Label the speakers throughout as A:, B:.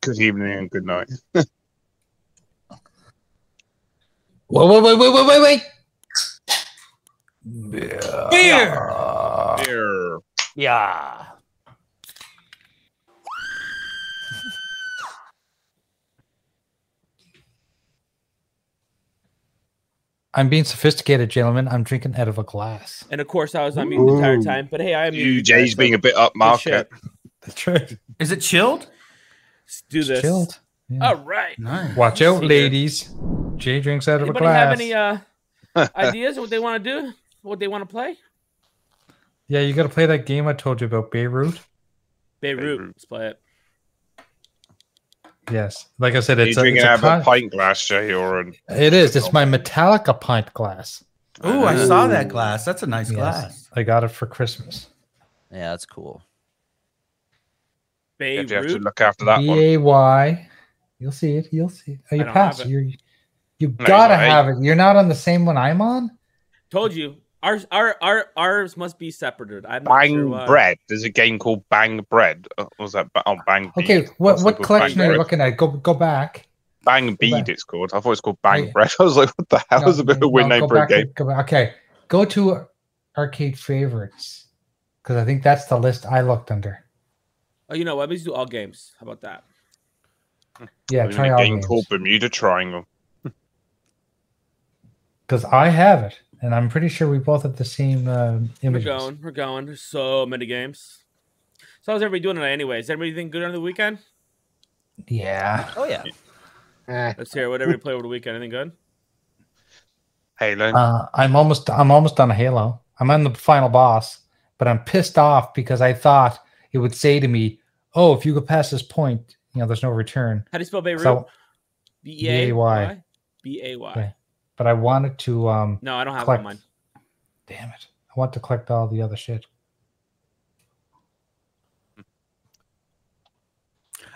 A: good evening and good night.
B: Wait, wait, wait, wait, wait, wait, wait. Yeah.
C: Beer.
A: Beer.
B: Yeah. I'm being sophisticated, gentlemen. I'm drinking out of a glass.
C: And of course, I was on mute the entire
A: Ooh.
C: time. But hey, I am
A: You, Jay's being a bit upmarket.
B: That's right.
D: Is it chilled?
C: do this.
B: Chilled. Yeah.
C: All right.
D: Nice.
B: Watch
C: let's
B: out,
C: see here.
B: ladies. Jay drinks out of a
C: Anybody
B: glass.
C: have any uh, ideas of what they want to do? What they want to play?
B: yeah, you got to play that game I told you about, Beirut.
C: Beirut.
A: Beirut.
C: Let's play it.
B: Yes. Like I said,
A: Are you
B: it's a,
A: drinking
B: it's
A: out
B: a
A: of a
B: con-
A: pint glass, Jay, or an
B: It is. It's my Metallica pint glass.
D: Oh, I saw that glass. That's a nice
B: Yes.
D: glass.
B: I got it for Christmas.
E: Yeah, that's cool.
A: Yeah,
C: Beirut.
A: you have to look after that
B: B
A: one.
B: A Y. You'll see it. You'll see. It. Oh, you
C: don't
B: passed.
C: have it.
B: You're, you
A: No,
B: gotta
A: you're right.
B: have it. You're not on the same one I'm on.
C: Told you. Ours, our, our, ours must be separated. I'm not
A: Bang
C: sure why.
A: bread. There's a game called Bang Bread. Uh, what was that? Ba- Oh, Bang. Bead.
B: Okay,
A: What's
B: what what
A: it called?
B: collection
A: Bang
B: are you
A: Bread.
B: looking at? Go go back.
A: Bang Bead.
B: back.
A: It's called. I thought it was called Bang
B: Yeah.
A: Bread. I was like, what the hell?
B: No,
A: was a bit of a
B: no,
A: weird name
B: go
A: for a
B: back to-
A: game.
B: go back- Okay, go to arcade favorites because I think that's the list I looked under.
C: Oh, you know what? Let's do all games. How about that?
B: Yeah,
A: There's
B: try
A: a
B: all
A: game
B: games
A: called Bermuda Triangle.
B: because I have it, and I'm pretty sure we both have the same uh,
C: We're
B: images.
C: going. We're going. There's so many games. So how's everybody doing tonight? Anyways, everything good on the weekend? Ah.
B: Yeah,
E: Oh yeah.
C: Let's hear whatever you play over the weekend. Anything good?
A: Halo.
B: uh, I'm almost I'm almost on a Halo. I'm on the final boss, but I'm pissed off because I thought it would say to me, "Oh, if you go past this point, you know, there's no return."
C: How do you spell Beirut?
B: So, E
C: B E A Y. B A
B: Yeah.
C: Y.
B: but I wanted to. um
C: No, I don't have it
B: Collect.
C: on mine.
B: Damn it! I want to collect all the other shit.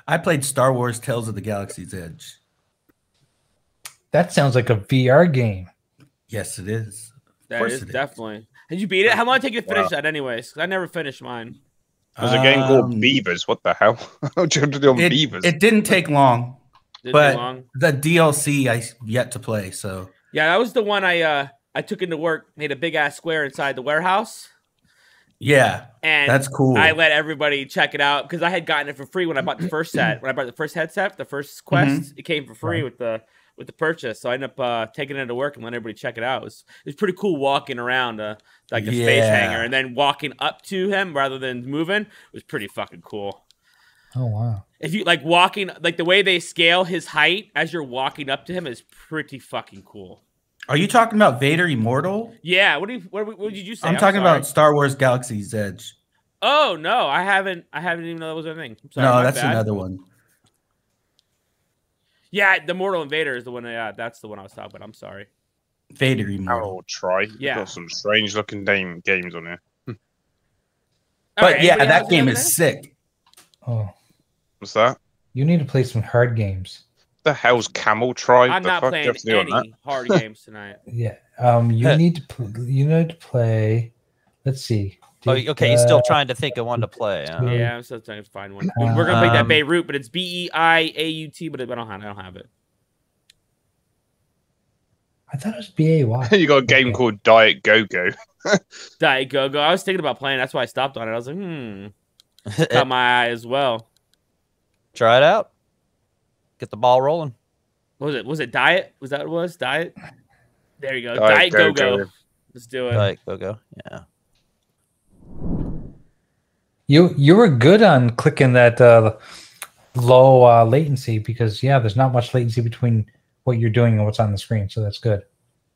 D: I played Star Wars Tales of the Galaxy's Edge.
B: That sounds like a VR game.
D: Yes, it is.
C: That
D: course
C: is
D: it is.
C: definitely. Did you beat it? How long did it take you to finish
A: Wow. Uh.
C: that, anyways? 'Cause I never finished mine.
A: There's a game
D: Um,
A: called Beavers. What the hell? How do you have to do on
D: It,
A: Beavers?
D: it didn't take long.
C: Did it
D: But-
C: take long?
D: The DLC I s- yet to play, so
C: Yeah, that was the one I uh I took into work. Made a big ass square inside the warehouse,
D: yeah,
C: and
D: that's cool.
C: I let everybody check it out because I had gotten it for free when I bought the first set. When I bought the first headset, the
D: Mm-hmm.
C: first quest, it came for free
B: Right.
C: with the with the purchase. So I ended up uh, taking it into work and letting everybody check it out. It was it was pretty cool walking around uh, like the space
D: Yeah.
C: hangar and then walking up to him rather than moving was pretty fucking cool.
B: Oh wow!
C: If you like walking, like the way they scale his height as you're walking up to him is pretty fucking cool.
D: Are you talking about Vader Immortal?
C: Yeah, what do you what, what did you say?
D: I'm talking
C: sorry.
D: about Star Wars Galaxy's Edge.
C: Oh no, I haven't. I haven't even know that was a thing. I'm sorry,
D: no,
C: my
D: that's
C: bad.
D: another one.
C: Yeah, the Mortal Invader is the one. Yeah, that's the one I was talking about. I'm sorry.
D: Vader Immortal.
A: I'll try.
C: Yeah.
A: Yeah. Got some strange looking name games on here.
C: All
D: Hmm. But
C: right,
D: yeah,
C: anybody
D: that
C: else
D: game
C: have
D: is
C: anything?
D: sick.
B: Oh,
A: What's that?
B: you need to play some hard games.
A: The hell's Camel Tribe?
C: I'm
A: the
C: not
A: fuck do you
C: playing
A: have to do on that?
C: any hard games tonight.
B: Yeah. Um. You
E: Huh.
B: need to. Pl- you need to play. Let's see.
E: Oh,
B: Did,
E: okay. He's still
B: uh,
E: trying to think of one to play. huh?
B: Yeah.
C: Yeah, I'm still trying to find one. We're gonna play that
E: Um,
C: Beirut, but it's B E I A U T. But I don't have. I don't have it.
B: I thought it was B A Y.
A: you got a game called Diet Go Go.
C: Die go go. I was thinking about playing. That's why I stopped on it. I was like, hmm. Caught my eye as well.
E: Try it out. Get the ball rolling.
C: What was it? Was it diet? Was that what it was? Diet? There you go. Diet,
A: Diet
C: go
A: Go-Go.
C: go. Let's do it.
E: Like go go. Yeah.
B: You you were good on clicking that uh, low uh, latency because yeah, there's not much latency between what you're doing and what's on the screen, so that's good.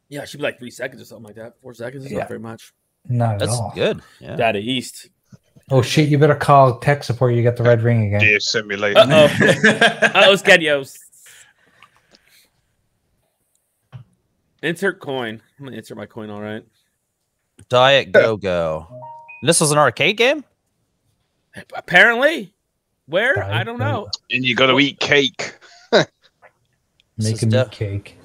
C: Yeah, it should be like three seconds or something like that. Four seconds is
B: Yeah.
C: not very much.
B: Not at
E: That's
B: all.
E: good. Yeah.
C: Data East.
B: Oh shit! You better call tech support. You got the red ring again.
A: Dear Simulator.
C: Uh-oh. Oh, Skedios. Insert coin. I'm gonna insert my coin. All right.
E: Diet go go. This was an arcade game.
C: Apparently, where
B: Diet
C: I don't know.
A: And you got to eat cake.
E: This
B: Make
E: is
B: a meat
E: def-
B: cake.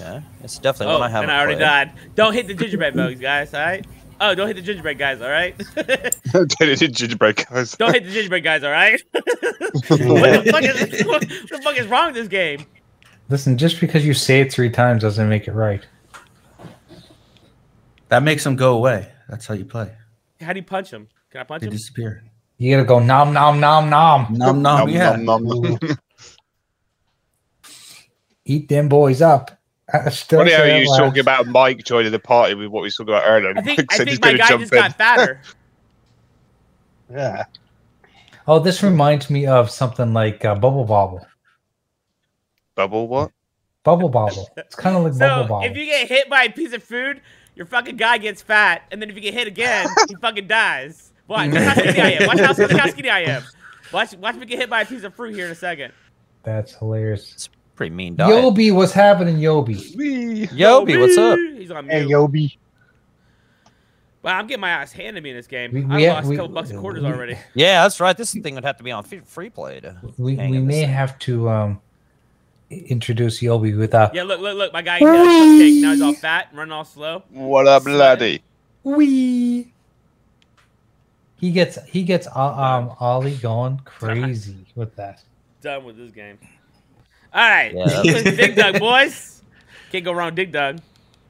E: Yeah. It's definitely
C: Oh,
E: one I haven't.
C: and I already
E: played.
C: died. Don't hit the gingerbread bugs, guys. All right. Oh, don't hit the gingerbread guys, all right?
A: gingerbread guys.
C: don't hit the gingerbread guys, all right? what, the fuck is, what the fuck is wrong with this game?
B: Listen, just because you say it three times doesn't make it right.
D: That makes them go away. That's how you play.
C: How do you punch him? Can I punch
D: They
C: him?
D: disappear.
B: You gotta go nom nom nom nom.
D: Nom nom.
A: Nom,
D: yeah.
A: nom, nom, nom.
B: Eat them boys up. I still
A: Funny how
B: say that
A: you
B: last.
A: talking about Mike joining the party with what we talked about earlier.
C: I think
A: Mike
C: I
A: said he's
C: think my
A: gonna
C: guy
A: jump
C: just
A: in.
C: got fatter.
F: Yeah.
B: Oh, this reminds me of something like uh, Bubble Bobble.
A: Bubble what?
B: Bubble Bobble. It's kind of like Bubble
C: So
B: Bobble.
C: if you get hit by a piece of food, your fucking guy gets fat, and then if you get hit again, he fucking dies. Watch, watch how skinny I am. Watch how, watch how skinny I am. Watch, watch me get hit by a piece of fruit here in a second.
B: That's hilarious.
E: Pretty mean dog.
B: Yobi, what's happening, Yobi?
A: Wee.
E: Yobi, what's up?
C: He's on mute.
F: Hey, Yobi.
C: Wow, I'm getting my ass handed me in this game.
B: We-
C: I
B: we-
C: lost
B: we-
C: a couple bucks and quarters
B: we-
C: already.
E: Yeah, that's right. This thing would have to be on free, free play. To...
B: We
E: Hang
B: we
E: on a
B: may
E: second.
B: have to um i- introduce Yobi with a
C: Yeah, look, look, look. My guy got a cupcake. Now he's all fat, and running all slow.
A: What up, laddie?
B: wee. He gets he gets uh, um Ollie going crazy with that.
C: Done with this game. All right,
E: Yeah,
C: let's
D: that's-
C: play Dig Dug, boys. Can't go wrong, with Dig Dug.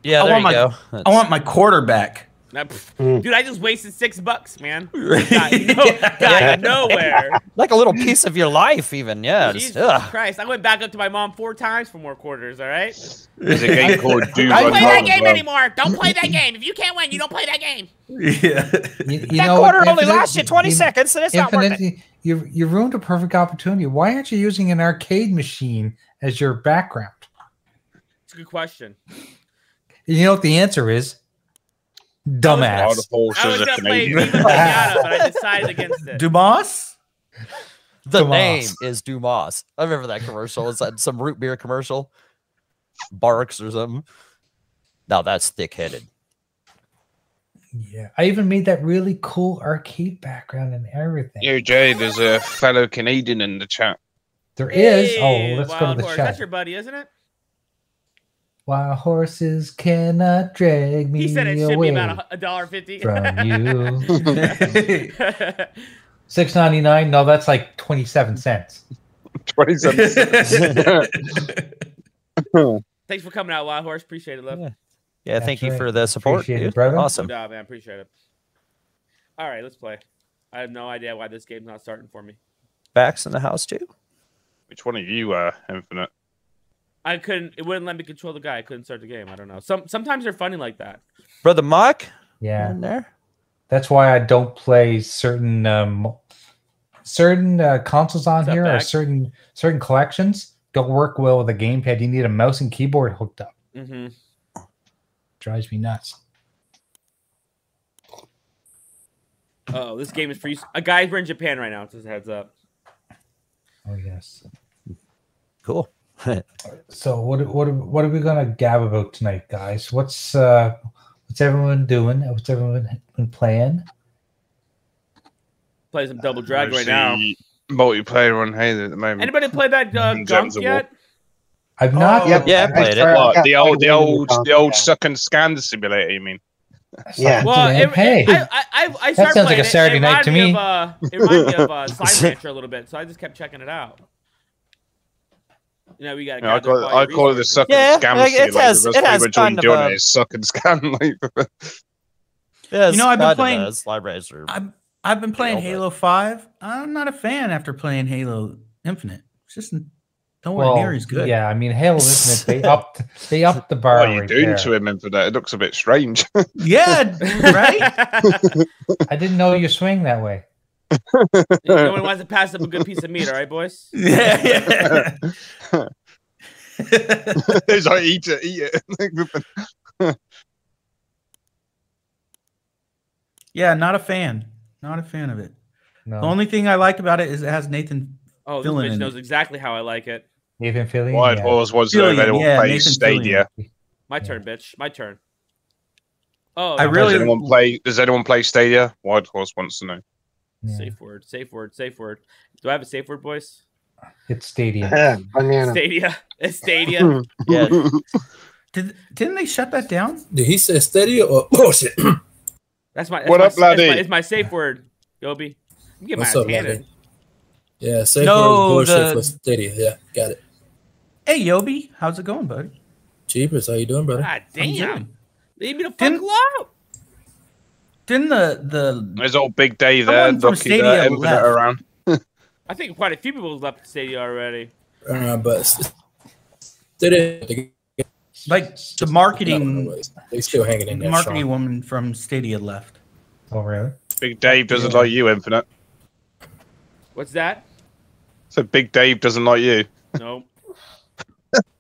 E: Yeah,
D: I
E: there
D: want
E: you
D: my-
E: go.
D: I want my quarterback.
C: Nah, pff.
B: Hmm.
F: Mm.
C: Dude, I just wasted six bucks, man. Got, no, got nowhere.
E: like a little piece of your life, even. Yeah. Just,
C: Jesus
E: ugh.
C: Christ, I went back up to my mom four times for more quarters. All right,
A: There's a game called Do Run
E: I
C: don't play that
A: Home as
C: game
A: well.
C: anymore. Don't play that game. If you can't win, you don't play that game.
D: Yeah.
B: You, you
E: that
B: know what,
E: quarter only
B: Infinite-
E: lasts you 20
B: you-
E: seconds, so that's not worth
B: Infinite,
E: it.
B: you, you you ruined a perfect opportunity. Why aren't you using an arcade machine as your background?
C: It's a good question.
B: You know what the answer is? Dumbass.
A: Wild horses
C: I was
A: are
C: gonna play Viva
A: Canadian.
E: oh,
C: Pinata, but I decided against it.
D: Dumas?
E: The
B: Dumas.
E: name is Dumas. I remember that commercial. It's that some root beer commercial, Barks or something. Now that's thick headed.
B: Yeah. I even made that really cool arcade background and everything.
A: Yo, Jay, there's a fellow Canadian in the chat.
B: There is.
C: Hey,
B: oh, let's go
C: Wild
B: to the
C: Horse.
B: chat.
C: That's your buddy, isn't it?
B: Why horses cannot drag me
C: He said it should be
B: away
C: about a- a dollar fifty.
B: from you.
D: That's
B: Six ninety nine. No, that's like twenty seven cents.
A: 27.
C: Thanks for coming out, Wild Horse. Appreciate it, love.
E: Yeah, Yeah,
B: That's
E: thank you
B: right.
E: for the support.
B: Appreciate it,
E: dude.
B: brother.
E: Awesome.
C: Nah, man, appreciate it. All right, let's play. I have no idea why this game's not starting for me.
E: Backs in the house too.
A: Which one of you are Infinite?
C: I couldn't. It wouldn't let me control the guy. I couldn't start the game. I don't know. Some sometimes they're funny like that.
E: Brother Mike, yeah.
B: Yeah,
E: in there.
B: that's why I don't play certain um, certain uh, consoles on
C: Is that
B: here or
C: back?
B: certain certain collections don't work well with a gamepad. You need a mouse and keyboard hooked up.
C: Mm-hmm.
B: Drives me nuts.
C: Oh, this game is for you. A guys, we're in Japan right now. Just a heads up.
B: Oh yes.
E: Cool.
B: So what what what are we gonna gab about tonight, guys? What's uh what's everyone doing? What's everyone been playing?
C: Play some Double Drag right
A: There's
C: now.
A: the Multiplayer on Halo at the moment.
C: Anybody play that uh,
A: James
C: Gunk
A: of
C: yet?
B: I've not.
D: Oh,
F: Yep.
E: Yeah, I played it.
F: started-
A: What,
F: got
A: the old, the
F: played Wonder
A: old,
F: Woman.
A: the old suck and scan simulator. You mean?
F: Yeah.
C: Well, it,
B: hey,
C: it- I, I, I, I started
B: sounds like
C: playing
B: a
C: it.
B: Saturday
C: it
B: night to
C: reminded
B: me.
C: Of, uh, it reminded me of uh, Slime Rancher a little bit, so I just kept checking it out. You know, we got.
A: Yeah, I call it, I call it the suck and
E: Yeah,
A: scan
E: like, it
A: simulator.
E: has-
A: That's
E: it
A: pretty
E: has
A: much all
E: kind
A: you're
E: of
A: doing
E: a-
A: is suck and scan. Like,
E: Yeah,
D: You know, I've been
E: Spider
D: playing-
E: does, Live Razor.
D: I've, I've been playing
E: Nailed it.
D: Halo 5. I'm not a fan after playing Halo Infinite. It's just nowhere
B: well,
D: near as good.
B: Yeah, I mean, Halo Infinite, they upped they upped the bar.
A: what are you
B: right
A: doing
B: there.
A: to him, Infinite? It looks a bit strange.
D: Yeah, right?
B: I didn't know you swing that way.
C: no one wants to pass up a good piece of meat, all right, boys?
D: yeah, yeah.
A: it's like eat it, eat it.
D: yeah, not a fan. Not a fan of it.
B: No,
D: The only thing I like about it is it has Nathan.
C: Oh, this
D: Filling
C: bitch
D: in.
C: knows exactly how I like it.
B: Nathan Fillion.
A: Wild
B: yeah.
A: Horse was
D: Fillion,
A: the available
D: yeah,
A: play
D: Nathan
A: Stadia.
B: Yeah.
C: My turn, bitch. My turn. Oh,
D: I
C: no,
D: really-
A: Does anyone play? Does anyone play Stadia? Wild Horse wants to know.
B: Yeah.
C: safe word, safe word, safe word. Do I have a safe word, boys?
B: It's Stadia.
F: Yeah, banana.
C: Stadia,
F: Hmm.
A: Hmm.
C: Stadia.
E: Yeah.
D: Did, didn't they shut that down?
F: oh,
G: Did he say steady or oh shit?
C: That's my that's
A: What
C: my,
A: up,
C: that's my-
A: laddie?
C: It's my safe word, Gobi. I'm getting
F: What's
C: my
F: up,
C: ass handed.
F: laddie? Yeah, same
E: No,
F: word as bullshit
E: the-
F: for Stadia. Yeah, got it.
D: Hey, Yobi, how's it going, buddy?
F: Jeepers, how you doing, brother?
B: Ah,
C: God
D: I'm
C: damn.
D: good.
C: Leave me the fuck
D: Didn't-
C: alone.
D: Didn't the the
A: There's old Big Day there,
D: Someone from
A: Ducky there,
D: Stadia
A: Infinite
D: left.
A: around.
C: I think quite a few people left the stadium already.
F: Uh, but s- Stadia, they-
D: like the
F: no,
D: marketing
F: no, they still hanging in
D: the
F: there.
D: marketing
F: Sean.
D: woman from Stadia left.
B: Oh, really?
A: Big Dave doesn't
F: Yeah.
A: like you, Infinite.
C: What's that?
A: So Big Dave doesn't like you.
C: No.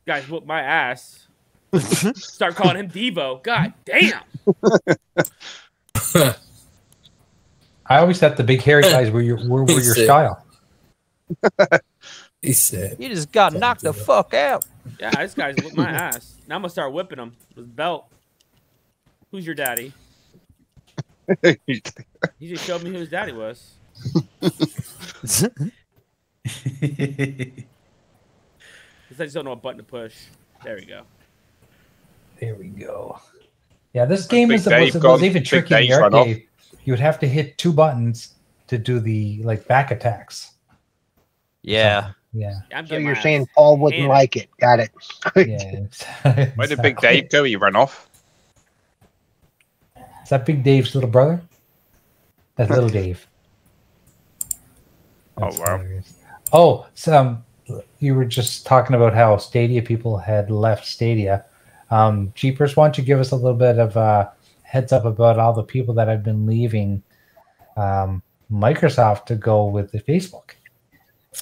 C: Guys, whoop my ass. Start calling him Devo. God damn.
B: I always thought the big hairy guys were your were, were your
F: Sick.
B: style.
F: He said,
E: You just got knocked the fuck out.
C: Yeah, this guy's whipped my ass. Now I'm gonna start whipping him with his belt. Who's your daddy? He just showed me who his daddy was. Because I just don't know what button to push. There we go.
B: There we go. Yeah, this game is
A: Big
B: was,
A: Dave
B: was
A: gone.
B: even
A: Big
B: tricky in the
A: Dave's run off.
B: arcade. You would have to hit two buttons to do the like back attacks.
E: Yeah.
B: Yeah,
C: Yeah, I'm
G: So
C: getting my
G: you're
C: ass.
G: saying Paul wouldn't
C: Man.
G: like it? Got it.
B: yeah.
A: Where did Big
B: exactly.
A: Dave go? He ran off.
B: Is that Big Dave's little brother? That's little Dave.
A: Oh, wow.
B: hilarious. Oh, so um, you were just talking about how Stadia people had left Stadia. Um, Jeepers, why don't you give us a little bit of uh, heads up about all the people that have been leaving um, Microsoft to go with the Facebook?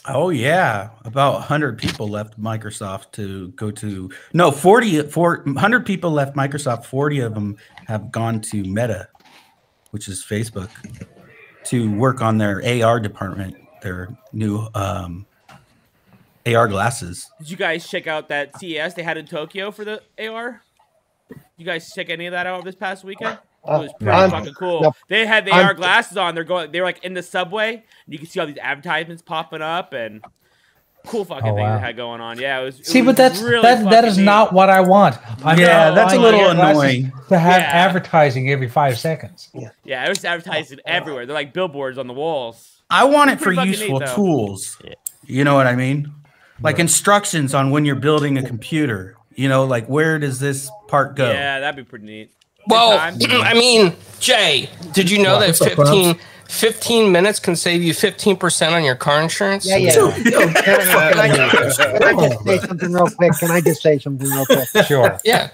D: Oh yeah, about 100 people left Microsoft to go to No, 40 four- 100 people left Microsoft, 40 of them have gone to Meta, which is Facebook, to work on their AR department, their new um AR glasses.
C: Did you guys check out that CES they had in Tokyo for the AR? You guys check any of that out this past weekend? It was pretty
G: I'm-
C: fucking cool.
G: no,
C: they had the
G: I'm-
C: AR glasses on. They're going. They're like in the subway. And you can see all these advertisements popping up and cool fucking
B: Oh,
C: things
B: wow.
C: they had going on. Yeah, it was. it
B: See,
C: was
B: but that's
C: really
B: that, that
C: fucking
B: is
C: neat.
B: not what I want. I'm
D: Yeah,
B: not
D: that's a
B: buying
D: little
B: ear glasses
D: annoying.
B: to have
C: Yeah.
B: advertising every five seconds.
C: Yeah, there's advertising everywhere. They're like billboards on the walls.
D: I want it for
C: Pretty fucking neat,
D: useful
C: though.
D: tools. You know what I mean? Like instructions on when you're building a computer, you know, like where does this part go?
C: Yeah, that'd be pretty neat.
H: Well,
C: Good time.
H: I mean, Jay, did you know
F: What?
H: that
F: What's up,
H: 15, 15 minutes can save you 15% on your car insurance?
G: Yeah, yeah. uh, Can I- can I just say something real quick? Can I just say something real quick?
B: Sure.
H: Yeah.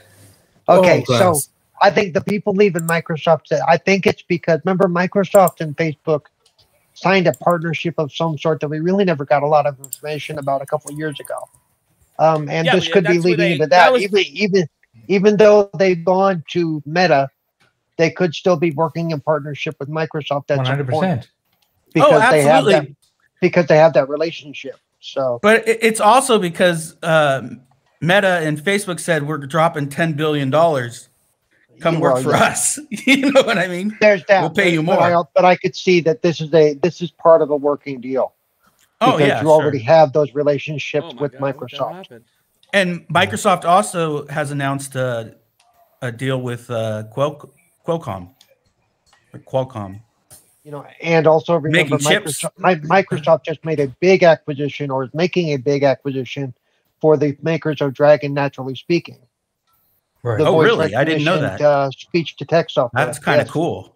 G: Okay,
F: Oh,
G: so
F: glass.
G: I think the people leaving Microsoft said I think it's because remember Microsoft and Facebook signed a partnership of some sort that we really never got a lot of information about a couple of years ago. Um, and
C: Yeah,
G: this
C: but
G: could be
C: that's where
G: leading
C: they-
G: into
C: that
G: that.
C: was-
G: even even even though they've gone to Meta, they could still be working in partnership with Microsoft at
B: One hundred
G: some point
B: percent.
C: Oh,
G: because they have that because they have that relationship. So
D: But it- it's also because um, Meta and Facebook said we're dropping ten billion dollars. Come work
G: Well,
D: for
G: yeah.
D: us. you know what I mean?
G: There's that.
D: We'll pay you
G: But I,
D: more.
G: but I could see that this is a this is part of a working deal
D: Oh
G: because
D: yeah,
G: you
D: sure.
G: already have those relationships
C: Oh my
G: with
C: God, what the hell
G: Microsoft.
C: happened?
D: And Microsoft also has announced a, a deal with uh, Qual- Qualcomm. Or Qualcomm.
G: you know, and also remember
D: Making chips.
G: Microsoft, Mi- Microsoft just made a big acquisition or is making a big acquisition for the makers of Dragon Naturally Speaking.
B: Right.
G: The
D: Oh,
G: voice
D: really? I didn't know
G: recognition,
D: that.
G: Uh, speech to text software.
D: That's kind of
G: Yes.
D: cool.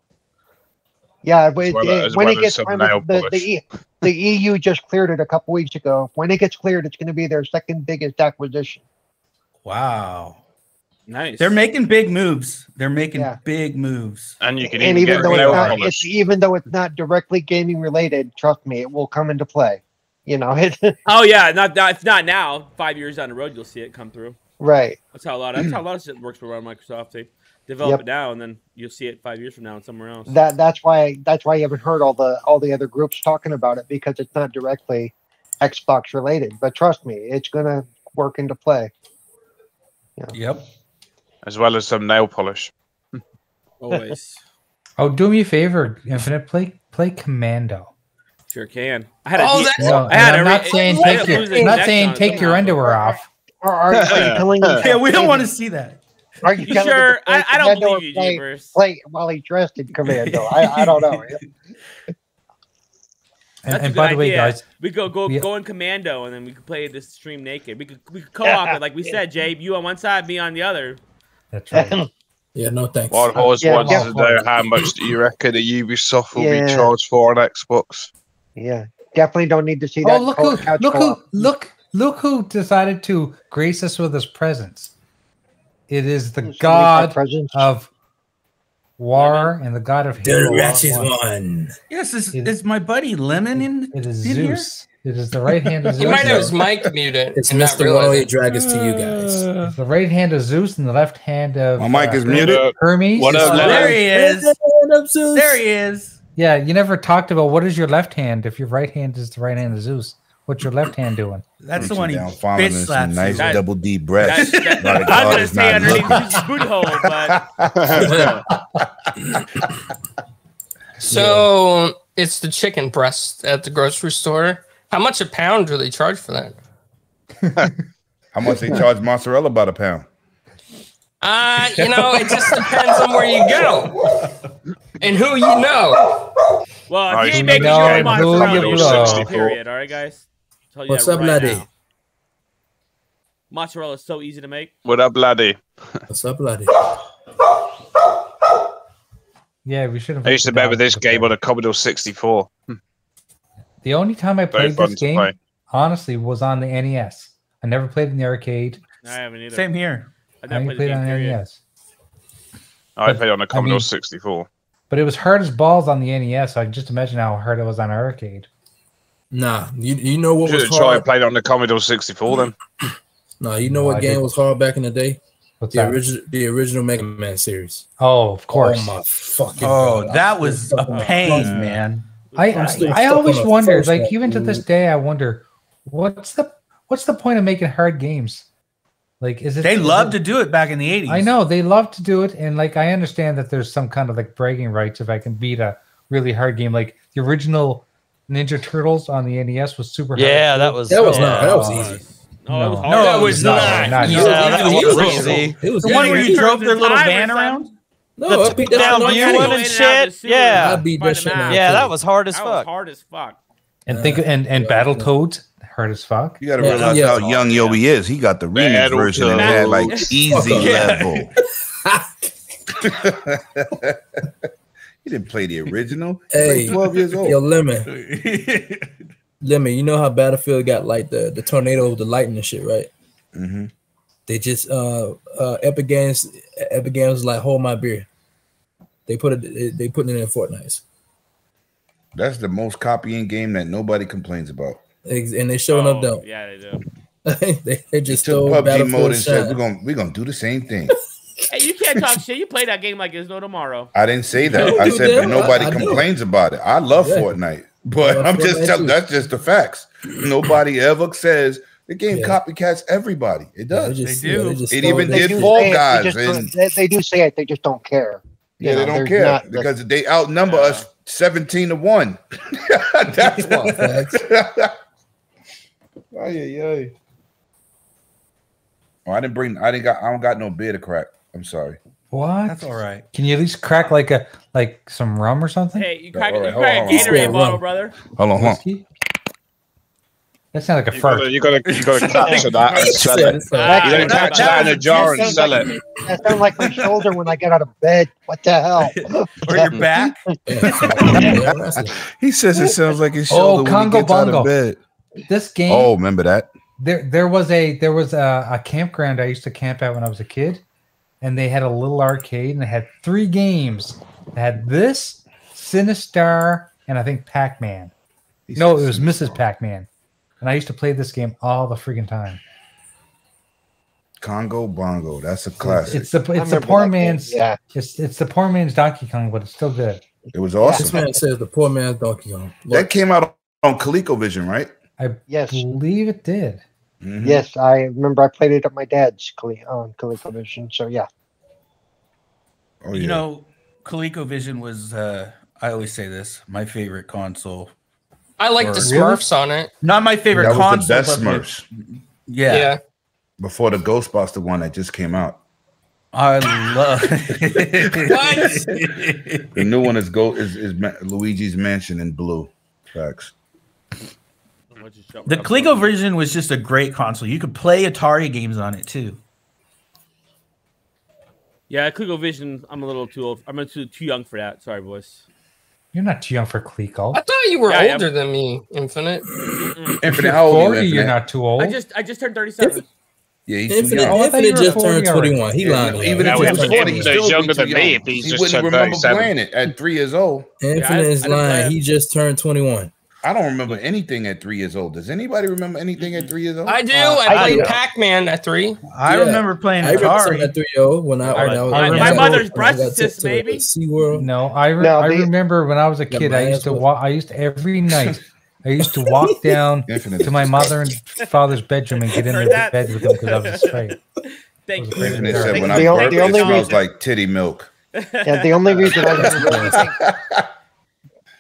G: Yeah, but it-
A: well
G: it-
A: as
G: when
A: well
G: it
A: as
G: gets
A: some
G: when it-
A: nail
G: the, the,
A: polish.
G: E- the EU just cleared it a couple weeks ago. When it gets cleared, it's going to be their second biggest acquisition.
D: Wow.
C: Nice.
D: They're making big moves. They're making
G: Yeah.
D: big moves.
A: And you can
G: and
A: even,
G: even
A: get
G: though
A: a
G: it's
A: nail
G: not,
A: polish.
G: it's, even though it's not directly gaming related, trust me, it will come into play. You know, it,
C: Oh yeah, not not if not now. Five years down the road, you'll see it come through.
G: right?
C: That's how a lot. Of, that's how a lot of shit works around Microsoft. They develop
G: Yep.
C: it now, and then you'll see it five years from now and somewhere else.
G: that that's why that's why you haven't heard all the all the other groups talking about it because it's not directly Xbox related. But trust me, it's gonna work into play.
D: Yep.
A: as well as some nail polish.
C: Always
G: uh,
B: Oh, do me a favor, Infinite. Play play Commando.
C: sure can. I had a
H: Oh,
C: heat-
H: that's-
B: No,
C: I had
B: and I'm
C: a
B: not
C: re-
B: saying
C: I had
B: take
C: a
B: your
C: losing
B: not
C: neck
B: saying
C: on
B: take your
C: somehow.
B: underwear off.
G: Or are you telling me?
D: Yeah, we don't want to see that.
G: Are
C: You
G: gonna
C: sure?
G: get to
C: I,
G: play
C: I don't
G: Commando
C: believe you,
G: or play,
C: Jeepers.
G: play while he's dressed in commando. I, I don't know.
B: And,
C: That's a
B: and
C: good
B: by the way,
C: idea.
B: guys,
C: We go go
B: Yeah.
C: go in commando, and then we could play this stream naked. We could we could co-op it, like we said, Jabe. You on one side, me on the other.
B: that's right.
F: Yeah, no thanks.
A: One
H: Uh,
A: horse
G: Yeah,
A: wants
G: yeah.
A: to know how much do you reckon the Ubisoft will
G: Yeah.
A: be charged for on Xbox?
G: yeah, definitely don't need to see
B: oh,
G: that.
B: look
G: co-
B: who,
G: couch
B: look
G: co-op.
B: who, look, look who decided to grace us with his presence. It is the
G: Somebody's got
B: god
G: presents.
B: of war and the god of
F: The
B: hero.
F: wretched one.
D: Yes, is,
B: It-
D: is my buddy Lemon in?
B: It is
D: in here?
B: Zeus. It is the right hand of
H: He
B: Zeus.
H: might have his mic muted.
F: It's
H: and not
F: Mr.
H: realize
F: Wally
H: it.
F: Dragus to you guys.
B: It's Uh, the right hand of Zeus and the left hand of
I: My mic
B: uh,
I: is muted.
B: Hermes.
A: What
D: Oh,
A: up,
D: there
A: Lemon?
D: he is. There he is.
B: Yeah, you never talked about what is your left hand if your right hand is the right hand of Zeus. What's your left hand doing?
D: That's the
I: Reaching
D: one he
I: down, following in
D: bitch
I: some
D: slaps.
I: Nice
D: you.
C: Guys,
I: double D breaths.
C: That's- that-
I: Not a
C: I'm
I: god
C: gonna
I: is
C: stay
I: not
C: underneath
I: looking.
C: this boot hole, but
H: So it's the chicken breast at the grocery store. How much a pound do they charge for that?
I: How much they charge mozzarella by the pound?
H: Uh, you know, it just depends on where you go and who you know.
C: well,
A: Alright,
C: he ain't
A: you
C: making
B: know
C: your
B: I'm
C: own
B: who
C: mozzarella.
B: you
C: you're
B: love.
C: so Period. All right, guys. Tell you
F: What's
C: that
F: up,
C: right
F: laddie?
C: now. Mozzarella is so easy to make.
A: What up, laddie?
F: What's up, laddie?
B: Yeah, we should have.
A: I used to
B: looked it
A: remember
B: up.
A: this game on a Commodore 64.
B: The only time I
A: Very
B: played
A: fun
B: this
A: to
B: game,
A: play.
B: honestly, was on the NES. I never played in the arcade.
C: I haven't either.
D: Same here.
C: I've
B: I
C: never
B: only
C: played the
B: played
C: game.
B: on E the
C: Period.
B: NES.
A: I
B: But,
A: played on a Commodore
B: mean-
A: 64.
B: But it was hard as balls on the NES. So I can just imagine how hard it was on arcade.
F: Nah, you, you know what
A: Should
F: was
A: have tried
F: hard?
A: playing on the Commodore 64 then.
F: Nah, you know
B: No,
F: what
B: I
F: game
B: didn't.
F: was hard back in the day?
B: What's
F: The
B: that?
F: original, the original Mega Man series.
B: oh, of course.
F: Oh my fucking!
D: Oh,
F: God.
D: that was a
F: Oh,
D: pain,
F: God.
D: man.
B: I
F: I'm still
B: I, I
F: stuck on
B: always
F: the
B: wondered,
F: first
B: like
F: one.
B: even to this day, I wonder what's the what's the point of making hard games? Like, is it
D: They
B: is
D: loved
B: it-
D: to do it back in the 80s.
B: I know they love to do it, and like I understand that there's some kind of like bragging rights if I can beat a really hard game. Like the original Ninja Turtles on the NES was super.
E: Yeah, that was.
F: That was
E: yeah.
F: not. That was easy.
C: No, Oh, it was
B: No.
C: hard.
D: No,
H: That was
B: No,
H: not.
B: not-
H: you-
E: Yeah, that
H: you-
E: was
H: you-
E: easy.
F: It was
D: The one where
F: easy.
D: you drove
C: the
D: their little
C: time or
D: van
C: something.
D: around?
F: No, I beat that
E: down
F: shit on
E: view
F: arcade.
E: one and shit? Yeah.
F: I beat that shit
E: Yeah,
F: Okay.
E: that was hard as
C: That was
E: fuck.
C: hard as fuck.
B: and think and and
F: Yeah.
B: Battletoads hard as fuck.
I: You gotta
F: Yeah,
I: realize
F: yeah.
I: how young Yobi is. He got the remix
A: adult
I: version and it
A: jokes.
I: had like easy
F: Fuck
E: up.
I: level. he didn't play the original.
F: Hey,
I: He's like 12 years old.
F: Yo, Lemon, Lemon, you know how Battlefield got like the, the tornado with the lightning and shit, right?
I: Mhm.
F: They just uh uh Epic Games Epic Games was like hold my beer. They put it they, they put it in Fortnite.
I: That's the most copying game that nobody complains about.
F: Ex- And they showing up
C: Oh,
F: though.
C: Yeah, they do.
F: they, they just
I: Took
F: stole
I: PUBG mode
F: Battlefield
I: and said,
F: shine.
I: we're gonna we're gonna do the same thing.
C: Hey, you can't talk shit. You play that game like there's no tomorrow.
I: I didn't say that.
F: You
I: I
F: do
I: said
F: that.
I: but nobody
F: I- I do.
I: complains about it. I love
F: Yeah.
I: Fortnite, but
F: love
I: I'm just
F: Fortnite
I: telling
F: too.
I: that's just the facts. Nobody ever says the game
F: Yeah.
I: copycats everybody. It
F: Yeah,
I: does.
F: just-
D: They
F: yeah,
D: do.
F: just
I: It
F: stole
I: even
F: that
I: did
F: shit.
I: Fall
G: say it,
I: Guys
G: just
I: and-
G: don't- they, they do say it. They just don't care.
I: Yeah,
G: You know,
I: they don't
G: there's
I: care
G: not the-
I: because they outnumber us 17 to 1. That's why.
F: Facts.
I: Oh yeah, yeah. Oh, I didn't bring I didn't got I don't got no beer to crack. I'm sorry.
B: What?
D: That's all right.
B: Can you at least crack like a like some rum or something?
C: Hey, you
I: No,
C: crack,
I: all right,
C: you
I: Oh, hold
C: crack
I: on,
C: a
F: hold on.
C: Gatorade bottle,
F: Wrong.
C: brother.
I: Hold on, hold on.
B: Whiskey? That sounds like a
A: You gotta,
B: fart.
A: you gotta, you gotta capture that and sell
F: Said
A: it.
F: it's like-
C: Ah,
A: You
C: that was
A: gotta capture
C: a-
A: that in a jar and
G: That sounds
A: sell
G: like-
A: it.
G: That sounds like my shoulder when I get out of bed. What the hell?
D: Or your back.
F: Yeah, that's it.
I: He says it sounds like his
B: Oh,
I: shoulder when he
B: Congo
I: gets out
B: Bongo.
I: of bed.
B: This game.
I: Oh, remember that?
B: there there was a there was a, a campground I used to camp at when I was a kid, and they had a little arcade and they had three games. They had this, Sinistar, and I think Pac Man.
I: He
B: No,
I: says
B: it was
I: some-
B: Mrs. Pac Man, and I used to play this game all the freaking time.
I: Congo Bongo. That's a classic.
B: It's the
G: I
B: it's the
G: remember
B: poor
G: that game.
B: man's
G: Yeah.
B: it's it's the poor man's Donkey Kong, but it's still good.
I: it was
F: This
I: awesome.
F: man says the poor man's Donkey Kong.
I: That came out on ColecoVision, right?
B: I
G: Yes.
B: believe it did.
I: Mhm.
G: Yes, I remember I played it at my dad's Cole- on ColecoVision. So yeah,
I: Oh,
D: You
I: yeah.
D: know, ColecoVision was, uh, I always say this, my favorite console.
H: I like the
D: Really?
H: Smurfs on it.
D: Not my favorite
I: that was the
D: console.
I: best
D: but my-
I: Smurfs
D: Yeah.
H: yeah.
I: before the Ghostbuster one that just came out.
D: I love
H: What?
I: The new one is go is, is Ma- Luigi's Mansion in blue. Facts.
D: The Coleco version was just a great console. You could play Atari games on it too.
C: Yeah, Clico Vision. I'm a little too old. I'm too too young for that. Sorry, boys.
B: You're not too young for Clico.
H: I thought you were
C: Yeah, I am.
H: older than me, Infinite.
I: Infinite,
B: You're
I: how old
B: 40,
I: are you?
B: you're
I: Infinite?
B: not too old.
C: I just I just turned 37.
I: Yeah, he's too
F: Infinite,
I: young.
B: Oh, I thought you
F: Infinite
B: were
F: just turned
B: 40 already.
F: 21. He
B: Uh,
F: lying. to y'all.
I: Even
A: Yeah,
I: if
A: well,
I: he was
A: if
I: 40, he
A: he's
I: still
A: younger
I: be too
A: than me,
I: young.
A: if he's
I: He
A: just
I: wouldn't
A: turned
I: remember
A: 37.
I: playing it at three years old.
F: Infinite
C: I-
F: is
C: I don't
F: lying.
C: have-
F: He just turned 21.
I: I don't remember anything at three years old. Does anybody remember anything at three years old?
H: I do.
D: Uh,
H: I,
G: I
H: played
G: do.
H: Pac-Man at three.
D: I
F: Yeah.
D: remember playing
F: I remember
D: Atari.
F: something at three year old when I, when I was
D: My-
F: when
D: my
F: I was
C: mother's
F: old, when I got took
C: breast cyst,
F: to the
C: maybe?
F: SeaWorld.
B: No, I re-
G: No,
B: I
G: they-
B: remember when I was a
F: Yeah,
B: kid,
F: my
B: I used
F: ass
B: to
F: was-
B: walk. I used to every night. I used to walk down
I: Infinite.
B: to my mother and father's bedroom and get in
C: Heard
B: their
C: that?
B: bed with them because I was straight.
C: Thank you.
B: Even
I: Infinite said
B: Thank you.
I: when I
G: The o- the
I: burped, it
G: only
I: smells
G: reason-
I: like titty milk.
G: Yeah, the only reason I remember anything,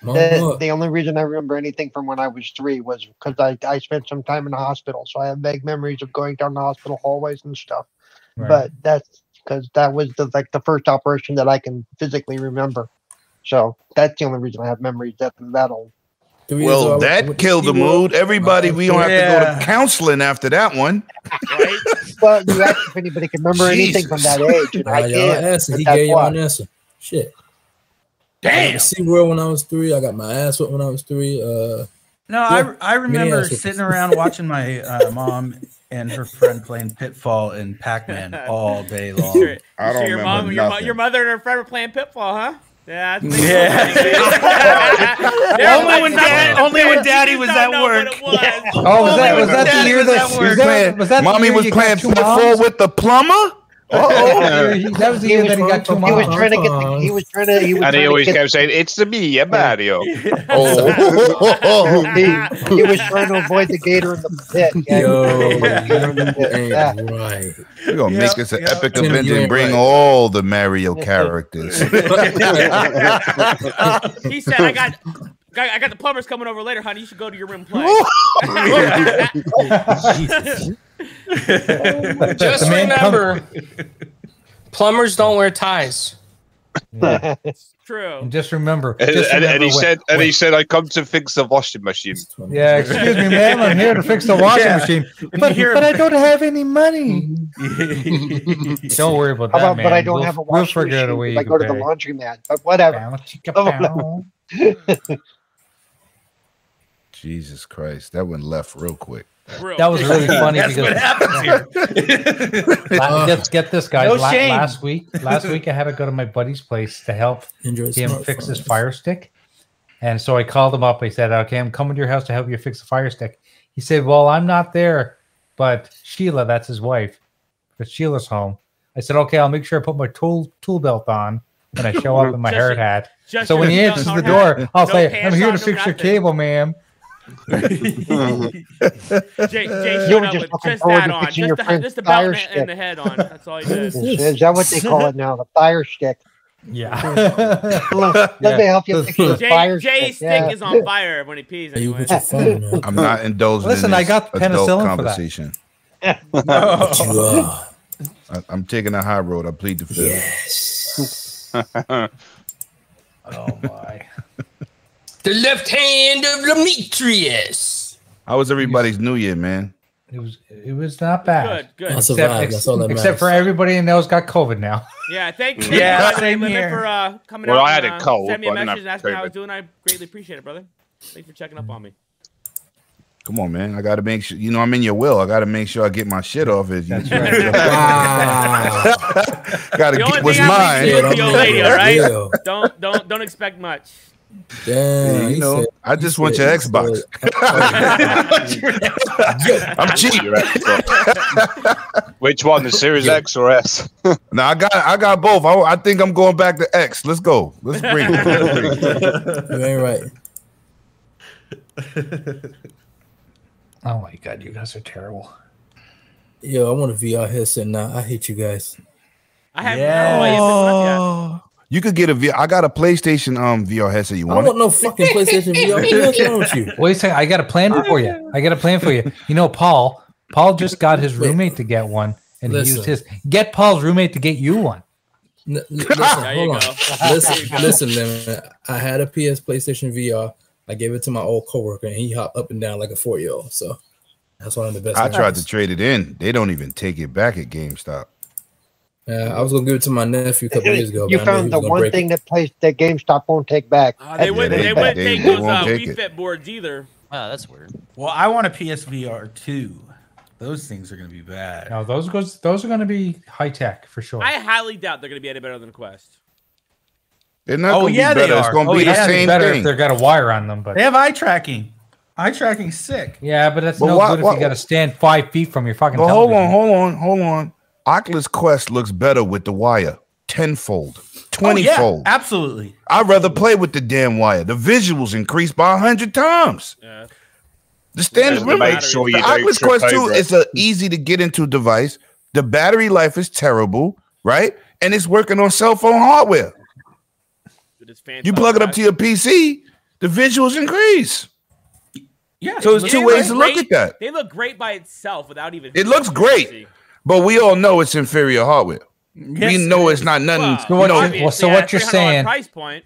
F: My
G: the,
F: mom-
G: the only reason I remember anything from when I was three was because I, I spent some time in the hospital, so I have vague memories of going down the hospital hallways and stuff.
B: Right.
G: But that's because that was the like the first operation that I can physically remember. So that's the only reason I have memories that that old.
F: three years old, I went-
I: Well,
F: I
I: that
F: went to
I: killed the
F: SeaWorld.
I: mood. Everybody, we don't have to go
D: Yeah.
I: to counseling after that one.
C: Right?
G: Well, you asked if anybody could remember anything from that age, and
F: Nah,
G: I
F: y'all
G: did.
F: asked,
G: but
F: he
G: that's
F: gave y'all
G: why.
F: an answer. Shit. I
I: Damn.
F: went to SeaWorld when I was three. I got my ass whipped when I was three. Uh,
D: No,
F: Yeah.
D: I I remember
F: Yeah.
D: sitting around watching my uh, mom and her friend playing Pitfall and Pac Man all day long.
C: Sure.
I: I don't
C: your
I: remember
C: mom, your, mo-
I: nothing.
C: your mother and her friend were playing Pitfall, huh? Yeah. that's-
D: Yeah.
C: They're
D: Only when
C: like, "Stop
D: dad-
C: it,
D: only when
C: bitch,
D: daddy
C: you
D: was
C: don't
D: at
C: know what
D: work."
C: it was."
B: Oh, was that was
I: Daddy
B: that the year that
I: we were
B: was that,
I: playing-
B: was that the
I: mommy
B: year
I: was
B: you
I: playing
B: got two moms?
I: football with the plumber?
B: That
I: Oh,
B: was the year- that was the
G: He
B: year
G: was
B: that he got two
F: from-
G: He was
B: moms.
G: trying to get. The, he was trying to. He was
A: And
G: trying
A: he always
G: to get,
A: kept saying, "It's the me, a Mario."
I: oh.
G: he, he was trying to avoid the gator in the pit. yeah.
F: yo, you
G: Yeah.
F: ain't right.
I: We're going to
D: Yep,
I: make this an
D: yep.
I: epic
F: Tim,
I: event
F: you
I: and
F: ain't
I: bring
F: right.
I: all the Mario characters.
C: He said, "I got, got, I got the plumbers coming over later, honey. You should go to your room and play."
H: Just
B: The man come-
H: remember, plumbers don't wear ties.
C: True.
B: And just remember,
A: And,
B: just
A: and, and he
B: remember when-
A: said, "And
B: when-
A: he said, I come to fix the washing machine."
B: Yeah, excuse me, ma'am. I'm here to fix the washing
D: Yeah.
B: machine, but,
D: hear
B: but
D: him-
B: I don't have any money.
F: Mm-hmm.
B: Don't worry about
G: How
B: that,
G: about,
B: man.
G: but I don't
B: we'll,
G: have a
B: We'll
G: washing
B: figure out a
G: machine.
B: way.
G: if I
B: you
G: go to
B: can
G: the
B: pay.
G: laundromat, but whatever.
B: Bow, chicka,
G: Oh,
B: bow.
I: Jesus Christ. That one left real quick.
C: Real.
B: That was really funny
D: That's what
B: because
D: happens here.
B: la- get, get this, guys.
D: No
B: la-
D: shame.
B: last week, last week I had to go to my buddy's place to help
F: Enjoy
B: him fix his fire stick, and so I called him up. I said, "Okay, I'm coming to your house to help you fix the fire stick." He said, "Well, I'm not there, but Sheila, that's his wife, but Sheila's home." I said, "Okay, I'll make sure I put my tool tool belt on when I show up in my
C: Just-
B: hard hat."
C: Just
B: So when he
C: your-
B: answers
C: no,
B: the
C: no,
B: door, I'll
C: no
B: say, "I'm
C: pants
B: here to
C: on, no
B: fix your
C: nothing."
B: cable, ma'am."
C: no. Jay, Jay
G: You
C: showed
G: were
C: up
G: just
C: with
G: looking
C: just
G: forward
C: that
G: to
C: on,
G: fixing
C: just
G: your
C: the,
G: friend's
C: just the belt and,
G: fire
C: the- and the head on. That's all he did.
G: Is, is that what they call it now? The fire stick.
B: Yeah.
G: Let, let me help you fix the
C: Jay,
G: fire
C: Jay's
G: stick. yeah.
C: stick is on fire when he pees.
F: You
C: Anyway.
F: put your phone on.
I: I'm not indulging
B: Listen,
I: in this
B: I got
I: adult
B: penicillin for that.
I: conversation.
F: You are.
I: I, I'm taking a high road. I plead the fifth.
F: Yes.
B: oh my.
H: The left hand of Demetrius.
I: How was everybody's new year, man?
B: It was it was not bad.
C: Good, good.
F: I survived.
B: ex-
F: That's all that matters.
B: except for everybody in there's got COVID now.
C: Yeah, thank you.
D: Yeah,
C: everybody,
D: same
C: Lemon,
D: here.
C: for uh, coming
A: Well,
C: out.
A: I had
C: and,
A: a
C: uh,
A: cold,
C: Send me a
A: but I didn't
C: message and
A: have
C: ask me how I was
A: COVID.
C: doing. I greatly appreciate it, brother. Thanks for checking up on me.
I: Come on, man. I got to make sure, you know, I'm in your will. I got to make sure I get my shit off. If you
B: That's right.
F: Wow.
I: got to
C: The only
I: get what's
C: thing I
I: mine.
C: appreciate- the old lady, all right?
F: Yeah.
C: Don't don't don't expect much.
F: Damn.
I: You
F: he
I: know,
F: said-
I: I just want your
F: he
I: Xbox. I'm cheap.
A: Which one, the Series X or S?
I: No, I got, I got both. I, I think I'm going back to X. Let's go. Let's bring it. Let's bring it.
F: You ain't right.
B: Oh my god, you guys are terrible.
F: Yo, I want a VR headset now. I hate you guys.
C: I have
D: Yeah.
C: no idea if
I: You could get a VR. I got a PlayStation um VR headset. You
F: I don't
I: want it?
F: want no fucking PlayStation VR. What's wrong with you?
B: Wait a second, I got a plan for you. I got a plan for you. You know, Paul. Paul just got his roommate to get one, and he used
F: Listen.
B: his. Get Paul's roommate to get you one.
F: N- l- listen,
C: There you
F: hold on.
C: go.
F: listen, listen, man. I had a PS PlayStation VR. I gave it to my old coworker, and he hopped up and down like a four year old. So that's one of the best.
I: I tried to
F: memories.
I: trade it in. They don't even take it back at GameStop.
F: Yeah, Uh, I was gonna give it to my nephew a couple years ago.
G: you
F: but I knew he
G: found
F: was
G: the
F: gonna
G: one
F: break
G: thing that plays that GameStop won't take back.
C: Uh, they
I: Yeah,
C: wouldn't.
I: they-
C: They wouldn't
I: they-
C: take
I: they
C: those
I: won't
C: uh,
I: take it.
C: Wii Fit boards either.
E: Oh, that's weird.
D: Well, I want a PSVR too. Those things are gonna be bad.
B: No, those goes. Those are going to be high tech for sure.
C: I highly doubt they're gonna be any better than Quest.
I: They're not
D: Oh,
I: gonna
D: yeah,
I: be
D: they
I: better. It's
D: are.
I: gonna
D: Oh,
I: be
D: yeah,
I: the
D: they're
I: same
B: Better if
I: thing.
B: they've got a wire on them, but
D: They have eye tracking. Eye tracking sick.
B: yeah, but that's
I: But
B: no
I: why-
B: good if
I: why-
B: you got to stand five feet from your fucking.
I: But hold on,
B: television.
I: hold on, hold on. Oculus Quest looks better with the wire. Tenfold,
D: Oh, yeah,
I: twentyfold.
D: absolutely.
I: I'd rather play with the damn wire. The visuals increase by hundred times.
C: Yeah.
I: The standard.
C: Yeah,
I: remember,
C: make sure
I: the Oculus Quest Two is a easy to get into device. The battery life is terrible, right? And it's working on cell phone hardware.
C: It is fantastic.
I: You plug it up to your PC, the visuals increase.
D: Yeah.
I: So there's
D: it
I: two
D: looks
C: They
I: ways to
D: great.
C: look
I: look at
C: great.
I: that.
C: They look great by itself without even.
I: It looks great. But we all know it's inferior hardware.
D: Yes,
I: we
D: it
I: know
D: is.
I: it's not nothing.
C: Well,
B: So what
I: you know,
B: you-
C: obviously,
B: well, so
C: at
B: what you're
C: $300
B: saying-
C: Price point.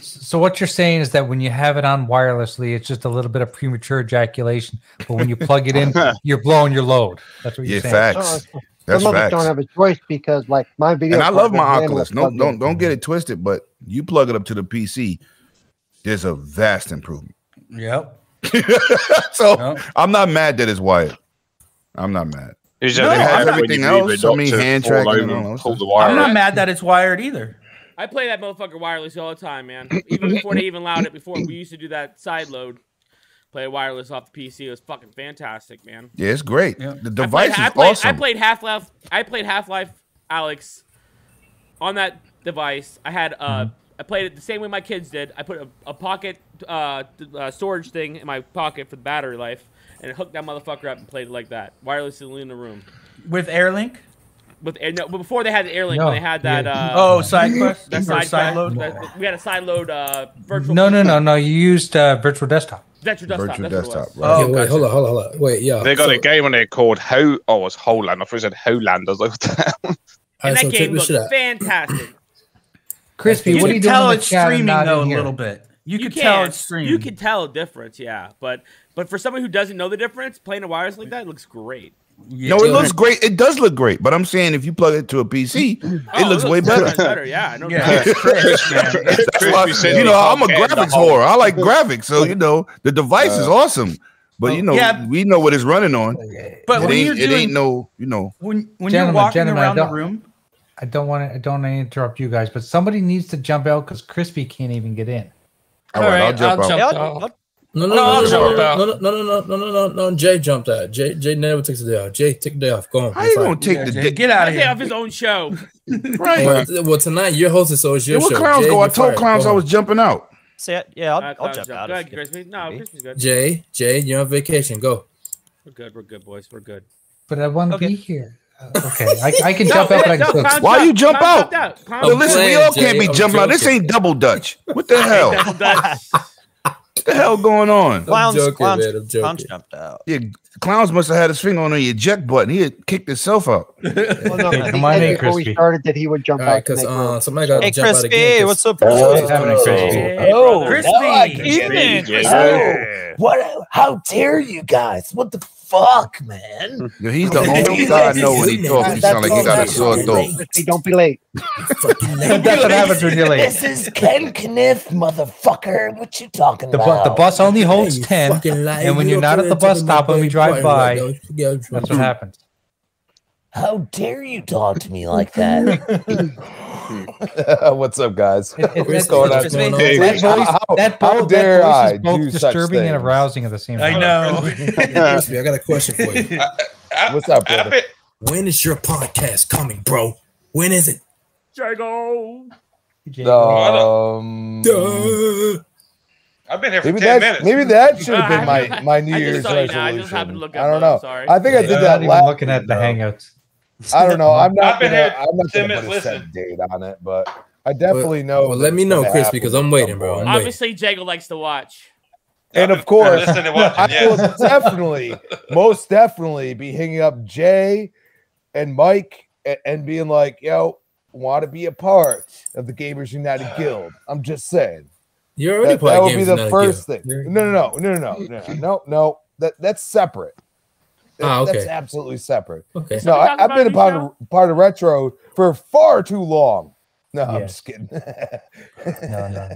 B: So what you're saying is that when you have it on wirelessly, it's just a little bit of premature ejaculation. But when you plug it in, you're blowing your load. That's what you're
I: yeah,
B: saying.
I: facts.
G: So,
I: That's
G: some of us
I: facts.
G: don't have a choice because, like, my video.
I: and I love my
G: partner, Dan,
I: Oculus.
G: was
I: No,
G: plugged
I: don't
G: in.
I: don't get it twisted. But you plug it up to the PC, there's a vast improvement.
D: Yep.
I: so
D: Yep.
I: I'm not mad that it's wired. I'm not mad.
A: It's
D: No,
A: they
D: I
A: have
I: have
A: it when you
I: everything
A: leave
I: else.
A: it
I: I
A: up
I: mean,
A: to
I: hand
A: fall
I: tracking
A: over
I: and all that
A: pull the
I: stuff.
A: wire.
D: I'm not
A: out.
D: mad that it's wired either.
C: I play that motherfucker wireless all the time, man. Even before they even allowed it, before we used to do that side load, play wireless off the PC. It was fucking fantastic, man.
I: Yeah, it's great.
D: Yeah.
I: The
C: I played-
I: device
C: I
I: is
C: played,
I: awesome.
C: I played Half Life. I played Half Life, Alex, on that device. I had uh,
D: Mm-hmm.
C: I played it the same way my kids did. I put a, a pocket uh, th- uh, storage thing in my pocket for the battery life, and it hooked that motherfucker up and played it like that, wirelessly in the room.
D: With Airlink.
C: With and, no, but before they had the airlink,
B: No,
C: when they had that.
B: yeah.
C: Uh,
D: Oh, side quest.
C: that
D: Or
C: side,
D: side load.
C: that- we had a side load uh, virtual.
B: No, no, no, no. You used uh, virtual desktop.
C: Virtual desktop.
I: Virtual
C: that's what it
I: desktop.
C: was.
I: Right?
D: Oh,
F: Yeah, wait,
D: gotcha.
F: hold on, hold on, hold on. Wait, yeah.
A: They got
F: so-
A: a game on there called Ho. Oh, it's Holand. I thought it said Holand. I was like, what the hell?
F: all
C: And
F: right,
C: that
F: so check
C: game
F: this
C: looked
F: shit out.
C: fantastic.
B: Crispy,
D: You
B: what are
D: can
B: you doing?
D: tell
B: in the
D: it's
B: chat and
D: streaming
B: not in
D: though a
B: here?
D: little bit. You, can, tell it's streaming.
C: You can tell a difference, yeah. But but for someone who doesn't know the difference, playing a wireless like that looks great.
D: Yeah.
I: No, it looks great. It does look great, but I'm saying if you plug it to a PC, it
C: Oh,
I: looks way better.
C: different, better, yeah. No doubt.
D: Yeah, it's crisp, man. It's-
I: That's why-
A: Crispy said
I: you
A: he
I: know, I'm a
A: can't
I: graphics
A: the whole-
I: whore. I like graphics, so you know the device
F: Uh,
I: is awesome. But you know,
D: yeah.
I: we know what it's running on.
D: But
I: it,
D: when
I: ain't,
D: you're
I: it ain't
D: doing
I: no, you know.
D: when when you're
B: Gentlemen,
D: walking
B: gentlemen, I
D: around the
B: don't-
D: room.
B: I don't want to. I don't want to interrupt you guys, but somebody needs to jump out because Crispy can't even get in.
I: All right, I'll jump out.
E: Yeah,
H: Oh.
E: what-
F: No,
H: No,
F: no, no,
H: I'll
F: no,
H: jump out.
F: no, no, no, no, no, no, no, no, no. Jay jumped out. Jay, Jay never takes a day off. Jay, take the day off. Go on.
I: How you
F: You're
I: gonna
F: fine.
I: take
D: Yeah,
I: the
D: Jay,
I: dick?
D: get out
C: I
D: of
C: think of
D: here.
C: his own show.
I: Right.
F: Well, well, tonight you're hosting, so it's
I: There
F: your
I: were
F: show.
I: clowns
F: Jay,
I: go.
F: you're
I: I told
F: fired.
I: clowns
F: Go
I: I
F: on.
I: was jumping out.
E: say it- yeah, I'll,
C: Uh,
E: I'll
C: Clown's
E: jump
C: joke.
E: out.
C: Go
E: if-
C: ahead, Crispy. No,
E: maybe.
C: Crispy's good.
F: Jay, Jay, you're on vacation. Go.
C: We're good. We're good, boys. We're good.
B: But I want to
E: Okay.
B: be here. Uh, okay, I, I can jump out, but I can still.
C: Clown's
I: Why
C: up.
I: you jump
C: Clown's
I: out?
C: jumped out. Clown's
F: I'm
I: Yo, listen, we
F: playing,
I: all can't
F: Jay.
I: be
F: I'm
I: jumping out. This
F: joking.
I: ain't double dutch. What the hell?
C: up.
I: what
C: Double Dutch.
I: the hell going on?
E: Clowns,
F: joking,
E: clowns,
F: man, I'm joking.
E: clowns jumped out.
I: Yeah, clowns must have had his finger on the eject button. He had kicked himself out.
G: Well, no,
B: Take
G: but
B: the
G: he
B: money,
G: said before we
B: Crispy.
G: started that he would jump
F: All right,
G: out.
F: because
G: and make
F: uh,
G: room.
F: somebody got to
E: Hey,
F: jump out again.
E: Crispy,
F: 'cause-
E: what's up?
B: What's happening, Oh, Crispy?
C: Hey, brother.
D: Crispy.
J: What? How dare you guys? What the fuck, man?
I: Yo, he's the only guy I know when he talks. He sound like he got a sore throat.
G: Crispy, don't be late.
B: That's what happens when you're late.
J: This is Ken Kniff, motherfucker. What you talking
B: The, bu-
J: about?
B: the bus only holds
F: Hey, you
B: ten,
F: fucking liar.
B: and when
F: You
B: you're not
F: don't
B: at the
F: put it
B: bus
F: to
B: stop when we
F: fucking
B: drive
F: point
B: by,
F: right now. You get
B: that's
F: drunk.
B: what happens.
J: How dare you talk to me like that?
K: What's up, guys?
B: It- it-
F: What's
B: that-
F: going
B: that
F: on?
B: voice,
F: What's going
B: that
K: on?
B: voice,
K: How-
B: that bo-
K: how
B: that
K: dare
B: voice
K: I
B: is both
K: do such
B: disturbing and
K: things?
B: arousing at the same time.
D: I know.
F: Crispy, I got a question for you.
K: What's up, brother?
F: When is your podcast coming, bro? When is it?
C: Jago.
K: Um,
F: Duh.
A: I've been here
K: maybe that maybe that should have been
C: I-
K: my my New
C: I just
K: Year's
C: saw you now. I just
K: resolution. I
C: happened to look up,
K: don't
C: I'm
K: know.
C: sorry.
K: I think
B: They're
K: I did
B: not
K: that
B: even
K: last.
B: looking at the hangouts.
K: I don't know. I'm not
A: I've been
K: gonna.
A: here.
K: I'm not gonna
A: Simmons,
K: put a
A: listen.
K: set date on it, but I definitely
F: well,
K: know. that
F: Oh, let
K: it's
F: me know,
K: gonna
F: Chris,
K: happen
F: because I'm waiting, bro.
K: at some point.
F: I'm-
C: Obviously, Jago likes to watch.
K: And of course, I will definitely, most definitely, be hanging up Jay, and Mike a- and being like, yo, want to be a part of the Gamers United Guild. I'm just saying.
F: You're already
K: that,
F: part
K: that
F: of
K: would be
F: Gamers
K: the
F: United
K: first
F: Guild.
K: thing. No, no, no, no, no, no, no, no, no. That that's separate. That-
F: Ah, okay.
K: That's absolutely separate.
F: Okay.
K: No,
F: Somebody
K: I,
F: talking
K: I've been a
F: about
K: part of, part of retro for far too long. No, I'm just kidding.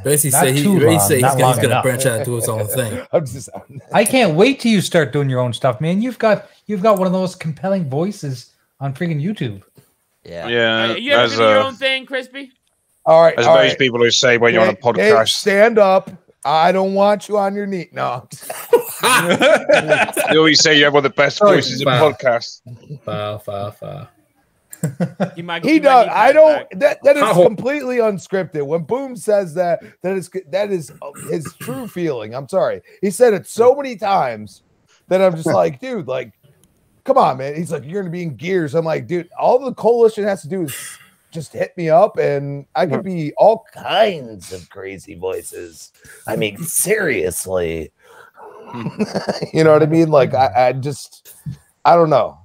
F: Basically,
B: Not
F: say he,
B: too
F: basically
B: long,
F: say he's
B: not
F: gonna, he's
B: long
F: gonna
B: enough.
F: branch out and do his own thing.
K: I'm just,
B: I can't wait till you start doing your own stuff, man. You've got you've got one of those compelling voices on freaking YouTube.
E: Yeah.
A: Yeah.
C: you ever
A: there's,
C: do your
A: uh,
C: own thing, Crispy?
K: All right.
A: There's
K: all
A: those
K: right.
A: people who say when you're on a
K: Dave- Dave,
A: podcast,
K: stand up. I don't want you on your knee. No.
A: they always say you have one of the best
K: Oh,
A: voices in
K: wow.
A: podcasts.
F: Foul, foul, foul.
C: You might,
K: He
C: you might
K: does.
C: need
K: I
C: that
K: don't.
C: back.
K: That that is
C: How-
K: completely unscripted. When Boom says that, that is that is uh, his true feeling. I'm sorry. He said it so many times that I'm just like, dude, like, come on, man. He's like, you're gonna be in gears. I'm like, dude, all the coalition has to do is just hit me up, and I could be all kinds of crazy voices.
J: I mean, seriously.
K: you know what I mean? Like, I, I just, I don't know.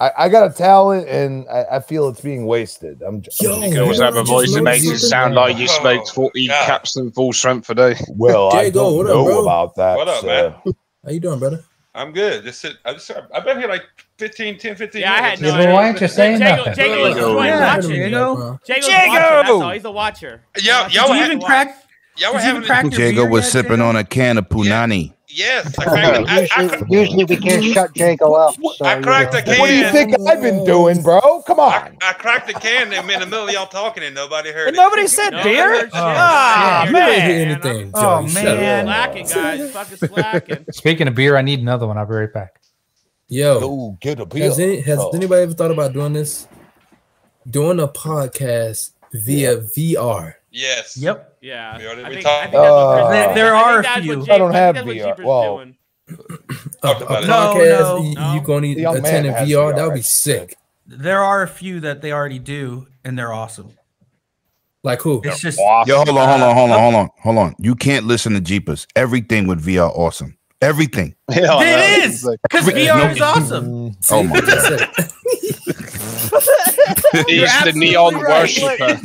K: I, I got a talent, and I, I feel it's being wasted. I'm just.
F: Yo,
A: You can always have a voice that makes it sound like you smoked 40 caps and full strength a day.
K: Well, I
F: Diego,
K: don't
F: what up,
K: know
F: bro?
K: about that.
L: What up,
K: sir.
L: man?
F: How you doing, brother?
L: I'm good. Just sit. I'm sorry. I've been here like 15, 10, 15
C: Yeah, I
L: minutes.
C: had no Yeah, but idea. why aren't you saying
L: Jago-
C: nothing?
L: Jago is
C: Jago.
L: enjoying
C: Yeah,
L: watching.
C: you
D: know?
C: Jago's
D: Jago!
C: watching, that's all. He's a watcher.
L: Yeah,
C: He's
L: y'all
C: a
L: were
C: watcher.
L: having- Y'all were having.
I: Jago was sipping on a can of punani.
L: Yes. I
G: Yeah,
L: cracked, I, I,
G: usually, usually we can't shut Jago up. So
L: I cracked the can.
K: What do you think I've been doing, bro? Come on.
L: I cracked the can and in the middle of y'all talking and nobody heard.
M: And
L: it.
M: nobody said
L: No,
M: beer?
L: I heard shit.
M: Ah,
F: you
M: man.
F: don't hear anything.
M: Oh,
F: Joey. Shut
M: man.
F: up.
C: Slacking, guys. Fucking slacking.
B: Speaking of beer, I need another one. I'll be right back.
F: Yo,
K: get a beer.
F: Has, any, has
K: Oh.
F: anybody ever thought about doing this? Doing a podcast via VR.
L: Yes.
D: Yep.
C: Yeah.
L: We already,
C: I
L: we
C: think-
L: talked
C: I think that's what Chris-
K: Uh,
C: I think-
D: there
C: I think
D: are a
C: that's what
D: few.
C: Jacob-
K: I don't have uh,
C: think that's what
K: VR.
C: Jeepers
K: Well-
C: doing.
F: A, a
L: about it.
D: No,
F: podcast
D: no.
F: y- you can only
K: The young man
F: attend in
K: has
F: VR. That
K: VR,
F: would be
K: right?
F: sick.
D: There are a few that they already do, and they're awesome.
F: Like who?
D: It's just
I: Yo, hold on, hold on,
F: Uh,
I: hold on, hold on, hold on. You can't listen to Jeepers. Everything with VR awesome. Everything.
A: Hell
D: It is because
I: Rick,
D: VR
I: no-
D: is awesome.
I: Oh my god.
A: He's the
D: absolutely
A: neon
D: right.
A: worshiper.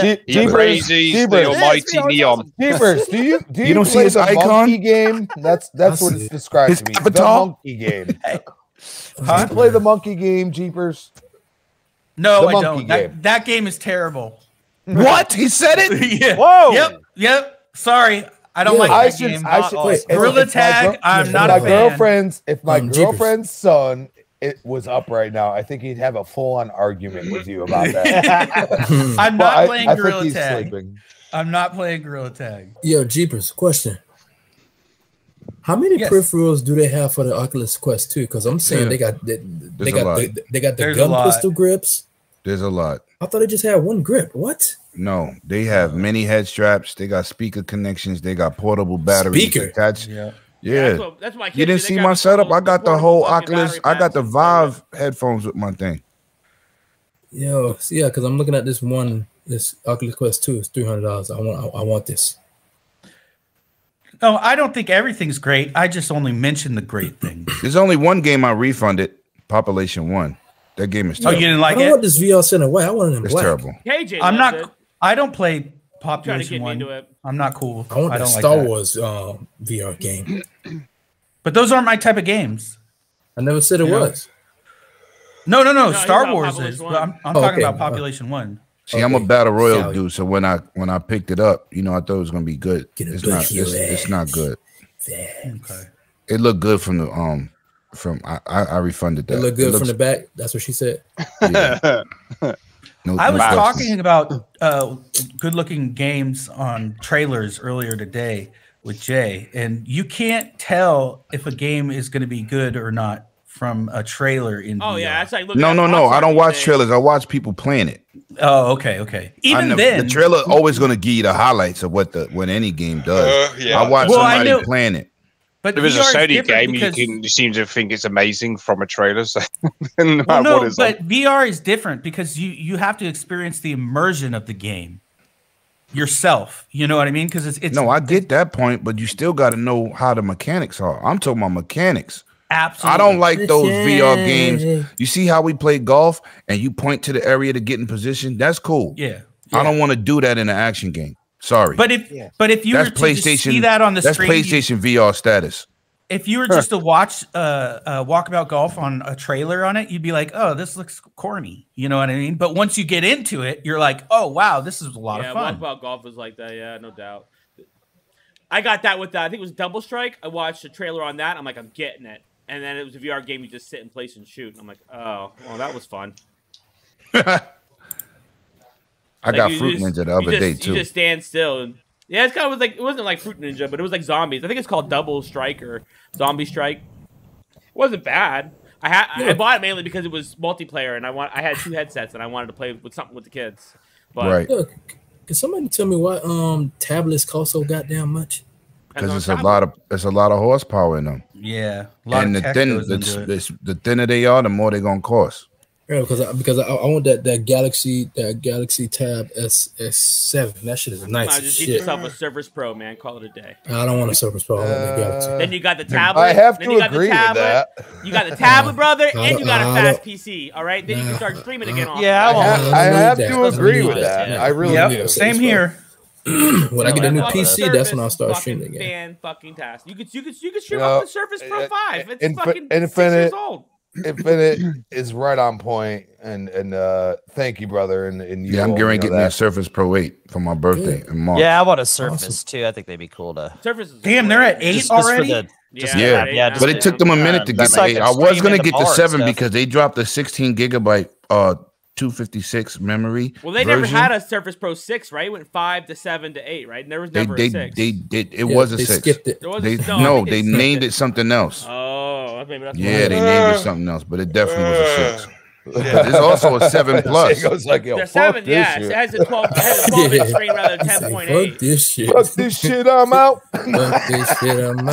K: Deep-
A: He raises the almighty neon.
K: Deepers, do you do you,
I: You don't see
K: play
I: his
K: the
I: icon?
K: monkey game? That's that's what it's described
I: His
K: to me.
I: avatar?
K: The monkey game. Do you play the monkey game, Jeepers?
D: No,
K: The
D: I
K: monkey
D: don't.
K: game.
D: That, that game is terrible.
I: What? He said it?
D: yeah.
K: Whoa!
D: Yep. Yep. Sorry, I don't like
K: I
D: that
K: should,
D: game.
K: I should wait, if-
D: Gorilla
K: if my
D: Tag.
K: girl-
D: I'm
K: if
D: not
K: my
D: a fan.
K: girlfriend's. If my
F: Um, jeepers.
K: girlfriend's son it was up right now, I think he'd have a full-on argument with you about that.
D: I'm
K: Well,
D: not
K: I-
D: playing
K: I think
D: Gorilla
K: he's
D: Tag.
K: sleeping.
D: I'm not playing Gorilla Tag.
F: Yo, Jeepers, question. How many
D: Yes.
F: peripherals do they have for the Oculus Quest 2? Because I'm saying
I: Yeah.
F: they got they, they
I: a
F: got
I: lot.
F: the, they got the
D: There's a
F: gun
D: lot.
F: pistol grips.
I: There's a lot.
F: I thought they just had one grip. What?
I: No, they have many head straps. They got speaker connections. They got portable batteries
F: Speaker.
I: attached.
D: Yeah.
I: Yeah.
C: That's what, that's what my kids
I: You didn't
C: do. They
I: see
C: got
I: my
C: the
I: setup.
C: whole-
I: I got the
C: whole
I: whole
C: fucking
I: Oculus.
C: battery
I: I got the
C: packs.
I: Vive headphones with my thing.
F: Yo, so yeah, because I'm looking at this one. This Oculus Quest 2 is three hundred dollars. I want I, I want this.
D: No, I don't think everything's great. I just only mentioned the great thing.
I: There's only one game I refunded, Population One. That game is
D: oh,
I: terrible.
D: you didn't
F: I
D: like
F: don't
D: it?
F: want this VR sent away. I want it in
I: It's
F: black.
I: terrible.
C: KJ,
D: I'm
C: loves
D: not.
C: it.
D: I don't play
C: trying to
D: Population
C: get me
D: One.
C: into it.
D: I'm not cool.
F: I want
D: I
F: that
D: don't like
F: Star
D: that.
F: Wars uh, VR game.
D: But those aren't my type of games.
F: I never said it
D: Yeah.
F: was.
D: No, no, no.
C: No, he's
D: Star
C: about
D: Wars
C: Population
D: is.
C: One.
D: But I'm, I'm
F: Oh,
D: talking
F: okay.
D: about Population One.
I: See, I'm a
F: Okay.
I: battle royal
F: Sally.
I: dude, so when I when I picked it up, you know, I thought it was gonna be good.
F: Get a
I: It's
F: good
I: not. It's,
F: heel
I: it's
F: ass.
I: not good.
F: Damn.
D: Okay.
I: It looked good from the um from I I, I refunded
F: It
I: that.
F: looked good from the
I: looks-
F: back. That's what she said.
I: no-
D: I was
I: no-
D: talking about uh, good-looking games on trailers earlier today with Jay, and you can't tell if a game is going to be good or not from a trailer. In
C: Oh, yeah.
D: VR.
C: That's like looking
I: No,
C: at
I: no, no.
C: Fox
I: I don't
C: these
I: watch
C: days.
I: trailers. I watch people playing it.
D: Oh, okay,
I: I
D: okay. Even
I: never-
D: then,
I: the trailer always gonna give you the highlights of what the what any game does.
L: Uh, yeah.
I: I watch
D: Well, I
I: somebody
D: know-
I: playing it.
D: but
A: If it's a
D: VR is
A: Sony
D: different
A: game,
D: because-
A: you can you seem to think it's amazing from a trailer. So no matter
D: Well, no,
A: what it's
D: but
A: like.
D: VR is different because you you have to experience the immersion of the game yourself. You know what I mean? Because it's it's
I: no, I get that point, but you still got to know how the mechanics are. I'm talking about mechanics.
D: Absolutely.
I: I don't like those VR games. You see how we play golf and you point to the area to get in position? That's cool.
D: Yeah.
I: I don't want to do that in an action game. Sorry.
D: But if but if you
I: that's
D: were to just
I: PlayStation,
D: see that on the
I: that's
D: screen, you-
I: PlayStation VR status.
D: if you were just to watch uh, uh walkabout golf on a trailer on it you'd be like oh this looks corny you know what i mean but once you get into it you're like oh wow this is a lot
C: yeah,
D: of fun
C: Walkabout Golf was like that. Yeah, no doubt. I got that with uh, I think it was Double Strike. I watched a trailer on that. I'm like, I'm getting it. And then it was a VR game. You just sit in place and shoot. And I'm like, oh, well, that was fun.
I: I
C: Like,
I: got
C: you
I: Fruit
C: just-
I: Ninja the
C: you
I: other
C: just-
I: day
C: You
I: too.
C: just stand still. And, yeah, it's kind of was like it wasn't like Fruit Ninja, but it was like zombies. I think it's called Double Strike or Zombie Strike. It wasn't bad. I had I
I: Yeah.
C: bought it mainly because it was multiplayer, and I want I had two headsets, and I wanted to play with something with the kids. But
I: Right.
F: Look, can somebody tell me why um tablets cost so goddamn much?
I: Because it's a lot of it's a lot of horsepower in them.
D: yeah
I: and the thin the, the- the thinner they are, the more they're gonna cost.
F: Yeah, because I, because I, I want that that Galaxy that Galaxy Tab S S seven. That shit is nice.
C: I
F: as
C: just get
F: shit.
C: yourself a Surface Pro, man. Call it a day.
F: I don't want a Surface Pro. I want the Galaxy.
C: then you got the
F: I
C: tablet.
F: have
C: then
F: to
C: you got
F: agree
C: the
F: with
C: tablet,
F: that.
C: You got the tablet, brother,
F: I
C: and you got a
F: don't- I
C: fast
F: don't-
C: PC. All right, then you can start streaming again. off.
D: Yeah, I
F: I
D: won't.
F: have- I have to agree with that. I really
D: Yep,
F: do.
D: Same here.
F: when I get a new
C: Fucking
F: PC, that's when I'll
C: Surface
F: start
C: fucking
F: streaming again.
C: Fan fucking task. You could you could you could stream
K: No,
C: off the Surface Pro
K: uh,
C: Five. It's
K: Infi-
C: fucking six
K: Infinite,
C: years old.
K: Infinite is right on point, and and uh, thank you, brother. And and you
I: Yeah, I'm
K: all
I: getting
K: know
I: getting me a
K: that.
I: Surface Pro 8 for my birthday in March.
E: Yeah, I want a Surface too. I think they'd be cool to.
C: Surface is
D: Damn, they're at eight
E: Just- just for
D: already.
E: the- just for
I: yeah,
E: that,
I: but
E: just
I: it
E: to-
I: took them a minute to
E: that
I: get
E: makes
I: the
E: sense.
I: eight. I was
E: Streaming
I: gonna
E: the
I: get the
E: bar and
I: seven
E: stuff.
I: because they dropped the 16 gigabyte uh 256 memory.
C: Well, they never
I: version.
C: had a Surface Pro Six, right? It went five to seven to eight, right? And there was
I: They
C: never
I: they,
C: a six.
I: they did. It
F: Yeah,
I: was a
F: they
I: six.
F: skipped it.
C: There was a-
I: They,
C: no, I
I: no, they
C: think they skipped
I: named
C: it.
I: it something else.
C: Oh, maybe that's
I: Yeah, they named it something else, but it definitely was a six.
K: Yeah.
I: But It's also a seven plus.
K: It goes like, yo,
C: The
K: fuck
C: seven,
K: this
C: yeah,
K: shit.
C: it has a twelve, it has a twelve inch screen rather than ten point eight.
F: Fuck this shit.
K: Fuck this shit, I'm out.
F: Fuck this shit. I'm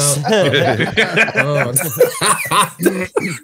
F: out.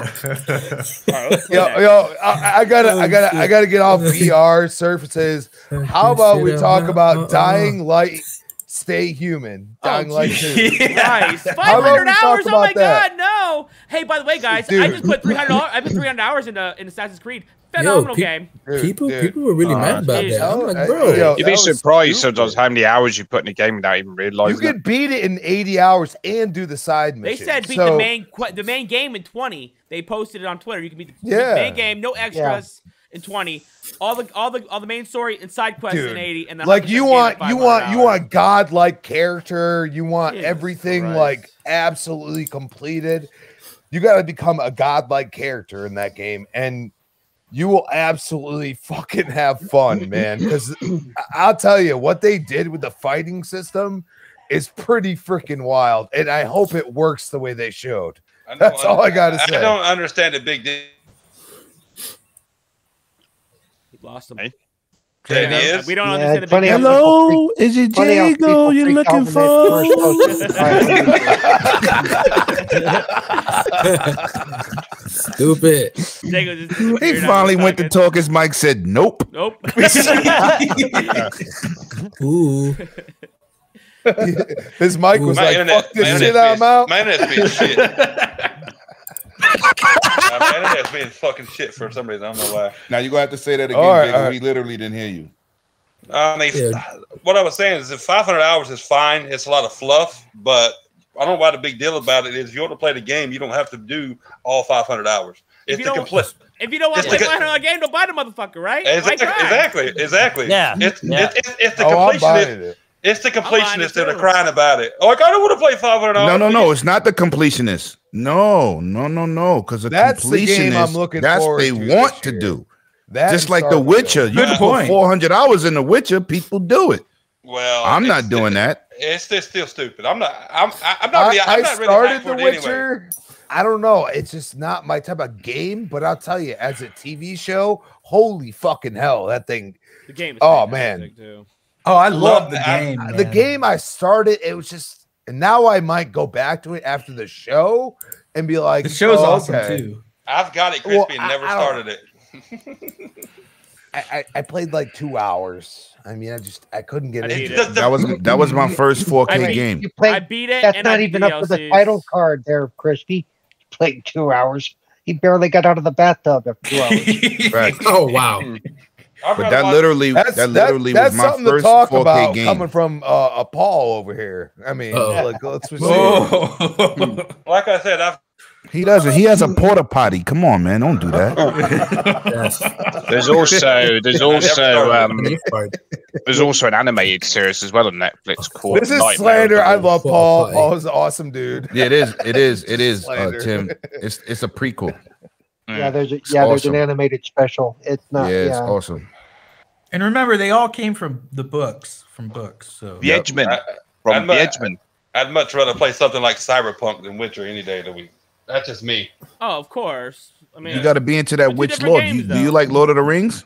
F: Oh.
K: yo, yo, I, I gotta, I gotta, I gotta get off VR surfaces. How about we talk
F: Uh-uh.
K: about dying light? Stay human. Dying light. two.
C: Oh, Nice.
K: How
C: Five
K: about we
C: hundred
K: talk
C: hours. Oh my
K: about that?
C: god, no. Hey, by the way, guys, I
K: Dude.
C: just put three hundred. I put three hundred hours into in Assassin's Creed.
F: Yo,
C: Phenomenal
F: pe-
C: game.
F: people, people were really
A: Uh,
F: mad about that. I'm like, bro,
A: You'd be surprised sometimes how many hours you put in a game without even realizing.
K: You could beat it in 80 hours and do the side
C: They
K: mission.
C: said beat
K: So-
C: the main que- the main game in twenty. They posted it on Twitter. You can beat the
K: Yeah.
C: main game, no extras in twenty. All the all the all the main story and side quests in
K: Dude,
C: eighty. And the
K: like you
C: 100%
K: want,
C: game in
K: you
C: 500
K: want, you
C: hours.
K: want godlike character. You want
C: Jesus
K: everything
C: Christ.
K: like absolutely completed. You got to become a godlike character in that game, and you will absolutely fucking have fun, man. Because I'll tell you what they did with the fighting system is pretty freaking wild, and I hope it works the way they showed.
L: don't
K: That's all I
L: under-
K: gotta
L: I
K: say.
L: don't understand the big deal.
C: Lost him.
L: That
C: Yeah,
L: is.
C: we don't
L: Yeah,
C: understand the
L: funny how
C: big picture.
J: Hello, is it
L: Funny how
J: Jago
L: people
J: you're
L: freak
J: looking
L: out
J: for?
F: stupid.
C: Jago just
I: He
C: disappeared out
I: finally
C: of
I: went to talk. His mic said, "Nope."
C: Nope.
F: Ooh.
K: His mic was
L: My
K: like,
L: internet-
K: "Fuck
L: my
K: this shit,
L: internet's
K: I'm out."
L: been- my internet's been shit. Uh, my internet's been fucking shit for some reason. I don't know why.
I: Now you're gonna have to say that again,
K: All right,
I: Jacob.
K: all right.
I: We literally didn't hear you.
L: I mean, what I was saying is that 500 hours is fine. It's a lot of fluff, but I don't know why the big deal about it is. If you want to play the game, you don't have to do all 500 hours.
C: If
L: It's
C: you
L: the
C: don't-
L: complete.
C: If you don't want
L: Just
C: to play
L: because-
C: 500 a game, don't buy the motherfucker, right? Why
L: Exactly,
C: try?
L: exactly, exactly.
C: Yeah,
L: It's,
C: yeah.
L: It's, it's, it's the
I: Oh, I'm buying
L: completionist.
I: it.
L: It's the
C: buying it
L: completionist that are
C: too.
L: crying about it. Like I don't want to play 500 hours.
I: No, no, no. It's not the completionist. No, no, no, no. Because the
L: That's
I: completionist,
L: the game I'm looking
I: that's what
L: forward
I: they
L: to this
I: want to do.
K: That
I: Just
K: is
I: like The
K: Starfield.
I: Witcher. You
L: Good
I: put
L: point.
I: 400 hours in The Witcher, people do it.
L: Well,
I: I'm not doing that.
L: It's still, still stupid. I'm not. I'm. I- I'm not.
K: I,
L: Really, I'm
K: I
L: not really hyped
K: started
L: for
K: The
L: it anyway.
K: Witcher. I don't know. It's just not my type of game, but I'll tell you, as a TV show, holy fucking hell, that thing.
C: The game is
K: Oh,
C: fantastic, Too.
D: oh i love the
K: I-
D: game
K: I- the
D: man.
K: game I started, it was just, and now I might go back to it after the show and be like,
D: the show's
K: "Oh,
D: awesome
K: okay."
D: too
L: I've got it crispy
K: Well,
L: and
K: I-
L: never
K: I don't-
L: started it.
K: I, I I played like two hours. I mean, I just I couldn't get
I: I
K: into
I: beat
K: it.
I: it. That was- that was my first 4K I beat- game.
G: You played,
C: I beat it.
G: That's
C: and
G: not
C: I beat
G: even
C: the
G: up for the
C: DLCs.
G: title card there, Crispy. Played two hours. He barely got out of the bathtub after two hours.
I: Right.
F: Oh wow.
I: But that literally,
K: That's-
I: that literally
K: that's
I: was my
K: something to
I: first
K: talk
I: 4K
K: about
I: game.
K: coming from uh, a Paul over here. I mean,
I: Uh-oh.
K: like, let's just
I: Oh.
L: like I said, I've
I: He doesn't. He has a porta potty. Come on, man, don't do that.
A: There's also there's also um, there's also an animated series as well on Netflix called
K: This is
A: Nightmare
K: slander. I
A: on the
K: love Paul. Paul is an awesome dude.
I: Yeah, it is. It is. It is. Uh,
K: Slander.
I: Tim, it's it's a prequel.
G: yeah, there's a,
I: It's
G: yeah, there's an
I: awesome.
G: animated special. It's not.
I: yeah,
G: Yeah,
I: it's awesome.
D: And remember, they all came from the books, from books. So
L: The Edgemen. I-
A: From
L: I'd
A: the
L: mu-
A: Edgemen.
L: I'd much rather play something like Cyberpunk than Witcher any day of the week. That's just me.
C: Oh, of course. I mean,
I: You got to be into that witch lord. You, do you like Lord of the Rings?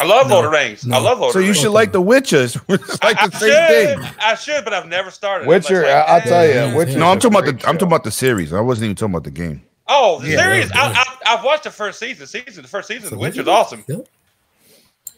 L: I love Lord of the Rings. I love Lord
I: So
L: of the
I: you
L: Rings.
I: should like The Witchers. it's like
L: I
I: the same
L: should.
I: thing.
L: I should, but I've never started.
I: Witcher,
L: Like,
I: I, will tell you.
K: Witcher's
I: no, I'm
K: a
I: talking about the.
K: great
I: I'm talking about the series. I wasn't even talking about the game.
L: oh, the
I: Yeah,
L: series.
I: yeah,
L: I, I, I've watched the first season. Season the first season. of The Witcher's awesome.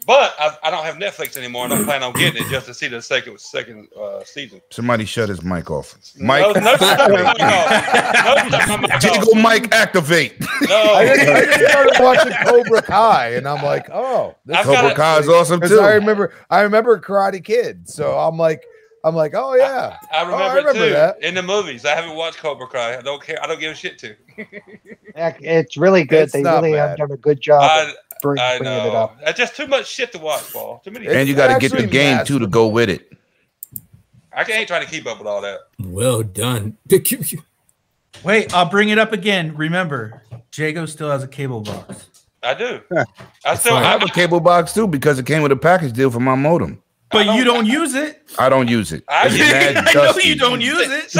L: But I, I don't have Netflix anymore, and I'm planning on getting it just to see the second second uh, season.
I: Somebody shut his mic off. Mike,
L: No, no, shut my mic off. No, shut my mic off.
I: Jingle Mike, activate.
L: No.
K: I just, I just started watching Cobra Kai, and I'm like, oh, this
I: I've Cobra got a- Kai is awesome,
K: 'Cause
I: too.
K: I remember, I remember Karate Kid, so I'm like, I'm like, oh yeah,
L: I remember,
K: oh,
L: it too. in the movies. I haven't watched Cobra Cry. I don't care. I don't give a shit to.
G: Heck, it's really good.
L: It's
G: they
L: not
G: really
L: bad.
G: have done a good job
L: I-
G: of bring,
L: I
G: bringing it up.
L: know. Uh, That's just too much shit to watch, Paul. Too many.
I: and you got to get the game too to go with it.
L: I can't- ain't trying to keep up with all that.
D: Well done. Wait, I'll bring it up again. Remember, Jago still has a cable box.
L: I do. I
I: So I have a cable box too because it came with a package deal for my modem.
D: But you don't use it.
I: I don't use it.
D: I,
I: It's mad
D: know
I: dusty.
D: you don't use it.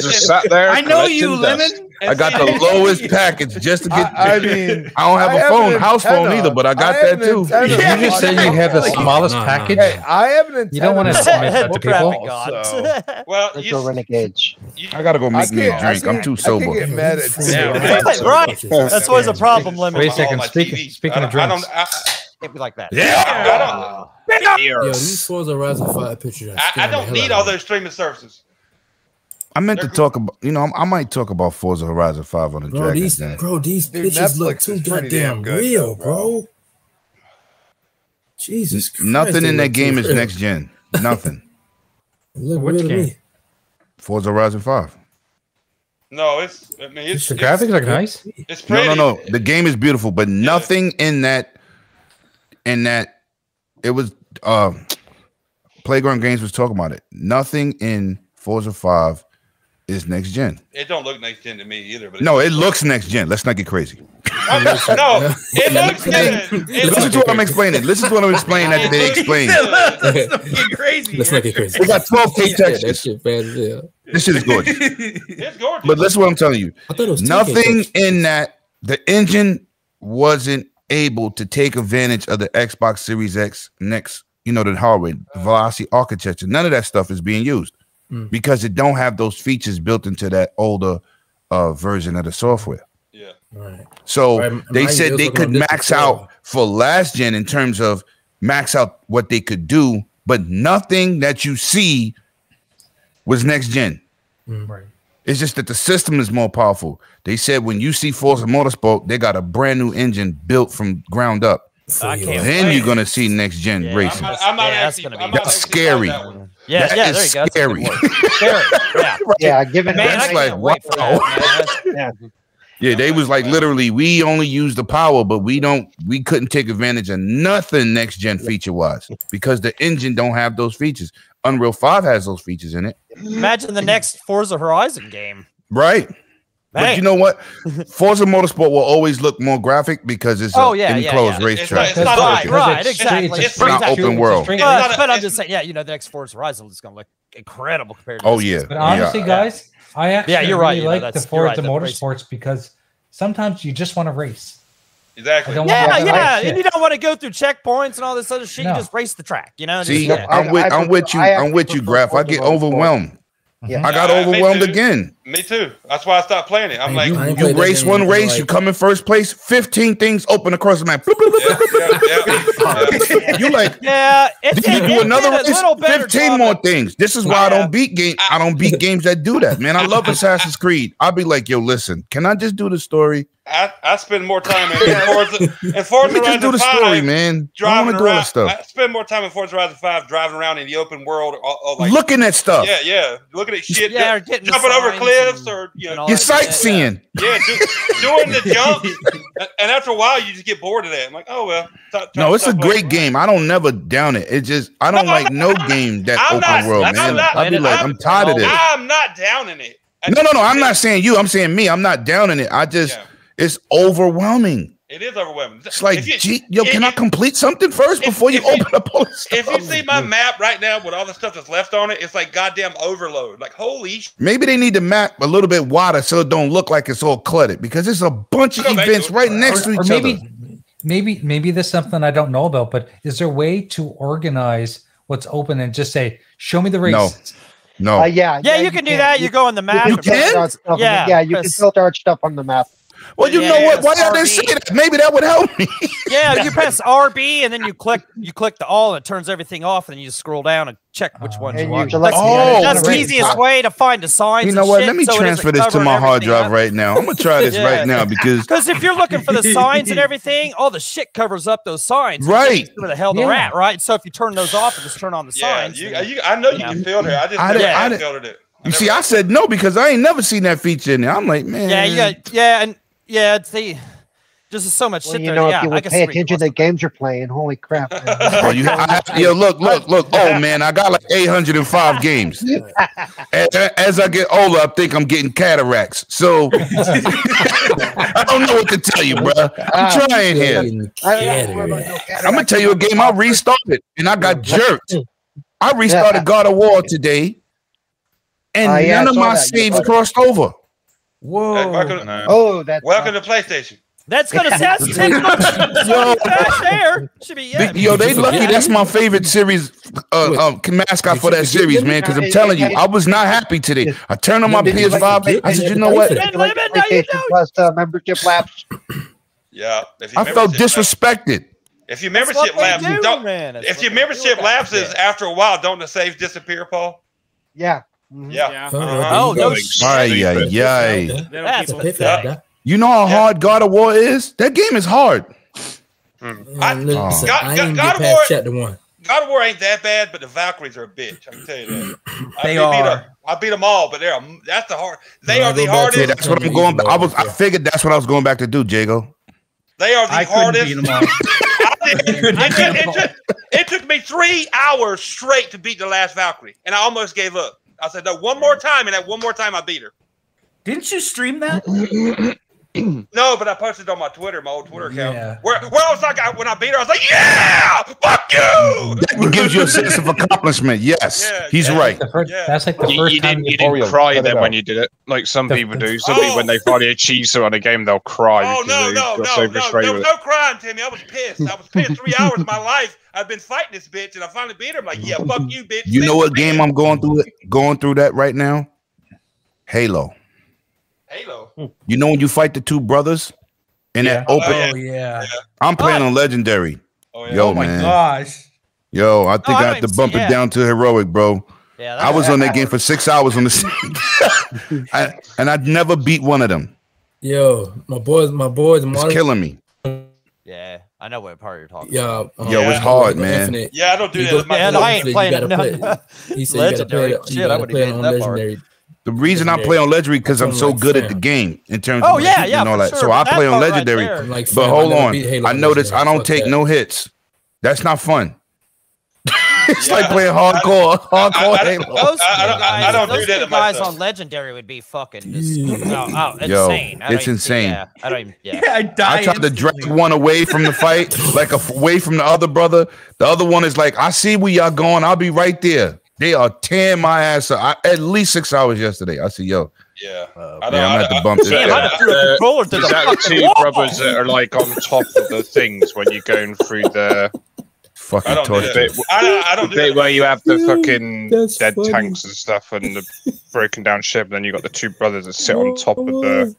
A: just sat there.
D: I know you,
A: collecting dust.
D: Lemon.
I: I got the lowest package just to get.
K: I- I mean,
I: I don't have
K: I
I: a
K: have
I: phone,
K: an
I: house phone
K: antenna.
I: either, but I got
K: I have
I: that
K: an
I: too.
K: antenna. You just said you had the smallest
I: package.
K: Hey, I have an antenna.
I: You don't wanna
K: box,
I: submit that to
K: Paul,
I: people.
K: so-
L: Well,
G: Let's go renegades.
I: I gotta go
K: I
I: make me a
K: can't- I
I: drink. I'm
K: can't-
I: too
K: I can't
I: sober.
K: get mad at
E: Yeah, right. right. That's always a problem, Lemon.
B: Wait a second. Speaking, speaking of drinks,
E: Can't be like that.
L: Yeah.
F: Yo, these Forza Horizon Five pictures. are
L: I, I
F: scaring the
L: don't
F: hell
L: need
F: out
L: all those streaming services.
I: I meant to talk about. You know, I- I might talk about Forza Horizon Five on the
F: of me. Bro,
I: Dragon.
F: these
I: Den.
F: bro, these
K: Dude,
F: pictures look
K: Netflix
F: too
K: is pretty
F: goddamn
K: damn good,
F: real,
K: though,
F: bro. Jesus Christ.
I: Nothing
F: they look
I: in that
F: too
I: game is
F: real.
I: next gen. Nothing.
F: They Look real to me.
I: Forza Horizon Five.
L: No, it's. I mean, it's, it's It's
I: No,
L: pretty.
I: no, no. The game is beautiful, but nothing in that. In that, it was. Uh, Playground Games was talking about it. Nothing in Forza Five is next gen.
L: It don't look next gen to me either. But
I: No, it looks next gen. Let's not get crazy.
L: no, it looks good. It
I: Listen
L: looks
I: to what I'm explaining. Listen to what I'm explaining that they explain.
D: crazy.
F: Let's not get crazy.
I: We got 12K
F: Yeah, that
I: textures.
F: shit bad as hell.
I: This shit is gorgeous.
L: it's gorgeous.
I: But that's what I'm telling you.
F: I thought it was 10K
I: Nothing in that the engine wasn't able to take advantage of the Xbox Series X next, you know, the hardware, the velocity architecture. None of that stuff is being used
F: Mm.
I: because it don't have those features built into that older uh, version of the software.
L: Yeah.
F: Right.
I: So
F: Right,
I: they
F: mine
I: said
F: is
I: they
F: looking
I: could
F: on this
I: max
F: as well.
I: out for last gen in terms of max out what they could do, but nothing that you see was next gen.
F: Right.
I: It's just that the system is more powerful. They said when you see Forza Motorsport, they got a brand new engine built from ground up.
L: I can't
I: then
L: wait.
I: you're gonna see next gen racing.
L: I'm, I'm not
E: Yeah, that's
L: actually.
E: gonna be
L: I'm not
I: That's
L: actually buying
I: scary.
L: that one.
E: Yeah,
I: That
E: yeah,
I: is
E: there you go. That's a
I: Scary.
G: Yeah, given
E: Man,
G: that-
E: I
I: That's like
E: can't wait for
I: wow.
E: that, man. That's-
I: Yeah, they was like literally, we only use the power, but we don't we couldn't take advantage of nothing next gen feature wise because the engine don't have those features. Unreal 5 has those features in it.
E: Imagine the next Forza Horizon game.
I: Right. But you know what? Forza Motorsport will always look more graphic because it's
E: Oh
I: a
E: yeah, yeah,
I: enclosed
E: yeah.
I: racetrack.
E: It's not, right, right, exactly.
I: It's not
E: Exactly.
I: open world.
E: But, but I'm just saying, yeah, you know, the next Forza Horizon is going to look incredible compared to.
I: Oh,
E: this.
I: yeah.
B: But honestly, guys, I actually
E: Yeah, you're right, you know,
B: really like the
E: that's- you're right,
B: Forza
E: the race-
B: Motorsports because sometimes you just want to race.
L: Exactly.
B: I don't want
E: Yeah,
B: that
E: yeah,
B: shit.
E: and you don't want to go through checkpoints and all this other shit.
B: No.
E: You just race the track, you know. and
I: See,
E: just- yeah.
I: I'm with I'm with you. I'm with you, Graph. I get overwhelmed. Yeah. I got overwhelmed
L: me too.
I: again.
L: Me too. That's why I stopped playing it. I'm like,
I: You race one race, you come in first place, 15 things open across the map. Bloop, bloop, bloop, bloop, bloop. you like,
M: yeah, it's
I: then you do
M: it's
I: another
M: been a
I: race,
M: little better
I: 15 more things. This is why I don't beat game. I don't beat games that do that, man. I love Assassin's Creed. I'll be like, yo, listen, can I just do the story?
L: I, I spend more time in, in Forza, in Forza
I: Let me just
L: Horizon
I: do the
L: 5
I: story, man. I don't
L: driving
I: want to do all
L: around.
I: that stuff.
L: I spend more time in Forza Horizon Five driving around in the open world, or, or like
I: Looking at stuff.
L: Yeah, yeah, looking at shit.
M: Yeah, or
L: Yeah,
M: getting
L: jumping over
M: signs
L: cliffs, or you know,
I: You're sightseeing.
L: Yeah, do, doing the jumps, and- and after a while, you just get bored of that. I'm like, oh well. Stop,
I: No, it's a great game. I don't never down it. It just I don't like no game that
L: I'm
I: open
L: not-
I: world,
L: I'm
I: man.
L: not-
I: I'd be like, I'm tired of this.
L: I'm not downing it.
I: No, no, no. I'm not saying you. I'm saying me. I'm not downing it. I just it's overwhelming.
L: It is overwhelming.
I: It's like,
L: If you-
I: gee, yo, can I complete something first before you open up all this
L: If you
I: stuff?
L: see my map right now with all the stuff that's left on it, it's like goddamn overload. Like holy sh- uh,
I: Maybe they need the map a little bit wider so it don't look like it's all cluttered because it's a bunch of events right next to
B: Or- or
I: each
B: maybe,
I: other.
B: Maybe maybe there's something I don't know about, but is there a way to organize what's open and just say, show me the race?
I: No. No.
G: Uh, yeah,
M: Yeah, you can do that. You go on the map.
G: You
M: and-
G: can?
M: Yeah.
G: Yeah, you can filter out stuff on the map.
I: Well, you
M: Yeah,
I: know
M: yeah,
I: what? Why y'all
M: RB.
I: didn't say that? Maybe that would help me.
M: Yeah, you press RB and then you click you click the all and it turns everything off and then you just scroll down and check which ones you
G: and you
M: want.
G: select
M: That's,
G: the others.
M: that's the
G: Right.
M: easiest way to find the signs.
I: You know
M: and
I: what?
M: shit,
I: Let me
M: so it
I: transfer
M: isn't
I: this to
M: covering
I: my hard
M: everything
I: drive
M: up.
I: right now. I'm gonna try this
M: Yeah.
I: right now because
M: Because if you're looking for the signs and everything, all the shit covers up those signs. You
I: Right.
M: see Where the hell they're
I: Yeah.
M: at, right? So if you turn those off and just turn on the signs.
L: you,
M: then-
L: you, I know you can filter. I just
I: I
L: never
I: didn't- I
L: had
I: didn't-
L: filtered it.
I: you see, I said no because I ain't never seen that feature in there. I'm like, man,
M: yeah, yeah, yeah, and yeah, it's the just there's so much
G: Well,
M: shit
G: you
M: there.
G: know,
M: yeah,
G: if you
M: I
G: would
M: can
G: pay
M: see where you
G: attention to the games you're playing, holy crap. man.
I: Oh, you, I have to, yo, look, look, look. Oh man, I got like 805 games. As, as I get older, I think I'm getting cataracts. So I don't know what to tell you, bro.
G: Ah,
I: I'm trying here. I'm gonna tell you a game I restarted and I got jerked. I restarted God of War today, and
G: Oh, yeah, I
I: none of
G: saw that.
I: my
G: You
I: saves
G: posted.
I: crossed over.
L: Whoa! Welcome,
G: Oh, that's
L: welcome to PlayStation.
M: That's gonna that's
I: Yo.
M: back there. Should be yeah.
I: Yo, they lucky. That's my favorite series, uh, um, mascot for that series, man. Because I'm telling you, I was not happy today. I turned on my PS5. I said, you know what?
G: Like PlayStation Plus uh, membership lapse.
L: Yeah, if your
I: I felt
L: membership-
I: disrespected.
L: If your
M: That's
L: membership
M: what they
L: lapses,
M: do,
L: don't.
M: man. That's
L: if
M: what
L: your
M: they do with
L: membership
M: that
L: lapses
M: shit.
L: after a while, don't the saves disappear, Paul?
G: Yeah. Mm-hmm.
L: Yeah.
I: Uh,
M: Oh, no
I: Ay, ay, ay.
M: That's
I: You know how hard God of War is? That game is hard.
L: I,
I: listen,
L: Mm. God,
I: I
L: God-
I: didn't get
L: God of
I: past
L: War,
I: chapter one.
L: God of War ain't that bad, but the Valkyries are a bitch. I can tell you that. I
D: They
L: beat
D: are.
L: a- I beat them all, but they're a- that's the hard. They are the
I: Yeah,
L: hardest.
I: that's what I'm going. I was. I figured that's what I was going back to do, Jago.
L: They are the
D: I couldn't
L: hardest.
D: beat them all.
L: I did- it, took, it, took, it took me three hours straight to beat the last Valkyrie, and I almost gave up. I said, "No, one more time," and at one more time, I beat her.
D: Didn't you stream that?
L: No, but I posted on my Twitter, my old Twitter account,
D: Yeah.
L: where where I was like, I, when I beat her, I was like, "Yeah, fuck you!"
I: It gives you a sense of accomplishment. Yes, he's right.
B: That's like
I: the
A: You,
I: first
A: you
I: time
A: didn't,
I: you-
A: you didn't
I: Oreo,
A: cry
I: cut it
A: then when
I: out.
A: you did it, like some people do. Some people, when they finally achieve something on a game, they'll cry.
L: Oh no,
A: because
L: no,
A: they got
L: no,
A: so
L: no!
A: frustrated
L: There
A: with
L: was
A: it.
L: no crime, Timmy. I was pissed. I was pissed. Three hours of my life, I've been fighting this bitch, and I finally beat her. I'm like, "Yeah, fuck you, bitch."
I: You know what game I'm going through? It going through that right now. Halo.
L: Halo.
I: You know when you fight the two brothers in that open.
D: Oh yeah.
I: I'm playing on legendary. Yo,
D: Oh my
I: man.
D: gosh.
I: Yo, I think
D: I
I: I,
D: don't
I: have to
D: even
I: bump
D: see- yeah.
I: it down to heroic, bro.
M: Yeah,
I: I was on that game for six hours on the same- I, and I'd never beat one of them.
F: Yo, my boys, my boys,
I: It's
F: Marty-
I: killing me.
E: Yeah, I know what part you're talking
F: Yeah,
E: about.
I: Yo, it's hard, man.
L: Yeah, I don't do
F: You
L: that
F: go-
L: with my
F: Yeah,
L: friends.
F: I ain't playing it, no. He said you gotta play
E: legendary.
F: it- you
E: Shit, I
F: gotta
E: would
F: play it
E: have
F: on
E: on that part.
F: legendary.
I: The reason I play on legendary because I'm so good at the game in terms
E: Oh,
I: of
E: yeah,
I: shooting
E: yeah,
I: and all
E: for
I: that.
E: sure,
I: So
E: but
I: I
E: that
I: play on
E: part right
I: legendary.
E: there- I'm like,
I: but
E: fam, I
I: hold
E: never
I: on,
E: beat Halo
I: I notice I
E: legendary,
I: don't
E: fuck
I: take
E: that.
I: no hits. That's not fun. it's like playing hardcore, hardcore Halo.
M: Those
L: I- I don't- I- I don't do
M: those
L: that
M: two
L: to myself.
M: guys on Legendary would be fucking just, no, oh,
I: Yo,
M: insane. I don't
I: it's
M: even-
I: insane.
M: Yeah, I don't even. Yeah.
D: I
I: I tried to drag one away from the fight, like a, away from the other brother. The other one is like, I see where y'all going. I'll be right there. They are tearing my ass up. I, at least six hours yesterday. I said, yo,
L: Yeah,
F: Uh,
I: man, I'm at the bump. This
A: Is
I: down.
A: that
M: threw a
A: the-
M: controller through
A: is
M: the
A: that the
M: fucking
A: two
M: wall.
A: brothers that are like on top of the things when you're going through the
I: Fucking torture.
A: Bit, I, I don't the bit where you have the fucking dead tanks and stuff and the broken down ship, and then you got the two brothers that sit on top of the.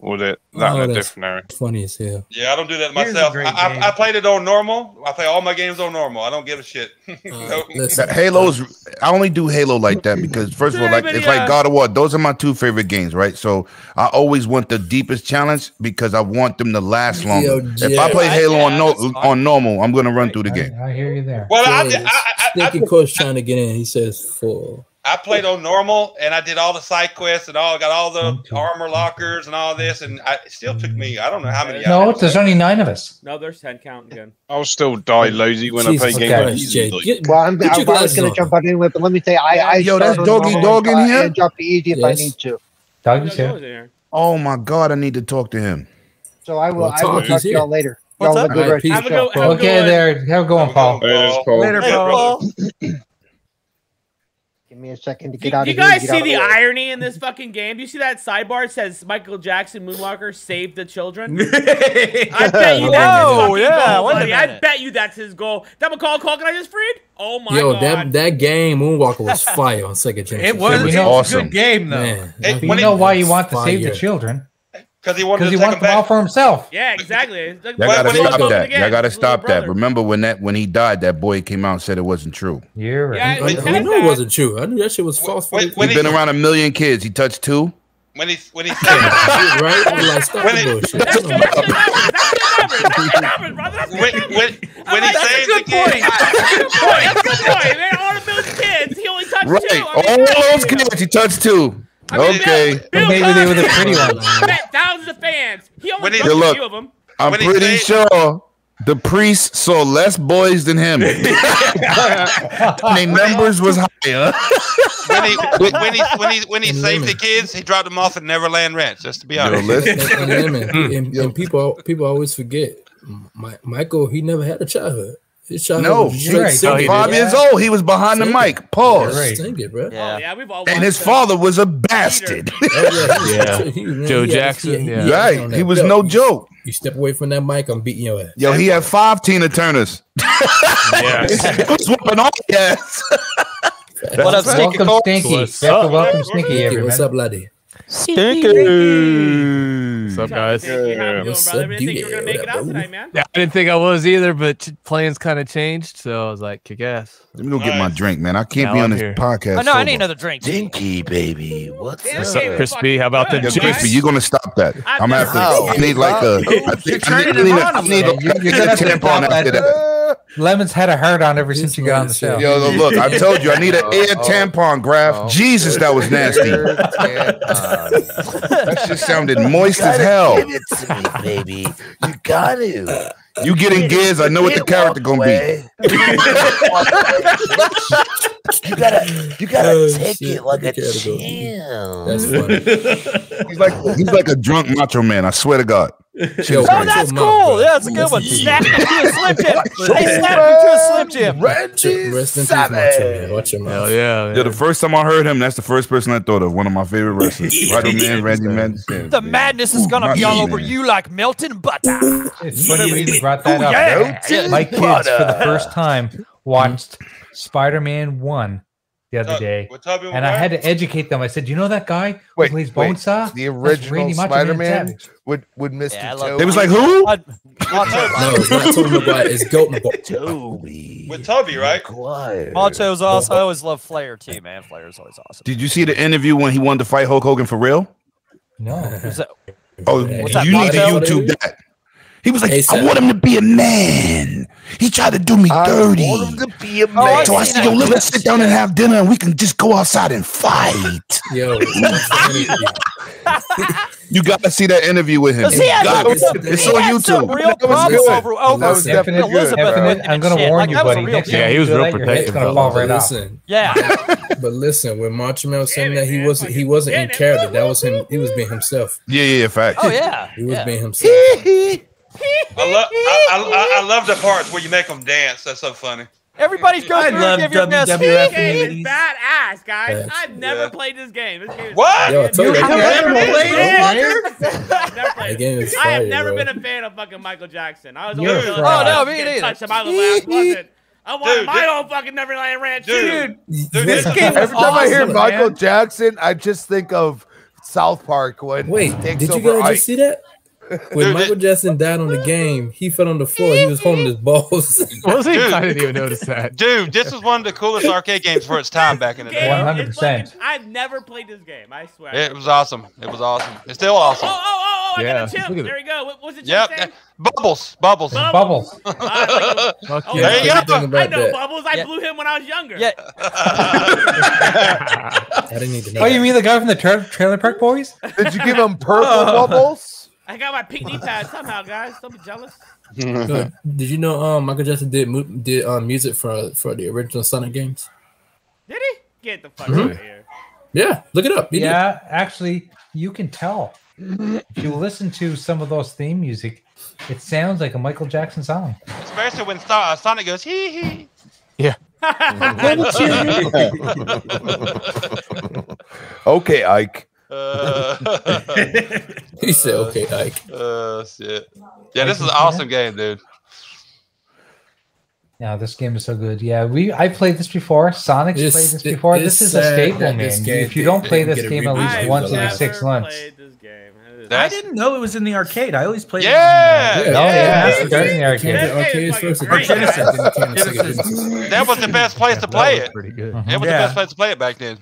A: Would it that
F: Oh,
A: in a
F: that's
A: different area?
F: Funny as hell.
L: Yeah, I don't do that
F: Here's a
L: myself. I,
F: great game.
L: I, I played it on normal. I play all my games on normal. I don't give a shit.
F: Uh,
L: No.
I: That Halo's. I only do Halo like that because first of all, like it's
L: Yeah.
I: like God of War. Those are my two favorite games, right? So I always want the deepest challenge because I want them to last longer. if I
F: yeah.
I: play Halo on no,
F: Yeah, that's
I: on normal, I'm gonna run through the game.
B: I hear you there.
L: Well, I,
F: Stinky Coach trying to get in. He says four.
L: I played on normal, and I did all the side quests and all. Got all the armor lockers and all this, and I, it still took me. I don't know how many.
B: No,
L: hours.
B: there's only nine of us.
C: No, there's ten count again.
A: I'll still die loazy when
B: Jesus
A: I play
B: Christ,
A: games.
B: Jake.
G: Well, I'm, I, I was
B: glasses
G: going
B: on.
G: to jump on in with, but let me say, I, I
I: Yo, that's
G: start on
I: doggy
G: normal
I: dog
G: and
I: in
G: try-
I: here?
G: and Drop to easy if I
I: Yes.
G: need to.
B: Doggy's
C: here.
I: Oh my God, I need to talk to him.
G: So I will.
I: Well,
G: I will
I: Tommy's
G: talk to
I: here.
G: y'all later.
I: What's
G: y'all have
I: up?
G: a good
I: Alright,
G: rest of
I: peace,
G: your show.
I: Paul.
B: okay, there. Have a going, Paul.
C: Later, Paul.
G: Give me a second to get
C: Do
G: out
C: you
G: of here. and
C: guys
G: get
C: see
G: out of
C: the
G: here.
C: irony in this fucking game? Do you see that sidebar? It says Michael Jackson Moonwalker saved the children. I bet
F: Whoa,
C: you that's his fucking
F: Oh, yeah,
C: goal,
F: wait a
C: buddy. I
F: minute.
C: bet you that's his goal. That McCall Culkin I just freed? Oh my
F: Yo,
C: god.
F: that that game Moonwalker was fire on Sega Genesis.
C: was- it was a
F: awesome.
C: good game, though.
F: Man,
B: But you know why you want to save the children?
L: Because he
B: wanted to them all for himself.
C: Yeah, exactly. It's like-
I: Y'all
C: why-
I: gotta
C: why did you
I: stop
C: go
I: that.
C: to the game?
I: Y'all gotta
C: His little
I: stop that.
C: brother.
I: Remember when that when he died, that boy came out and said it wasn't true.
B: You're
C: Yeah,
F: I, I knew it wasn't true. I knew that shit was false.
L: When,
I: He's been around a million kids. He touched two.
L: when he when he
F: right? I'm like, stop the bullshit.
L: when, when, when he saved the kid,
C: That's a good point. Man, all of those kids, he only touched
I: Right.
C: two. I mean,
I: All those kids. He touched two. okay.
B: Maybe they were the pretty ones.
C: he met thousands of fans. He only
I: he-
C: touched a
I: Look.
C: few of them.
I: I'm
C: When he
I: pretty sure the priest saw less boys than him. Their numbers was higher.
L: when he when he when he when he saved the kids, he dropped them off at Neverland Ranch. Just to be honest.
F: and, and women, and, and people people always forget. My, Michael, he never had a childhood. His childhood
I: No,
F: was
I: he
F: just
I: was
F: singing.
I: five years old. He was behind the mic. Pause.
F: Yeah, sing it, bro.
I: Yeah.
C: Oh, yeah, we've all
I: And his father was a bastard.
F: Oh, yeah, he- he- he- he- he- he-
I: Right. He was no joke.
F: You step away from that mic, I'm beating your ass.
I: Yo, he had five Tina Turners.
F: Yeah.
I: he was whooping all ass.
F: What up, Stinky
B: welcome,
F: Cox?
B: Stinky.
F: What's
B: You have to
F: up?
B: welcome Stinky,
F: Stinky,
B: everyone.
F: what's up, laddie?
N: What's up, guys?
F: What's up, dude?
N: Yeah, I didn't think I was either, but t- plans kind of changed, so I was like, kick ass.
I: Let me go get my drink, man. I can't
N: Now
I: be on
N: I'm
I: this
N: here.
I: podcast.
N: Oh, no, I need
I: sober.
N: another drink.
I: Dinky, baby. What's
N: What's up, Crispy? How about the
I: Yo,
N: jinx?
I: Crispy, you're gonna stop that.
N: I've
I: I'm
N: been-
I: after.
N: Oh,
I: I need like a. I think I need, I need, a, I need, a,
B: You're
I: I need
B: gonna
I: a
B: have to
I: tampon
B: stop
I: after
B: that.
I: that.
B: Lemon's had a hurt on ever since you got on the show.
I: Yo, no, look, I told you I need an
K: Oh,
J: Oh,
I: air tampon, Graph. Jesus, that was nasty. that just sounded moist as hell.
J: Give it to me, baby. You got to.
I: You getting giz? I know what the character gonna be.
J: You gotta, you gotta
I: Oh,
J: take
I: shit.
J: it like a
I: Gotta go.
J: champ.
I: That's funny. He's like he's like a drunk macho man. I swear to God. Shit
F: Yo, Oh,
I: is crazy.
F: that's
M: Cool. Yeah, that's a good one. Snap him to a Slim Jim. Hey, snap him to a Slim Jim.
F: Rest in peace, Macho Man. Watch your mouth.
N: yeah,
I: the first time I heard him, that's the first person I thought of. One of my favorite wrestlers, Rider Man, Randy Manson.
M: The madness is gonna be all over you like melting butter.
B: It's funny that you brought that
M: Ooh,
B: up.
M: yeah.
B: My kids, for the
M: Butter.
B: first time, watched Spider Man 1 the other day.
L: Tobey
B: And I
L: Maguire?
B: had to educate them. I said, You know that guy who plays
K: wait,
B: Bonesaw?
K: The
B: That's
K: original
B: Randy Macho Man
K: Spider-Man
B: Savage."
K: would would Mr. Yeah,
I: They was like, who?
F: No, it's not Tony McGuire. It's Goat McGuire.
L: with Tubby, right?
M: Macho's awesome. I always love Flair too, man. Flair's always awesome.
I: Did you see the interview when he wanted to fight Hulk Hogan for real?
M: Who's that?
I: Oh,
M: What's that,
I: you need to
M: Macho?
I: YouTube that. He was like,
J: ASAP.
I: I want him to be a man. He tried to do me dirty. so I said, yo, let- let's sit down and have dinner and we can just go outside and fight.
F: Yo,
I: you got to see that interview with him.
M: Because he
I: You
M: had
I: gotta-
M: some-
I: it's
M: he
I: on
M: had some
I: YouTube.
M: real problems over- over
I: That was
M: Infinite-
I: definitely good,
M: Elizabeth
I: bro.
M: with-
B: I'm gonna
M: Shit,
B: warn
M: like,
B: you,
M: that was a
B: buddy.
M: real
B: Next
M: deal.
B: time
M: Yeah,
B: you
M: he was
B: do
M: real
B: that, your head's
M: protective
B: gonna
M: of
B: fall
M: it.
B: right off.
F: Listen.
M: Yeah.
F: but listen, when Macho Man was saying that he wasn't, he wasn't in character. That was him. He was being himself.
I: Yeah, yeah, yeah, facts.
M: Oh yeah.
F: He was
M: yeah.
F: being himself.
L: I love I, I, I- I love the parts where you make them dance. That's so funny.
M: Everybody's go
D: I
M: through
D: love
M: and give your best.
D: WWF
C: This game is
D: 80s.
C: badass,
D: Yeah.
C: guys. I've never played this game. This game is
D: What? Yo, I told you,
C: I've
D: you
C: never
D: never
C: played
D: played
C: it.
D: it?
C: I've never played
F: That game
C: it.
F: is
C: I have
F: fire,
C: never
F: bro.
C: been a fan of fucking Michael Jackson. I was
F: You're
C: always
F: a
C: really
F: fraud.
C: I
F: Oh,
C: was
F: no, me
C: getting
F: neither.
C: touched by the last wasn't. I wanted my own fucking Neverland Ranch.
K: Dude,
C: dude,
K: Every time I hear
C: awesome,
K: Michael
C: man.
K: Jackson, I just think of South Park when wait,
F: Did you guys just see that? When Michael Jackson died on the game, he fell on the floor. He was holding his balls.
N: Was
L: he? I didn't
N: even notice that.
L: Dude, this was one of the coolest arcade games for its time back in the day.
C: One hundred percent. I've never played this game. I swear.
L: It was awesome. It was awesome. It's still awesome.
C: Oh, I
L: Yeah.
C: got a chip.
L: Look at
C: There we go. What was it?
L: Yep.
C: Chip's name?
L: Bubbles. Bubbles.
C: Bubbles.
L: Oh, there you go.
C: I know Bubbles. I blew him when I was younger. Yeah.
F: I didn't need to know.
B: Oh, you mean the guy from the tra- Trailer Park Boys?
K: Did you give him purple
B: Oh.
K: bubbles?
C: I got my pink knee pad somehow, guys. Don't be jealous.
F: Yo, did you know um, Michael Jackson did mu- did um, music for for the original Sonic games?
C: Did he? Get the fuck
F: Mhm.
L: Mm-hmm.
C: out of here.
F: Yeah, look it up. He did.
B: yeah, actually, you can tell. If you listen to some of those theme music, it sounds like a Michael Jackson song.
L: Especially when Son- uh, Sonic goes hee hee.
B: Yeah.
K: okay, Ike.
F: he said, "Okay, Ike."
L: Uh, shit. Yeah, this is an awesome game, dude.
B: Yeah, this game is so good. Yeah, we I played this before. Sonic's
F: It's-
B: played this
F: it-
B: before.
F: it's
B: This is a
F: sad
B: staple,
F: that
B: man.
F: this game
B: if you
F: didn't-
B: don't play
F: didn't
B: this
F: get a
B: game at
F: remake
B: least
F: for
B: once every
F: I've
B: six months,
D: I didn't know it was in the arcade. I always played.
L: Yeah,
D: it
L: Yeah, yeah. it's
B: in the arcade.
L: That
D: Or
L: game is
D: Genesis.
L: fucking great. That was the best place to play it.
N: Pretty good.
B: Mm-hmm.
L: It was
D: Yeah.
L: the best place to play it back then.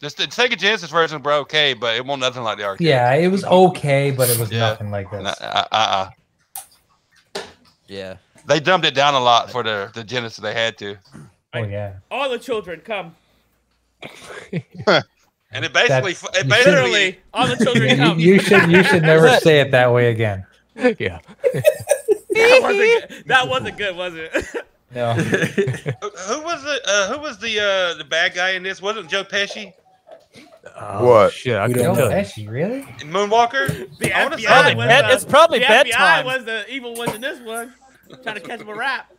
L: Just the Sega Genesis versions were okay, but it won't nothing like the arcade.
B: yeah, it was okay, but it was nothing like this.
L: Nah, Uh, uh, uh.
E: Yeah.
L: They dumbed it down a lot for the, the Genesis they had to.
B: Oh yeah,
C: All the children come.
L: And it basically,
B: That's-
L: it
B: you
L: basically,
C: Literally, all the children
B: you,
C: come.
B: you should you should never say it that way again.
N: Yeah.
C: that, wasn't good. that wasn't good, was it?
B: No.
L: Who was the uh, who was the uh, the bad guy in this? Wasn't Joe Pesci?
M: Uh,
I: what?
N: Shit, I
B: We
N: couldn't
B: don't
N: tell.
B: know. Actually, really?
L: In Moonwalker?
C: The
L: I wanna
C: FBI
L: say-
C: was
M: bed-
C: the-
M: it's probably
C: the FBI
M: bedtime.
C: was the evil one in this one, trying to catch him a rap.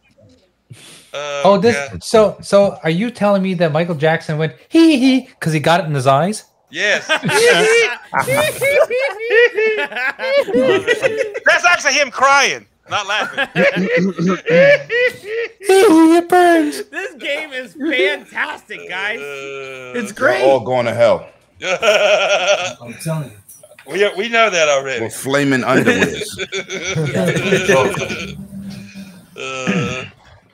B: Oh, this. So so, are you telling me that Michael Jackson went hee hee because he got it in his eyes?
L: Yes. That's actually him crying, not laughing.
B: it burns.
C: This game is fantastic, guys.
L: It's
I: We're all going to hell.
L: I'm
F: telling you.
L: We, we know that already.
I: We're flaming underwears.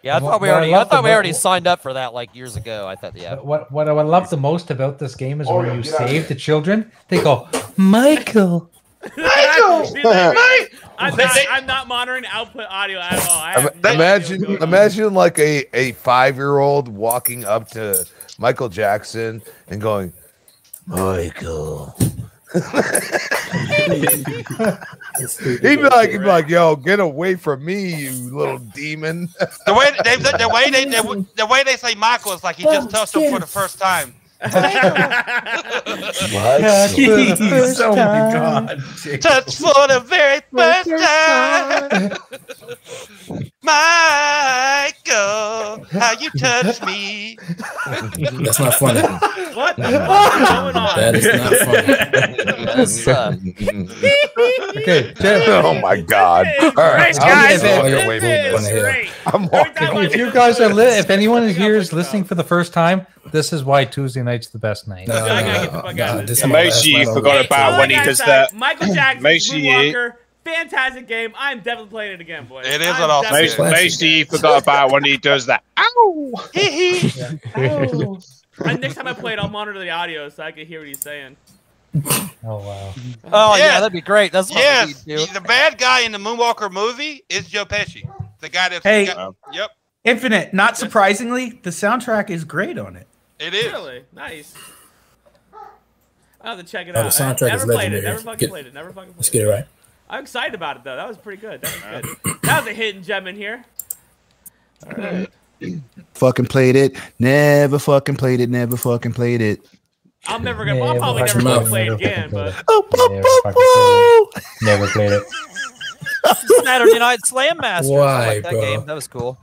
E: Yeah, I
B: What-
E: thought we
B: what I
E: already. I
B: love
E: thought we
B: about-
E: already signed up for that like years ago. I thought, yeah.
B: Uh, What what I love the most about this game is when
E: Oreo,
B: you
E: get out of
B: save
E: here.
B: the children, they go, Michael.
C: Michael,
K: Mike!
C: I'm not, I'm not monitoring output audio at all. I have no idea
K: imagine,
C: what's going on.
K: imagine like a, a five year old walking up to Michael Jackson and going, Michael. he'd be like, he'd be like, yo, get away from me, you little demon.
L: The way they, the, the way they, the, the way they say Michael is like he just touched him for the first time.
D: Jeez, oh my god.
L: Touch for the very first time. Michael, how you touch me.
F: That's not funny.
C: What the
L: fuck is going on?
F: That is not funny.
E: That's, uh,
B: okay,
K: oh my god. All right,
B: Thanks,
K: I'm
B: guys.
K: just walking
B: This
K: away from
B: is
K: the hill. I'm walking
B: If you guys are li- if anyone here is listening for the first time, this is why Tuesday night's the best night. Oh,
F: No, no, no, no, this is my last
A: Macy
F: one.
A: forgot
C: All
A: about when he
C: I
A: does
C: said,
A: that.
C: Michael Jackson,
A: Macy-
C: Moonwalker, fantastic game. I'm definitely playing it again, boys.
L: It is
C: I'm
L: an awesome
C: definitely-
A: Macy, Macy forgot about when he does that. Ow!
C: Hee hee.
A: Ow!
C: And next time I play it, I'll monitor the audio so I can hear what he's saying.
B: Oh wow.
M: Oh yeah,
L: Yes.
M: that'd be great. That's what
L: Yes,
M: we need to do.
L: the bad guy in the Moonwalker movie is Joe Pesci. The guy that.
D: Hey.
L: yep,
D: Infinite. Not surprisingly, the soundtrack is great on it.
L: it is.
C: Really nice. I'll have to check it
D: Oh, the
C: out. I
D: soundtrack
C: never
D: is
C: played
D: legendary.
C: it. Never fucking
D: Get-
C: played it. Never fucking played
F: Let's get it right.
C: I'm excited about it though. That was pretty good. That was, good. That was a hidden gem in here. All right.
I: fucking played it. Never fucking played it. Never fucking played it.
C: I'm never gonna. I'll probably never
I: fucking
C: gonna
I: played
C: play
I: it.
C: it again. But
E: Oh,
B: Never played it.
M: Saturday Night Slam Master. I
F: Why,
M: like that
F: bro?
M: game. That was cool.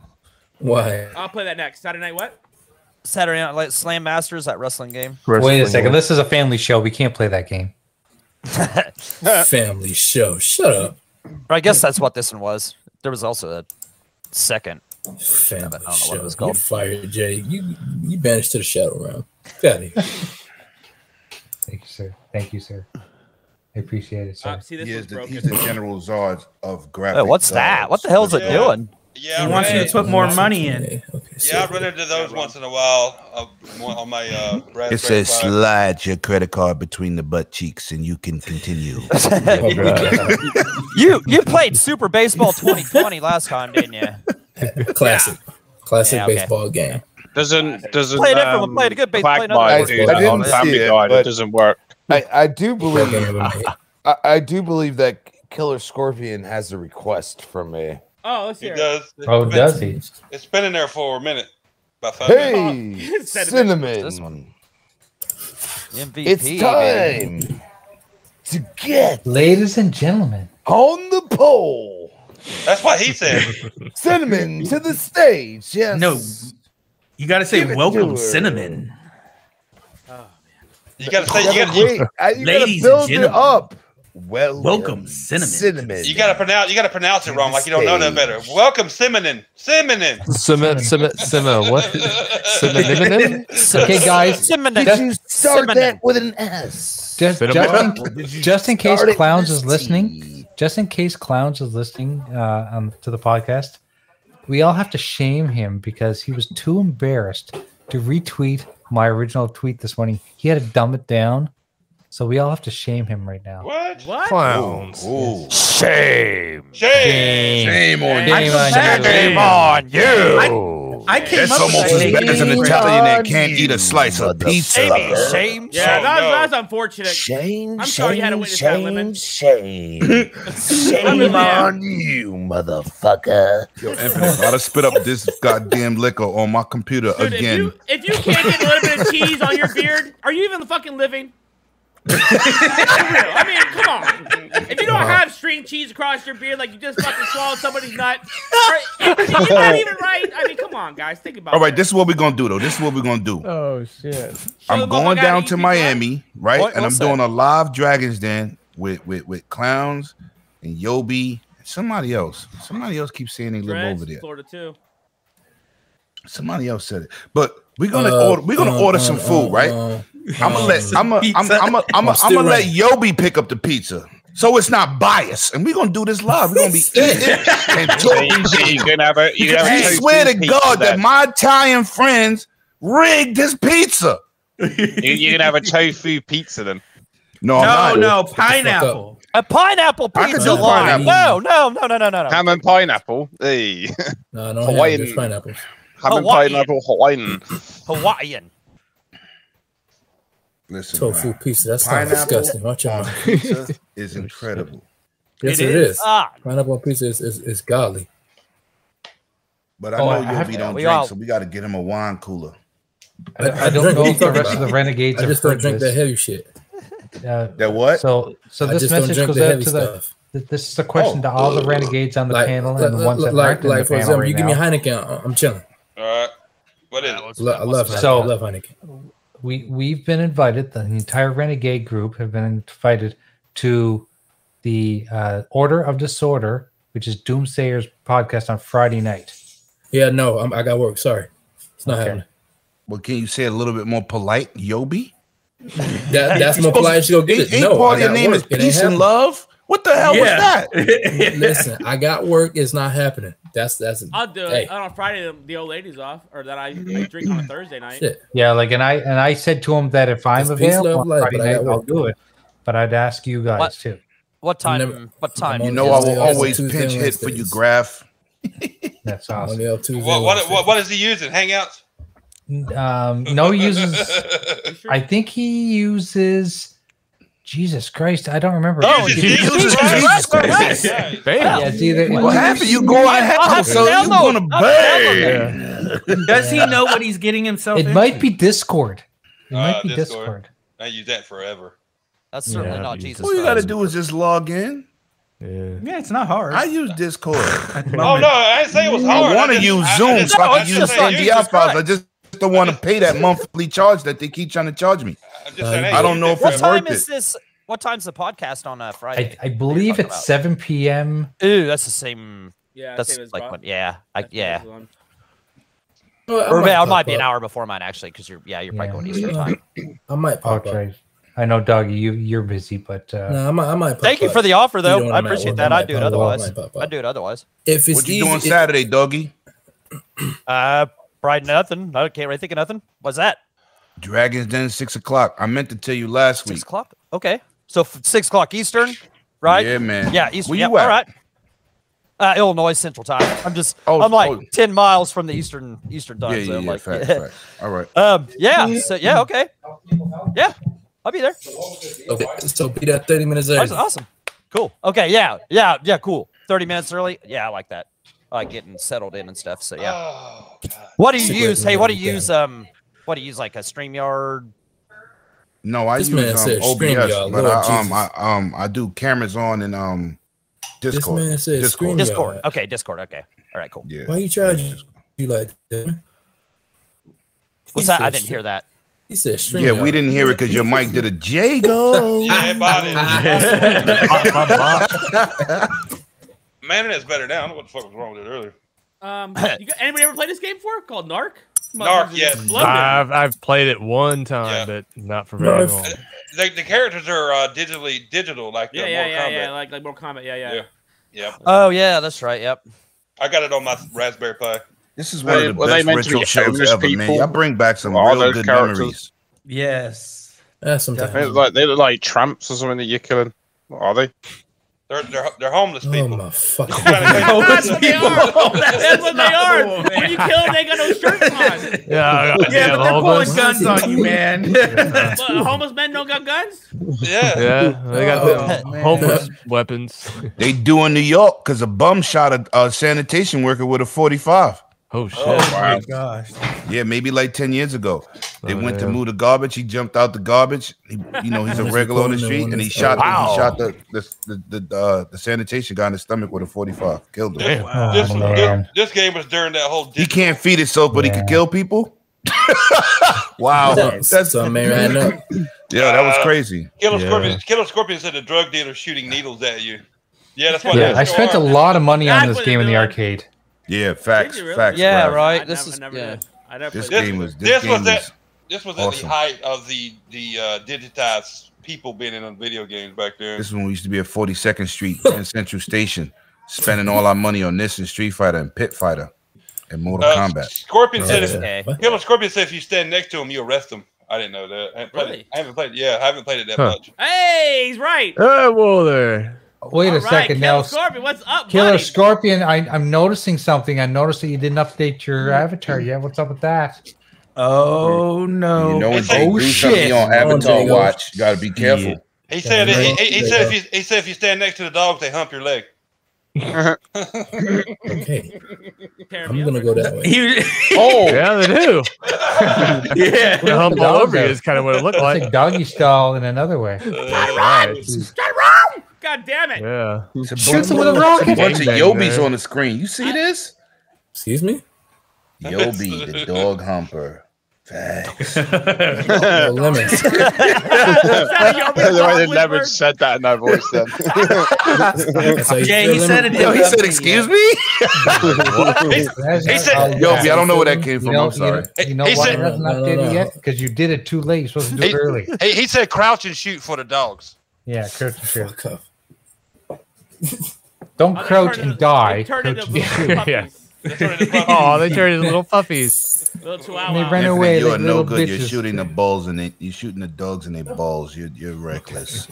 F: Why?
C: I'll play that next. Saturday night what?
M: Saturday Night Live Slam Masters, that wrestling game.
B: Wait a second. This is a family show. We can't play that game.
F: family show. Shut up.
M: But I guess that's what this one was. There was also a second.
F: Family
M: I don't know what
F: show.
M: it was called.
F: You're fired, Jay. You you banished to the shadow realm. Get outta here.
B: Thank you, sir. Thank you, sir. I appreciate it, sir.
C: Uh, see, this
I: He is the, he's the general czar of graphic.
B: Hey, what's that? What the hell is it Yeah. doing?
L: Yeah,
D: He wants you to put more money in.
L: Yeah, I run into those once in a while uh, on my uh, Brad
I: It says
L: Brad-
I: slide your credit card between the butt cheeks and you can continue.
E: Oh,
M: you you played Super Baseball 2020 last time, didn't you?
F: Classic. Classic
M: Yeah, okay.
F: baseball game.
A: Doesn't doesn't
M: Play a different one,
A: um,
M: play a good base- play another
A: Quagmire
K: one.
A: do
K: I
A: that
K: didn't
A: on
K: see
A: Family
K: it,
A: Guide? It
K: but-
A: doesn't work.
K: I, I do believe I, I do believe that Killer Scorpion has a request from me.
C: Oh, let's
L: He
C: hear. it.
L: does.
K: Oh,
L: It's-
K: does he?
L: It's been in there for a minute. About five minutes.
K: Hey,
D: Oh,
L: Cinnamon.
K: cinnamon.
M: MVP.
K: It's time to get
B: Ladies and gentlemen,
K: on the pole.
L: That's what he said.
K: Cinnamon to the stage. Yes.
D: No, you got to say
K: Give it to her.
D: welcome, cinnamon.
L: You gotta say, you
K: Gotta
L: gotta,
K: wait. I- you gotta
D: Ladies and
K: build it
D: gentlemen.
K: up. Well,
D: Welcome, cinnamon.
K: Cinnamon.
L: you gotta pronounce, you gotta pronounce it wrong, like you don't know no better. Welcome, Simonin. Simonin.
N: Sima, Sima, Sima, what? Sima,
B: Okay, guys.
M: Did
B: just-
M: you
K: start that with an
J: S?
B: Just,
N: Spit 'em
B: just,
N: out.
B: in, just in case
J: start it
B: clowns
J: with
B: is listening, just in case clowns is listening uh, um, to the podcast, we all have to shame him because he was too embarrassed to retweet my original tweet this morning. He had to dumb it down, so we all have to shame him right now.
L: What?
C: What?
N: Clowns.
J: Shame.
L: Shame.
I: Shame
B: Shame
I: on you.
B: on you.
J: Shame on you.
D: I came
I: That's
D: up with
I: almost as
D: that name.
I: bad as an Italian that can't eat a slice of pizza.
J: Shame, shame,
C: Yeah,
J: shame.
C: that, was, that was unfortunate.
J: Shame,
C: I'm sorry you had to
J: shame,
C: witness that,
J: shame,
C: Lemon.
J: shame. Shame on you, motherfucker.
I: Yo, Infinite, I'd have spit up this goddamn liquor on my computer
C: Dude,
I: again.
C: if you if you can't get a little bit of cheese on your beard, are you even fucking living? For real. I mean, come on. If you don't have string cheese across your beard, like you just fucking swallowed somebody's nut, are, is that even right? I mean, come on, guys, think about
I: All right,
C: it.
I: this is what we're gonna do though. This is what we're gonna do.
N: Oh shit.
I: I'm going down to Miami, right?
N: What-
I: and I'm
N: what's
I: doing a live Dragons Den with with with clowns and Yobi and somebody else. Somebody else keeps saying they live
C: Friends,
I: over there.
C: Florida too.
I: Somebody else said it, but we're gonna
F: Uh,
I: order. We're gonna
F: uh,
I: order
F: uh,
I: some
F: uh,
I: food, right?
F: uh,
I: I'm gonna let.
F: uh,
I: I'm gonna. I'm
F: pizza.
I: gonna. I'm
F: I'm
I: gonna. I'm
F: still
I: gonna let
F: running.
I: Yobi pick up the pizza, so it's not biased, and we're gonna do this live. We're gonna be eating and talking.
A: You're gonna have a. You're gonna have
I: I
A: a tofu
I: swear to
A: pizza
I: God that
A: then.
I: my Italian friends rigged this pizza.
A: You- You're gonna have a tofu pizza then.
I: No, I'm
D: No,
I: not.
D: no, pineapple.
M: A pineapple
I: I could
M: pizza
I: do
M: line. No, no, no, no, no, no, no.
A: Ham and pineapple. Hey.
F: No, I don't
A: Hawaiian.
F: have those pineapples.
A: Ham and
M: Hawaiian.
A: pineapple Hawaiian.
M: Hawaiian.
I: Listen,
F: Tofu
I: man,
F: pizza. That sounds
I: Pineapple.
F: disgusting. Watch out.
I: pizza is incredible,
F: Yes,
M: It
F: it
M: is.
F: is.
M: Ah.
F: Pineapple on pizza is, is, is godly.
I: but I
B: Oh, I
I: know
B: have
I: Yobi
B: to-
I: don't
B: we
I: drink,
B: all-
I: so we got to get him a wine cooler.
B: I, I don't know if the rest of the renegades
F: I
B: have
F: just don't
B: heard
F: drink that
B: this.
F: heavy shit.
B: Uh,
I: That what?
B: so, so
F: I
B: this
F: just don't
B: message
F: drink
B: goes
F: the
B: out
F: heavy
B: to the.
F: stuff. Oh,
B: th- This is a question to all the renegades on the
F: Like,
B: panel
F: like,
B: and the ones that
F: like,
B: aren't in
F: like
B: the
F: for
B: panel
F: example, you
B: right
F: give me
B: now.
F: Heineken, I- I'm chilling.
L: All right. What is it?
F: Lo- I love Heineken.
B: So-
F: I love Heineken.
B: we we've been invited the entire renegade group have been invited to the uh, order of disorder which is doomsayers podcast on friday night
F: Yeah, no, I'm, I got work. Sorry, it's not happening.
I: Well, can you say it a little bit more polite, Yobi?
F: That, that's my polite. Go get it.
I: Ain't
F: No, I
I: part of your
F: got
I: name
F: work.
I: is
F: It ain't
I: peace and
F: happening.
I: love. What the hell
D: Yeah.
I: was that?
F: Listen, I got work. It's not happening. That's that's.
C: I'll do
F: Hey.
C: it. And on Friday, the- the old lady's off, or that I, I drink on a Thursday night.
F: Shit.
B: yeah like and i and i said to him that if i'm
F: It's peace,
B: available
F: love,
B: on
F: life,
B: friday
F: but I
B: night
F: got
B: i'll
F: work.
B: do it but i'd ask you guys
M: What?
B: too
M: What time?
F: never-
M: what time?
F: I'm
I: You
F: on
I: know
F: the
I: I
F: up
I: will
F: Tuesday,
I: always
F: Wednesday,
I: pinch hit for you,
F: Wednesdays.
I: Graph.
B: that's
F: I'm on
B: awesome
F: the up Tuesday,
L: What, what,
F: Wednesday.
L: what, what is he using? Hangouts?
B: um no uses
C: You sure?
B: i think he uses jesus christ i don't remember
I: Oh,
B: He-
I: he uses Jesus Christ.
B: yeah, it's either
I: Well, half of you go out hell, so you're gonna bang.
D: Does he know what he's getting himself
B: it
D: into?
B: might be discord it might
D: Ah,
L: Uh,
B: be
L: Discord.
B: discord
L: I use that forever.
M: That's certainly not Jesus.
I: All you gotta
M: Christ.
I: do is just log in.
N: Yeah.
K: Yeah, it's not hard.
I: I use Discord.
L: Oh no, I didn't say it was hard.
I: I want to
L: just-
I: use
L: I- I
I: Zoom
L: just-
I: so
L: I
I: I can
L: just
I: use
L: said use
I: CD
L: Discord.
I: iPods. I just don't want to pay that monthly charge that they keep trying to charge me. I don't know if
E: what
I: it's
E: time
I: worth it.
E: is this? What time's the podcast on uh,
B: I,
E: Friday?
B: I believe it's 7 p.m.
E: Ooh, that's the same.
C: Yeah,
E: that's
C: same as
E: like
C: Bob.
E: when, yeah, I, yeah.
F: Well, I might
E: or about, it
F: pop
E: might be an
F: up.
E: hour before mine actually, because you're yeah, you're probably going
F: Yeah.
E: Eastern time.
F: I might pop up.
B: Okay. I know, Doggy, you, you're busy, but. Uh,
F: Nah, I might, I might pop
E: Thank you
F: up.
E: for the offer,
F: You
E: though.
F: know,
E: I
F: might
E: appreciate
F: work.
E: that.
F: I
E: I'd do it
F: might pop up, I
E: otherwise.
F: might pop up.
E: I'd do it otherwise.
F: If it's
I: What you doing
F: easy- if-
I: Saturday, doggy?
E: Uh, probably nothing. I can't really think of nothing. What's that?
I: Dragons Den, six o'clock. I meant to tell you last
E: Six
I: week.
E: o'clock. Okay, so f- six o'clock Eastern, right?
I: Yeah, man.
E: Yeah, e- Eastern.
I: Where
E: yeah,
I: you at?
E: All right. Uh, Illinois Central Time. I'm just.
I: Oh,
E: I'm like
I: oh.
E: ten miles from the Eastern Eastern Time
I: Yeah, yeah,
E: Zone.
I: yeah.
E: like,
I: Fact, fact. All right.
E: Um, yeah. So yeah. Okay. Yeah, I'll be there.
F: Okay, so be that 30 minutes early.
E: Awesome. awesome. Cool. Okay. Yeah. Yeah. Yeah. Cool. Thirty minutes early. Yeah, I like that. I like getting settled in and stuff. So yeah.
I: Oh,
E: what do you
F: Super
E: use? Hey, what do you
F: recommend.
E: use? Um, what do you use? Like a Streamyard.
I: No, I
F: This man
I: use um,
F: said scream,
I: OBS,
F: y'all.
I: but
F: Lord
I: I, um,
F: Jesus.
I: I um I do cameras on and um Discord.
F: man said
I: Discord.
F: scream,
E: Discord. Okay, Discord. Okay. All right. Cool.
I: Yeah.
F: Why you charging you like that?
E: What's that? I didn't hear that.
F: He said stream.
I: Yeah, we didn't hear it because your mic did a Jago.
L: Yeah,
I: body.
L: Man, that's better now. I don't know what the fuck was wrong with it earlier.
C: Um, you got, anybody ever played this game before? Called Narc.
L: Narc, yes.
N: I've, I've played it one time, but not for very long.
L: The, the characters are uh, digitally digital, like
C: Yeah,
L: the
C: yeah,
L: Mortal
C: yeah,
L: Kombat.
C: yeah. Like like Mortal Kombat. Yeah, yeah.
L: Yeah. Yeah,
E: Oh yeah, that's right. Yep.
L: I got it on my Raspberry Pi.
I: This is
L: one
I: one
L: of
I: of the best retro shows ever, man. Y'all bring back some
A: All
I: real
A: those
I: good
A: characters.
I: memories.
K: Yes.
F: That's something.
A: They look like they look like tramps or something that you're killing. What are they?
L: They're, they're, they're homeless
B: Oh,
L: people.
F: my fucking
C: That's what they are.
L: Oh,
C: That's what they are. When you kill them, they got no shirts on.
N: Yeah, I-
K: Yeah,
N: I have
K: but they're
N: all
K: pulling
N: those.
K: guns on you, man.
N: Yeah.
C: What, homeless men don't got guns.
N: Yeah, they got the
I: Oh, man.
N: homeless weapons.
I: They do in New York because a bum shot a, a sanitation worker with a 45.
N: Oh shit!
K: my gosh.
I: Yeah, maybe like 10 years ago. They
N: Oh,
I: went to
N: damn.
I: move the garbage. He jumped out the garbage. He, you know, he's a
F: Unless you
I: regular
F: call
I: on the
F: him the
I: street
F: one
I: and he
F: that's-
I: shot,
F: Wow.
I: he shot the, the, the, the, uh, the sanitation guy in the stomach with a 45. Killed him.
B: Oh,
L: This,
N: Oh,
L: this, this game was during that whole.
I: He can't feed himself, but he could kill people. wow.
F: That's, that's something, man. Right now.
I: Yeah, that was
L: Uh,
I: crazy.
L: Killer
I: Yeah.
L: Scorpion. Killer Scorpion said the drug dealer shooting needles at you. Yeah, that's what.
B: yeah,
L: that's
B: I spent a
L: what-
B: lot of money on
L: That's
B: this
L: what
B: game in
L: they
B: the
L: do.
B: arcade.
I: Yeah, facts.
C: you really?
I: Facts.
E: Yeah,
I: Rob.
E: right.
C: This
E: This
C: I
E: is
C: never
E: yeah.
C: did. I never
I: This
C: played
I: game was this,
L: This
I: game
L: was
I: was
L: at this was at the
I: awesome.
L: height of the the uh, digitized people being in on video games back Uh, there.
I: This is when we used to be at 42nd Street in Central Station, spending all our money on this and Street Fighter and Pit Fighter and Mortal
L: Uh,
I: Kombat.
L: Scorpion said,
I: Yeah.
L: if, Killer Scorpion said if you stand next to him, you arrest him. I didn't know that. I haven't played,
C: Really?
L: it. I haven't played. Yeah, I haven't played it that
N: Huh.
L: much.
C: Hey, he's right.
N: Hey, whoa there!
B: Oh, Wait a
C: All right,
B: second
C: Killer
B: now.
C: Scorpion, what's up,
B: Killer
C: buddy?
B: Scorpion, I, I'm noticing something. I noticed that you didn't update your avatar yet. What's up with that?
K: Oh no.
I: You know when
L: It's like-
I: they
L: Oh,
I: do something
K: shit.
I: on
K: Oh,
I: Avatar
K: Jago.
I: Watch, you gotta be careful.
L: He said, he, he, he
F: There
L: said
F: you
L: if you he said if you stand next to the dogs, they hump your leg.
F: Okay.
C: Tear me
F: I'm gonna go that way.
N: Oh, yeah, they do.
K: yeah,
N: The humble
B: Dog
N: over you
B: though.
N: is kind of what it looked
B: It's
N: like.
B: like doggy style in another way.
C: up. God damn it.
N: Yeah.
I: It's a
B: Shoots
I: bunch-
B: him with a rocket.
I: it's bunch of
N: Gangbang,
I: yobis
N: man.
I: on the screen. You see this?
F: Excuse me.
I: Yobi, the dog humper. Facts.
F: No limits.
A: the way they never said that in that voice then.
F: So you
K: Yeah,
F: feel
K: he
F: him?
K: said it.
I: Yo, he said, "Excuse me."
B: He
L: said-
I: Yobi, I don't know where that came from.
B: You know,
I: I'm sorry.
B: You know, you know
L: He
B: why
L: said-
B: it hasn't
F: No, no,
B: updated
F: no.
B: yet? Because you did it too late. You're supposed to do
L: He-
B: it early.
L: He, he said crouch and shoot for the dogs.
B: Yeah, crouch and shoot.
F: Fuck off.
B: Don't
C: Oh, they
B: crouch
C: turned
B: and
C: into-
B: die.
C: They turned
B: Crouch
C: into
B: and
C: little
B: shoot.
N: Yeah.
C: puppies. They turned into
N: Oh,
C: puppies.
N: they turned into little puppies.
C: Little
B: And they
C: chihuahuas.
B: ran away
I: you
B: like
I: are no
B: little
I: good. You're
B: bitches.
I: shooting the balls and they, you're shooting the dogs in their balls. You're you're reckless.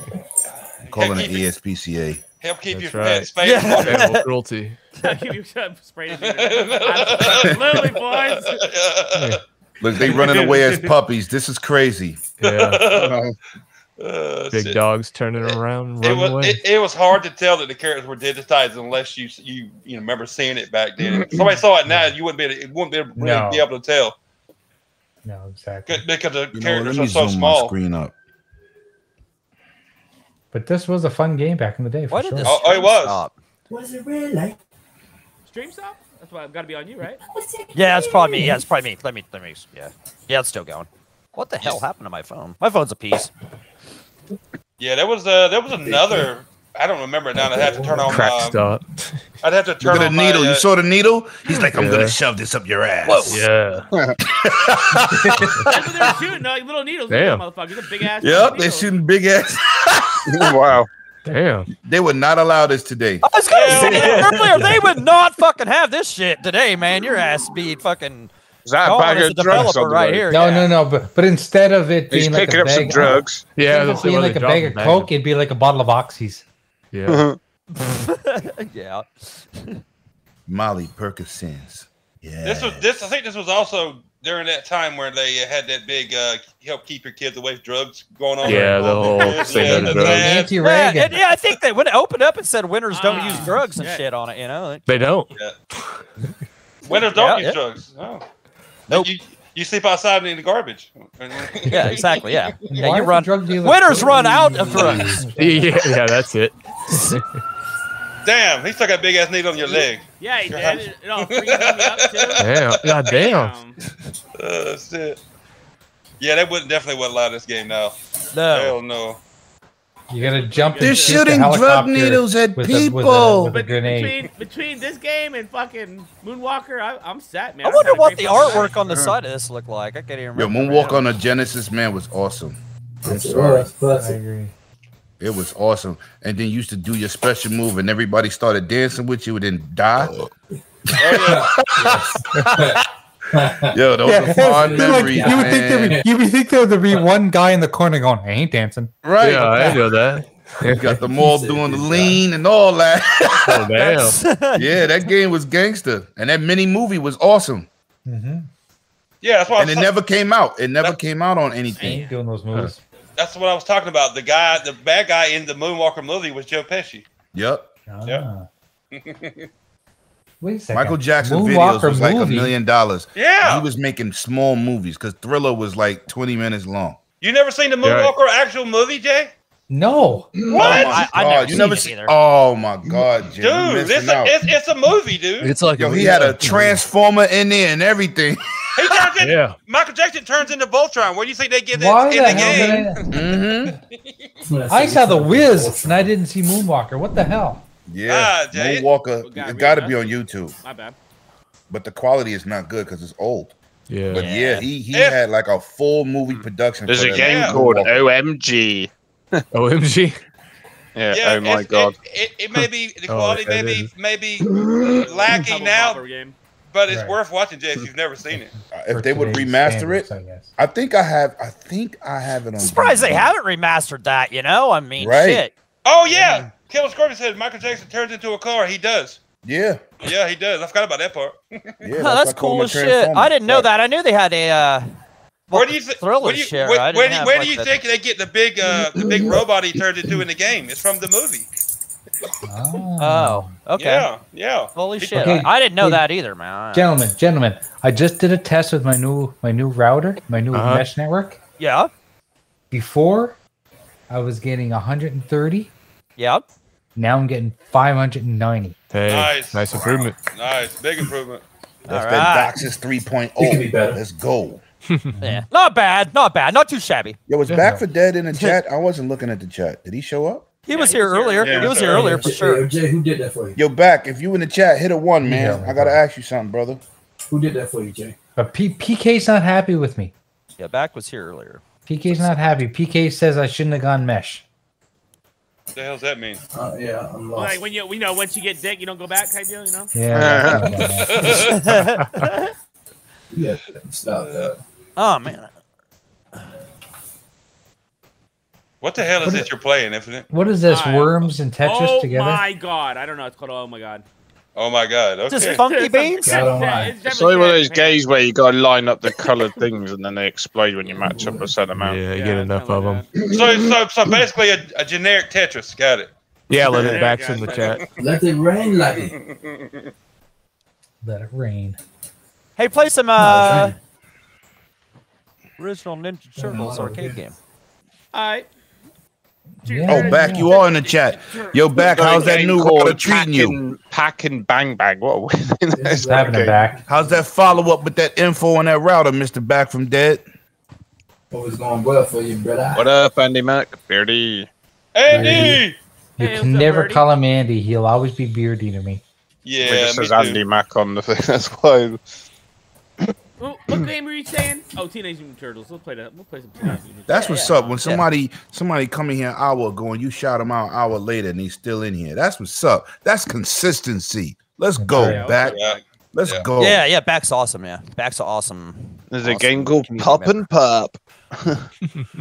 I: calling it E ESPCA.
L: Help keep your
N: That's
L: pet
N: right.
L: space.
N: Animal cruelty.
C: I'll give you some spray. Absolutely, boys.
I: Look, they running away as puppies. This is crazy.
N: Yeah.
L: Uh,
N: Big
L: shit.
N: dogs turning around,
L: It
N: running
L: was,
N: away.
L: it, it was hard to tell that the characters were digitized unless you you you know, remember seeing it back then. If somebody saw it now, you wouldn't be able, it wouldn't be able, really
B: No.
L: be able to tell
B: No, exactly.
L: c- because the
I: You know, what,
L: characters
I: let me
L: are so
I: zoom my
L: small.
I: screen up.
B: But this was a fun game back in the day. For
E: Why
B: sure.
E: did this? Oh, it was.
C: Was it really? Stream stop? That's why I've got to be on you, right?
E: Yeah, it's probably me. Yeah, it's probably me. Let me, let me. Yeah, yeah, it's still going. What the hell happened to my phone? My phone's a piece.
L: Yeah, there was uh there was another. I don't remember it now. I'd have to turn on.
N: Crack
L: um,
N: stop.
L: I'd have to
I: Look
L: turn
I: at the
L: on my,
I: needle.
L: uh,
I: You saw the needle? He's like, I'm
N: Yeah.
I: gonna shove this up your ass.
N: Whoa. Yeah.
C: That's what they're shooting. Like little needles.
I: Damn.
C: Motherfuckers, a big ass.
I: Yep, they're shooting big ass.
A: wow.
N: Damn.
I: They would not allow this today.
E: I was gonna say that earlier. They would not fucking have this shit today, man. Your ass be fucking.
A: Is that
C: Oh,
E: gone as a developer right here?
B: No, no,
E: yeah.
B: no. But but instead of it
A: He's
B: being like
A: picking
B: a
A: up some
B: bag-
A: drugs.
N: Yeah,
B: instead of
N: that's
B: it
N: the
B: being
N: way
B: like
N: they
B: a bag
N: drop
B: of
N: them,
B: coke, it'd be like a bottle of oxys.
N: Yeah.
E: yeah.
I: Molly Perkinsons. Yeah.
L: This was this. I think this was also during that time where they had that big uh, help keep your kids away from drugs going on.
N: Yeah, the whole say no to
L: the
N: drugs.
L: bad-
E: Yeah, and- yeah, I think they would open up and said winners don't use drugs and
L: yeah.
E: Ah, shit on it. You know,
N: They don't.
L: Winners don't
E: Yeah,
L: use
E: yeah.
L: drugs. No. Nope. You, you sleep outside in the garbage.
E: Yeah, exactly. Yeah. Yeah,
B: Why
E: you
B: is the
E: run.
B: drug dealer
E: Winners
B: so-
E: run out of drugs.
N: yeah, yeah, that's it.
L: Damn, he stuck a big ass needle on your leg.
C: Yeah, he
L: Your
C: did. It all freaked me up
N: Damn.
C: too.
N: God damn.
L: Uh, shit. Yeah, they wouldn't definitely would allow this game now.
E: No.
L: Hell no.
B: You gotta jump.
I: They're
B: and shoot the
I: shooting drug
B: helicopter
I: needles at
B: with a- with a-
I: people.
B: with a
I: But
B: grenade.
C: Between, between this game and fucking Moonwalker, I, I'm set, man.
E: I
C: I've
E: wonder
C: had a
E: what the
C: great fucking
E: artwork
C: night.
E: on the side of this looked like. I can't even
I: Yo,
E: remember.
I: Moonwalk on a Genesis man was awesome. I'm sorry.
B: I agree.
I: It was awesome. And then you used to do your special move and everybody started dancing with you and then die. Yo, those are fond memories.
B: you would think there would,
I: man.
B: you would think there would be one guy in the corner going, "I ain't dancing."
I: Right. Yeah, I
N: know that.
I: You got them all doing the lean and all that.
E: damn.
I: yeah, that game was gangster. And that mini movie was awesome.
B: Mm-hmm.
L: Yeah, that's why. I
I: And
L: was
I: it
L: talking-
I: never came out. It never came out on anything.
B: doing those movies.
L: That's what I was talking about. The guy, the bad guy in the Moonwalker movie was Joe Pesci.
I: Yep.
L: Yeah.
B: Wait a second.
I: Michael Jackson
B: Moonwalker
I: videos was like a
B: movie?
I: million dollars.
L: Yeah.
I: He was making small movies because Thriller was like 20 minutes long.
L: you never seen the
I: Yeah, right.
L: Moonwalker actual movie, Jay?
B: No.
L: What?
I: Oh my
L: I- I
I: God,
L: never
I: you
L: seen
I: never
L: it
I: seen
L: either.
I: Oh my God, Jay,
L: Dude,
I: you missing
L: it's a,
I: out.
L: it's, it's a movie, dude.
I: Yo, he had a transformer in there and everything.
L: He turns in,
I: Yeah.
L: Michael Jackson turns into Voltron. What do you think they get in,
B: Why
L: in
B: the
L: the game?
B: hell
I: did
B: I? I saw The Wiz and I didn't see Moonwalker. What the hell?
I: Yeah,
L: Ah, Jay.
I: Moonwalker.
L: Got
I: it got to
L: readjusted.
I: be on YouTube,
C: My bad.
I: but the quality is not good because it's old.
N: Yeah,
I: but yeah, he he had like a full movie
E: Mm.
I: production.
A: There's
I: for
A: a
I: that
A: game
I: movie.
A: called OMG.
N: OMG.
A: Yeah,
L: Yeah,
A: oh my
L: it's-
A: god.
L: It, it may be the
A: Oh,
L: quality
A: yeah,
L: may
A: it
L: be
A: is.
L: maybe lacking now, but it's worth watching, Jay, if you've never seen it.
I: If they would remaster it, I think I have. I think I have it on.
E: Surprised they
I: DVD.
E: haven't remastered that. You know, I mean,
I: Right.
E: shit.
L: Oh yeah, Killer Scorpion says Michael Jackson turns into a car. He does.
I: Yeah,
L: Yeah, he does. I forgot about that part.
E: Huh, that's, cool as shit. I didn't know that. I knew they had a uh,
L: Where do you think?
E: thriller
L: Where do you,
E: share.
L: where,
E: I
L: where
E: didn't
L: do you,
E: have,
L: where
E: like,
L: do you
E: the-
L: think they get the big uh, the big robot he turned into in the game? It's from the movie.
E: Oh, okay.
L: Yeah, yeah.
E: Holy
L: He-
E: shit!
B: Okay,
E: I, I didn't know
B: hey,
E: that either, man.
B: Gentlemen, gentlemen, I just did a test with my new my new router, my new
E: Uh-huh.
B: mesh network.
E: Yeah.
B: Before, I was getting 130.
E: Yep.
B: Now I'm getting 590.
N: Hey,
L: Nice.
N: nice improvement.
L: Nice, big improvement.
I: That's
E: All
I: that
E: right.
I: Doxis 3.0. oh. Let's go.
E: Yeah. Not bad. Not bad. Not too shabby.
I: Yo, was back for dead in the chat? I wasn't looking at the chat. Did he show up?
E: He was here earlier. He was here earlier for sure.
I: Jay, who did that for you? Yo, back. If you in the chat, hit a one, man. I gotta ask you something, brother.
F: Who did that for you, Jay?
B: But P- PK's not happy with me.
E: Yeah, back was here earlier.
B: PK's not happy. PK says I shouldn't have gone mesh.
L: What the hell does that mean?
F: Uh, yeah, I'm
C: Like when you, you know, once you get dick, you don't go back, type deal, you know.
E: Yeah.
F: yeah, stop that.
E: Oh man.
L: What the hell is it you're playing, Infinite?
B: What is this? Worms and Tetris
C: oh
B: together?
C: my god, I don't know. It's called Oh my god.
L: Oh my god. Okay.
C: Just funky beans? I don't mind.
A: It's like one of those games where you gotta line up the coloured things and then they explode when you match up a certain amount.
N: Yeah, you get enough of them.
L: So, so, so basically a, a generic Tetris. Got it.
N: Yeah, let it back in the chat.
F: Let it rain, like
B: Let it rain.
E: Hey, play some uh, original Ninja Turtles arcade game.
C: All right.
I: Oh, back, you are in the chat. Yo, back, how's that new order treating you?
A: Pack and bang bang. What? a way- That's okay.
I: How's that follow up with that info on that router, Mister Back from Dead?
F: Always going well for you, brother.
A: What up, Andy Mac? Beardy.
B: Andy! You can never call him Andy. He'll always be Beardy to me.
A: Yeah, it just says Andy Mac on the thing. That's why.
C: Well, what game were you saying? Oh, Teenage Mutant Turtles. We'll play that. We'll play some Teenage Mutant
I: That's
C: Turtles.
I: what's up. When somebody somebody come in here an hour ago and you shout him out an hour later and he's still in here. That's what's up. That's consistency. Let's go
E: Yeah,
I: back.
E: yeah.
I: Let's
E: yeah.
I: go.
E: Yeah, yeah, back's awesome. Yeah, back's an awesome.
A: There's
E: awesome
A: a game called
E: community
A: Pop
E: member.
A: and Pup.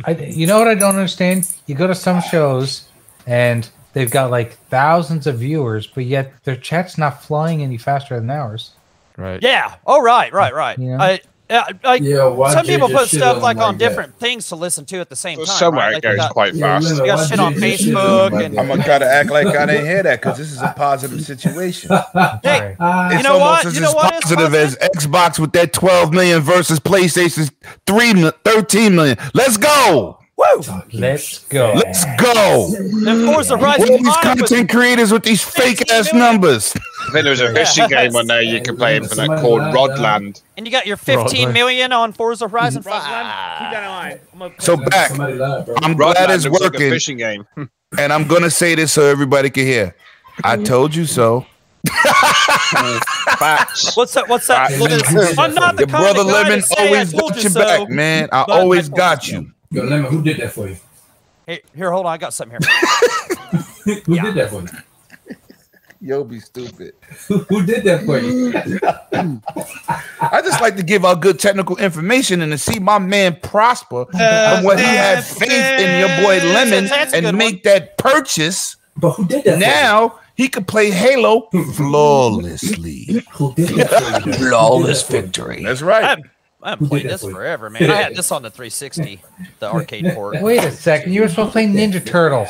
B: I, you know what I don't understand? You go to some shows and they've got like thousands of viewers, but yet their chat's not flying any faster than ours.
N: Right.
E: Yeah. Oh, right, right, right.
B: Yeah.
E: I, yeah, like
B: Yeah, why
E: some
B: did
E: people
B: you
E: put
B: shit
E: stuff
B: on
E: like
B: like
E: on
B: that?
E: different things to listen to at the same time.
A: somewhere it
E: right? Like, you
A: goes
E: got-
A: quite Yeah, fast.
E: You got
A: why
E: shit
A: did
E: on
A: you shit on
E: Facebook
A: like
E: and
A: that?
I: I'm gonna try to act like I didn't hear that because this is a positive situation.
E: Hey,
I: it's
E: you know
I: almost
E: what?
I: as
E: You know what is
I: positive as Xbox with that 12 million versus PlayStation's 3 mil- 13 million. Let's go.
E: Woo!
B: Let's go.
I: Let's go.
E: And Forza Horizon
I: Where are these
E: five was-
I: content creators with these fake ass numbers?
A: I think there was a fishing game on there you could play from that called Rodland.
E: and you got your 15
A: Broadway.
E: million on Forza Horizon 5.
C: Keep that in mind. I'm gonna-
I: So back, I'm glad
A: Rodland
I: it's
A: looks like a
I: working.
A: fishing game.
I: and I'm gonna say this so everybody can hear. I told you so.
E: What's that? What's that? Look at this. I'm not the
I: Your
E: kind
I: brother
E: of guy to
I: Lemon
E: say I
I: always
E: told
I: got
E: you
I: your
E: so,
I: back, man. I
E: but I
I: always
E: told
I: got you.
F: Yo, Lemon, who did that for you?
E: Hey, here, hold on. I got something here.
F: Who did that for you?
I: Yo, be stupid.
F: Who did that for you?
I: I just like to give out good technical information and to see my man prosper
L: Uh,
I: from what he had faith in your boy Lemon and make that purchase.
F: But who did
I: that? Now he could play Halo flawlessly.
F: who did
E: that for you?
I: Flawless victory. That's
E: I
I: right.
E: haven't, I haven't played this forever, man. I had this on the 360, the arcade port.
B: Wait a second. You were supposed to play Ninja Turtles.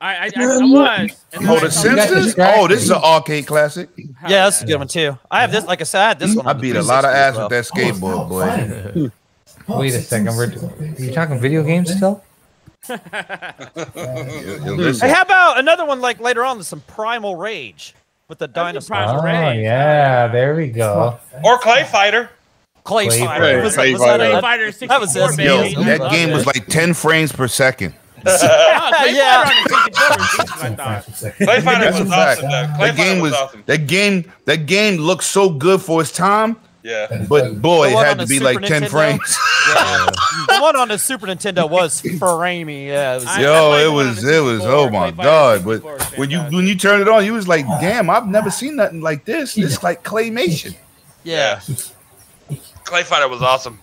C: I, I, I, I was. And then
I: Oh,
C: I
I: the
C: saw you guys-
I: Simpsons? Oh, this is an arcade classic.
E: Yeah, that's a good one too. I have this. Like I said, I had this one.
I: I
E: on the
I: beat a lot of
E: 360
I: ass
E: as well.
I: with that skateboard, boy.
B: Wait a second. We're, are you talking video games still?
I: yo, listen.
E: Oh, Hey, how about another one like later on? Some Primal Rage with the dinosaur.
B: Oh, yeah. There we go.
L: Or Clay Fighter.
E: Clay,
B: Clay
E: Fighter.
B: Fighter.
E: Was,
I: Clay
E: was that,
I: Fighter.
E: a-
C: Fighter
E: that was
C: 64,
E: this.
I: Yo,
E: baby.
I: that game was like 10 frames per second.
E: yeah.
L: Clay Fighter
I: That's
L: was
I: a fact.
L: awesome, though. Clay
I: That game was that game that game looked so good for its time,
L: Yeah.
I: but boy,
E: The
I: it
E: one on
I: had to
E: the
I: be
E: Super
I: like 10
E: Nintendo?
I: frames.
E: the one on the Super Nintendo was framey. Yeah, it was,
I: Yo, it was it was oh my god! But when you when you turned it on, you was like, damn, I've never seen nothing like this. This is like claymation.
E: yeah,
L: Clay Fighter was awesome.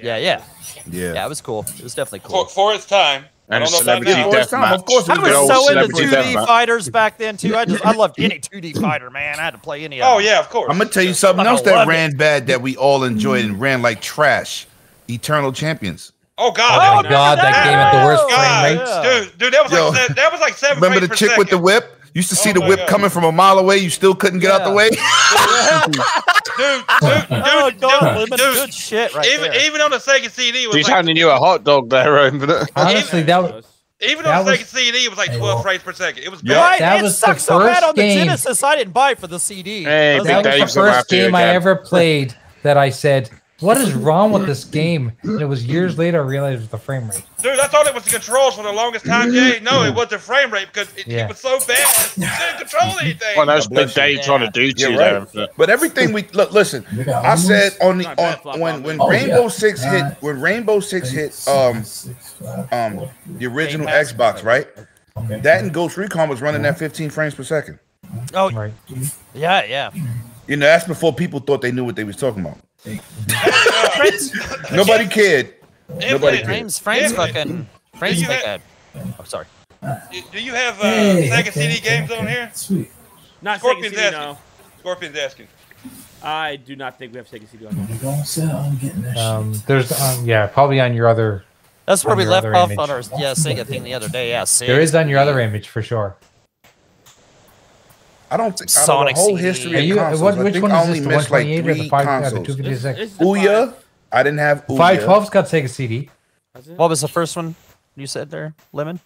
E: yeah, yeah,
I: yeah.
E: It was cool. It was definitely cool.
L: For, for its time. I
A: And
L: don't know about
A: Celebrity
L: now.
A: Deathmatch. Of course it
E: I
A: was
E: was
A: old
E: so into
A: Celebrity
E: 2D
A: Deathmatch.
E: fighters back then too. I just I loved any 2D fighter, man. I had to play any.
L: Oh
E: of them.
L: yeah, of course.
I: I'm gonna tell you something
E: I
I: else that
E: love it.
I: ran bad that we all enjoyed and ran like trash. Eternal Champions.
L: Oh god.
B: my God, that game at the worst frame rates.
L: Dude, dude, that was
I: Yo.
L: like se- that was like seven.
I: Remember the
L: frames per
I: chick with the
L: second. Oh
I: whip? Used to see the whip coming from a mile away. You still couldn't get out the way.
L: dude,
F: Oh,
L: dude, dude, dude, dude,
E: good shit right
L: even,
E: there.
L: Even on the Sega CD, it
A: He's
L: was like,
A: handing you a hot dog there, over there.
B: Honestly, that was
L: even
B: that
L: on the
B: was-
L: Sega CD, it was like twelve frames per second. It was
A: Yeah.
E: Right,
L: bad.
B: That
E: it
B: was the
E: sucked so bad
B: first
E: on the
B: game.
E: Genesis. I didn't buy it for the CD.
A: Hey,
E: I was
A: Big
E: like,
B: that was
A: Dave's
B: the
A: about
B: first
A: to
B: game I
A: again.
B: ever played that I said, "What is wrong with this game?" And it was years later I realized it was the frame rate.
L: Dude, I thought it was the controls for the longest time. Jay, no, it was the frame rate because it,
B: Yeah.
L: it was so bad. You couldn't control anything.
A: Well, that's Big Dave trying to do to
I: You're
A: you
I: right.
A: there.
I: But everything we look, listen. I said on the on when when
A: Oh,
I: Rainbow
A: yeah.
I: Six hit when Rainbow Six hit um um the original Xbox right. That and Ghost Recon was running at 15 frames per second.
E: Oh, yeah, yeah.
I: You know, that's before people thought they knew what they was talking about. Nobody cared. Nobody cared.
E: Frames, frames, fucking frames. Like a, oh, sorry.
L: Do you have uh,
I: Hey,
L: Sega
I: okay,
L: CD games on here?
C: Not Sega
L: Scorpion's
C: CD,
L: asking.
C: no.
L: Scorpion's asking.
C: I do not think we have Sega CD on here.
B: Um, there's um, yeah, probably on your other.
E: That's where
B: on
E: we
B: your
E: left
B: other
E: off
B: image.
E: on our yeah Sega thing the other day. Yeah, Sega.
B: There is on your other image for sure.
I: I don't think out of
E: Sonic
I: the whole
E: CD.
I: history
B: Are
I: of
B: you-
I: consoles,
B: what-
I: I
B: which
I: think
B: one
I: I
B: is
I: only
B: this, the
I: missed like
B: 128 or the
I: three
B: 5 or the
I: consoles.
B: 256? This- this is the
I: Ouya, I didn't have Ouya.
B: Five twelve's got Sega CD.
E: What was the first one you said there, Lemon?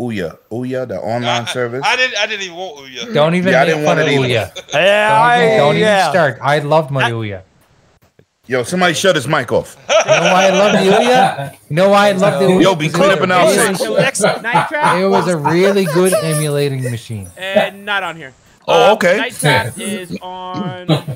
I: Ouya, Ouya, the online service.
L: I didn't. I didn't even want Ouya.
B: Don't even
I: Yeah, I
B: make
I: didn't
B: fun
I: want
B: of
I: it either.
B: Ouya.
I: Yeah,
B: don't
I: I-
B: even, don't
I: yeah.
B: even start. I love my Ouya.
I: Yo, somebody shut his mic off.
B: You know why I love the Ouya? You know why I love the Ouya?
I: Yo, be clean up in our six.
B: It was a really good emulating machine.
C: And Eh, not on here. Um,
I: Oh, okay.
C: Night Trap is on.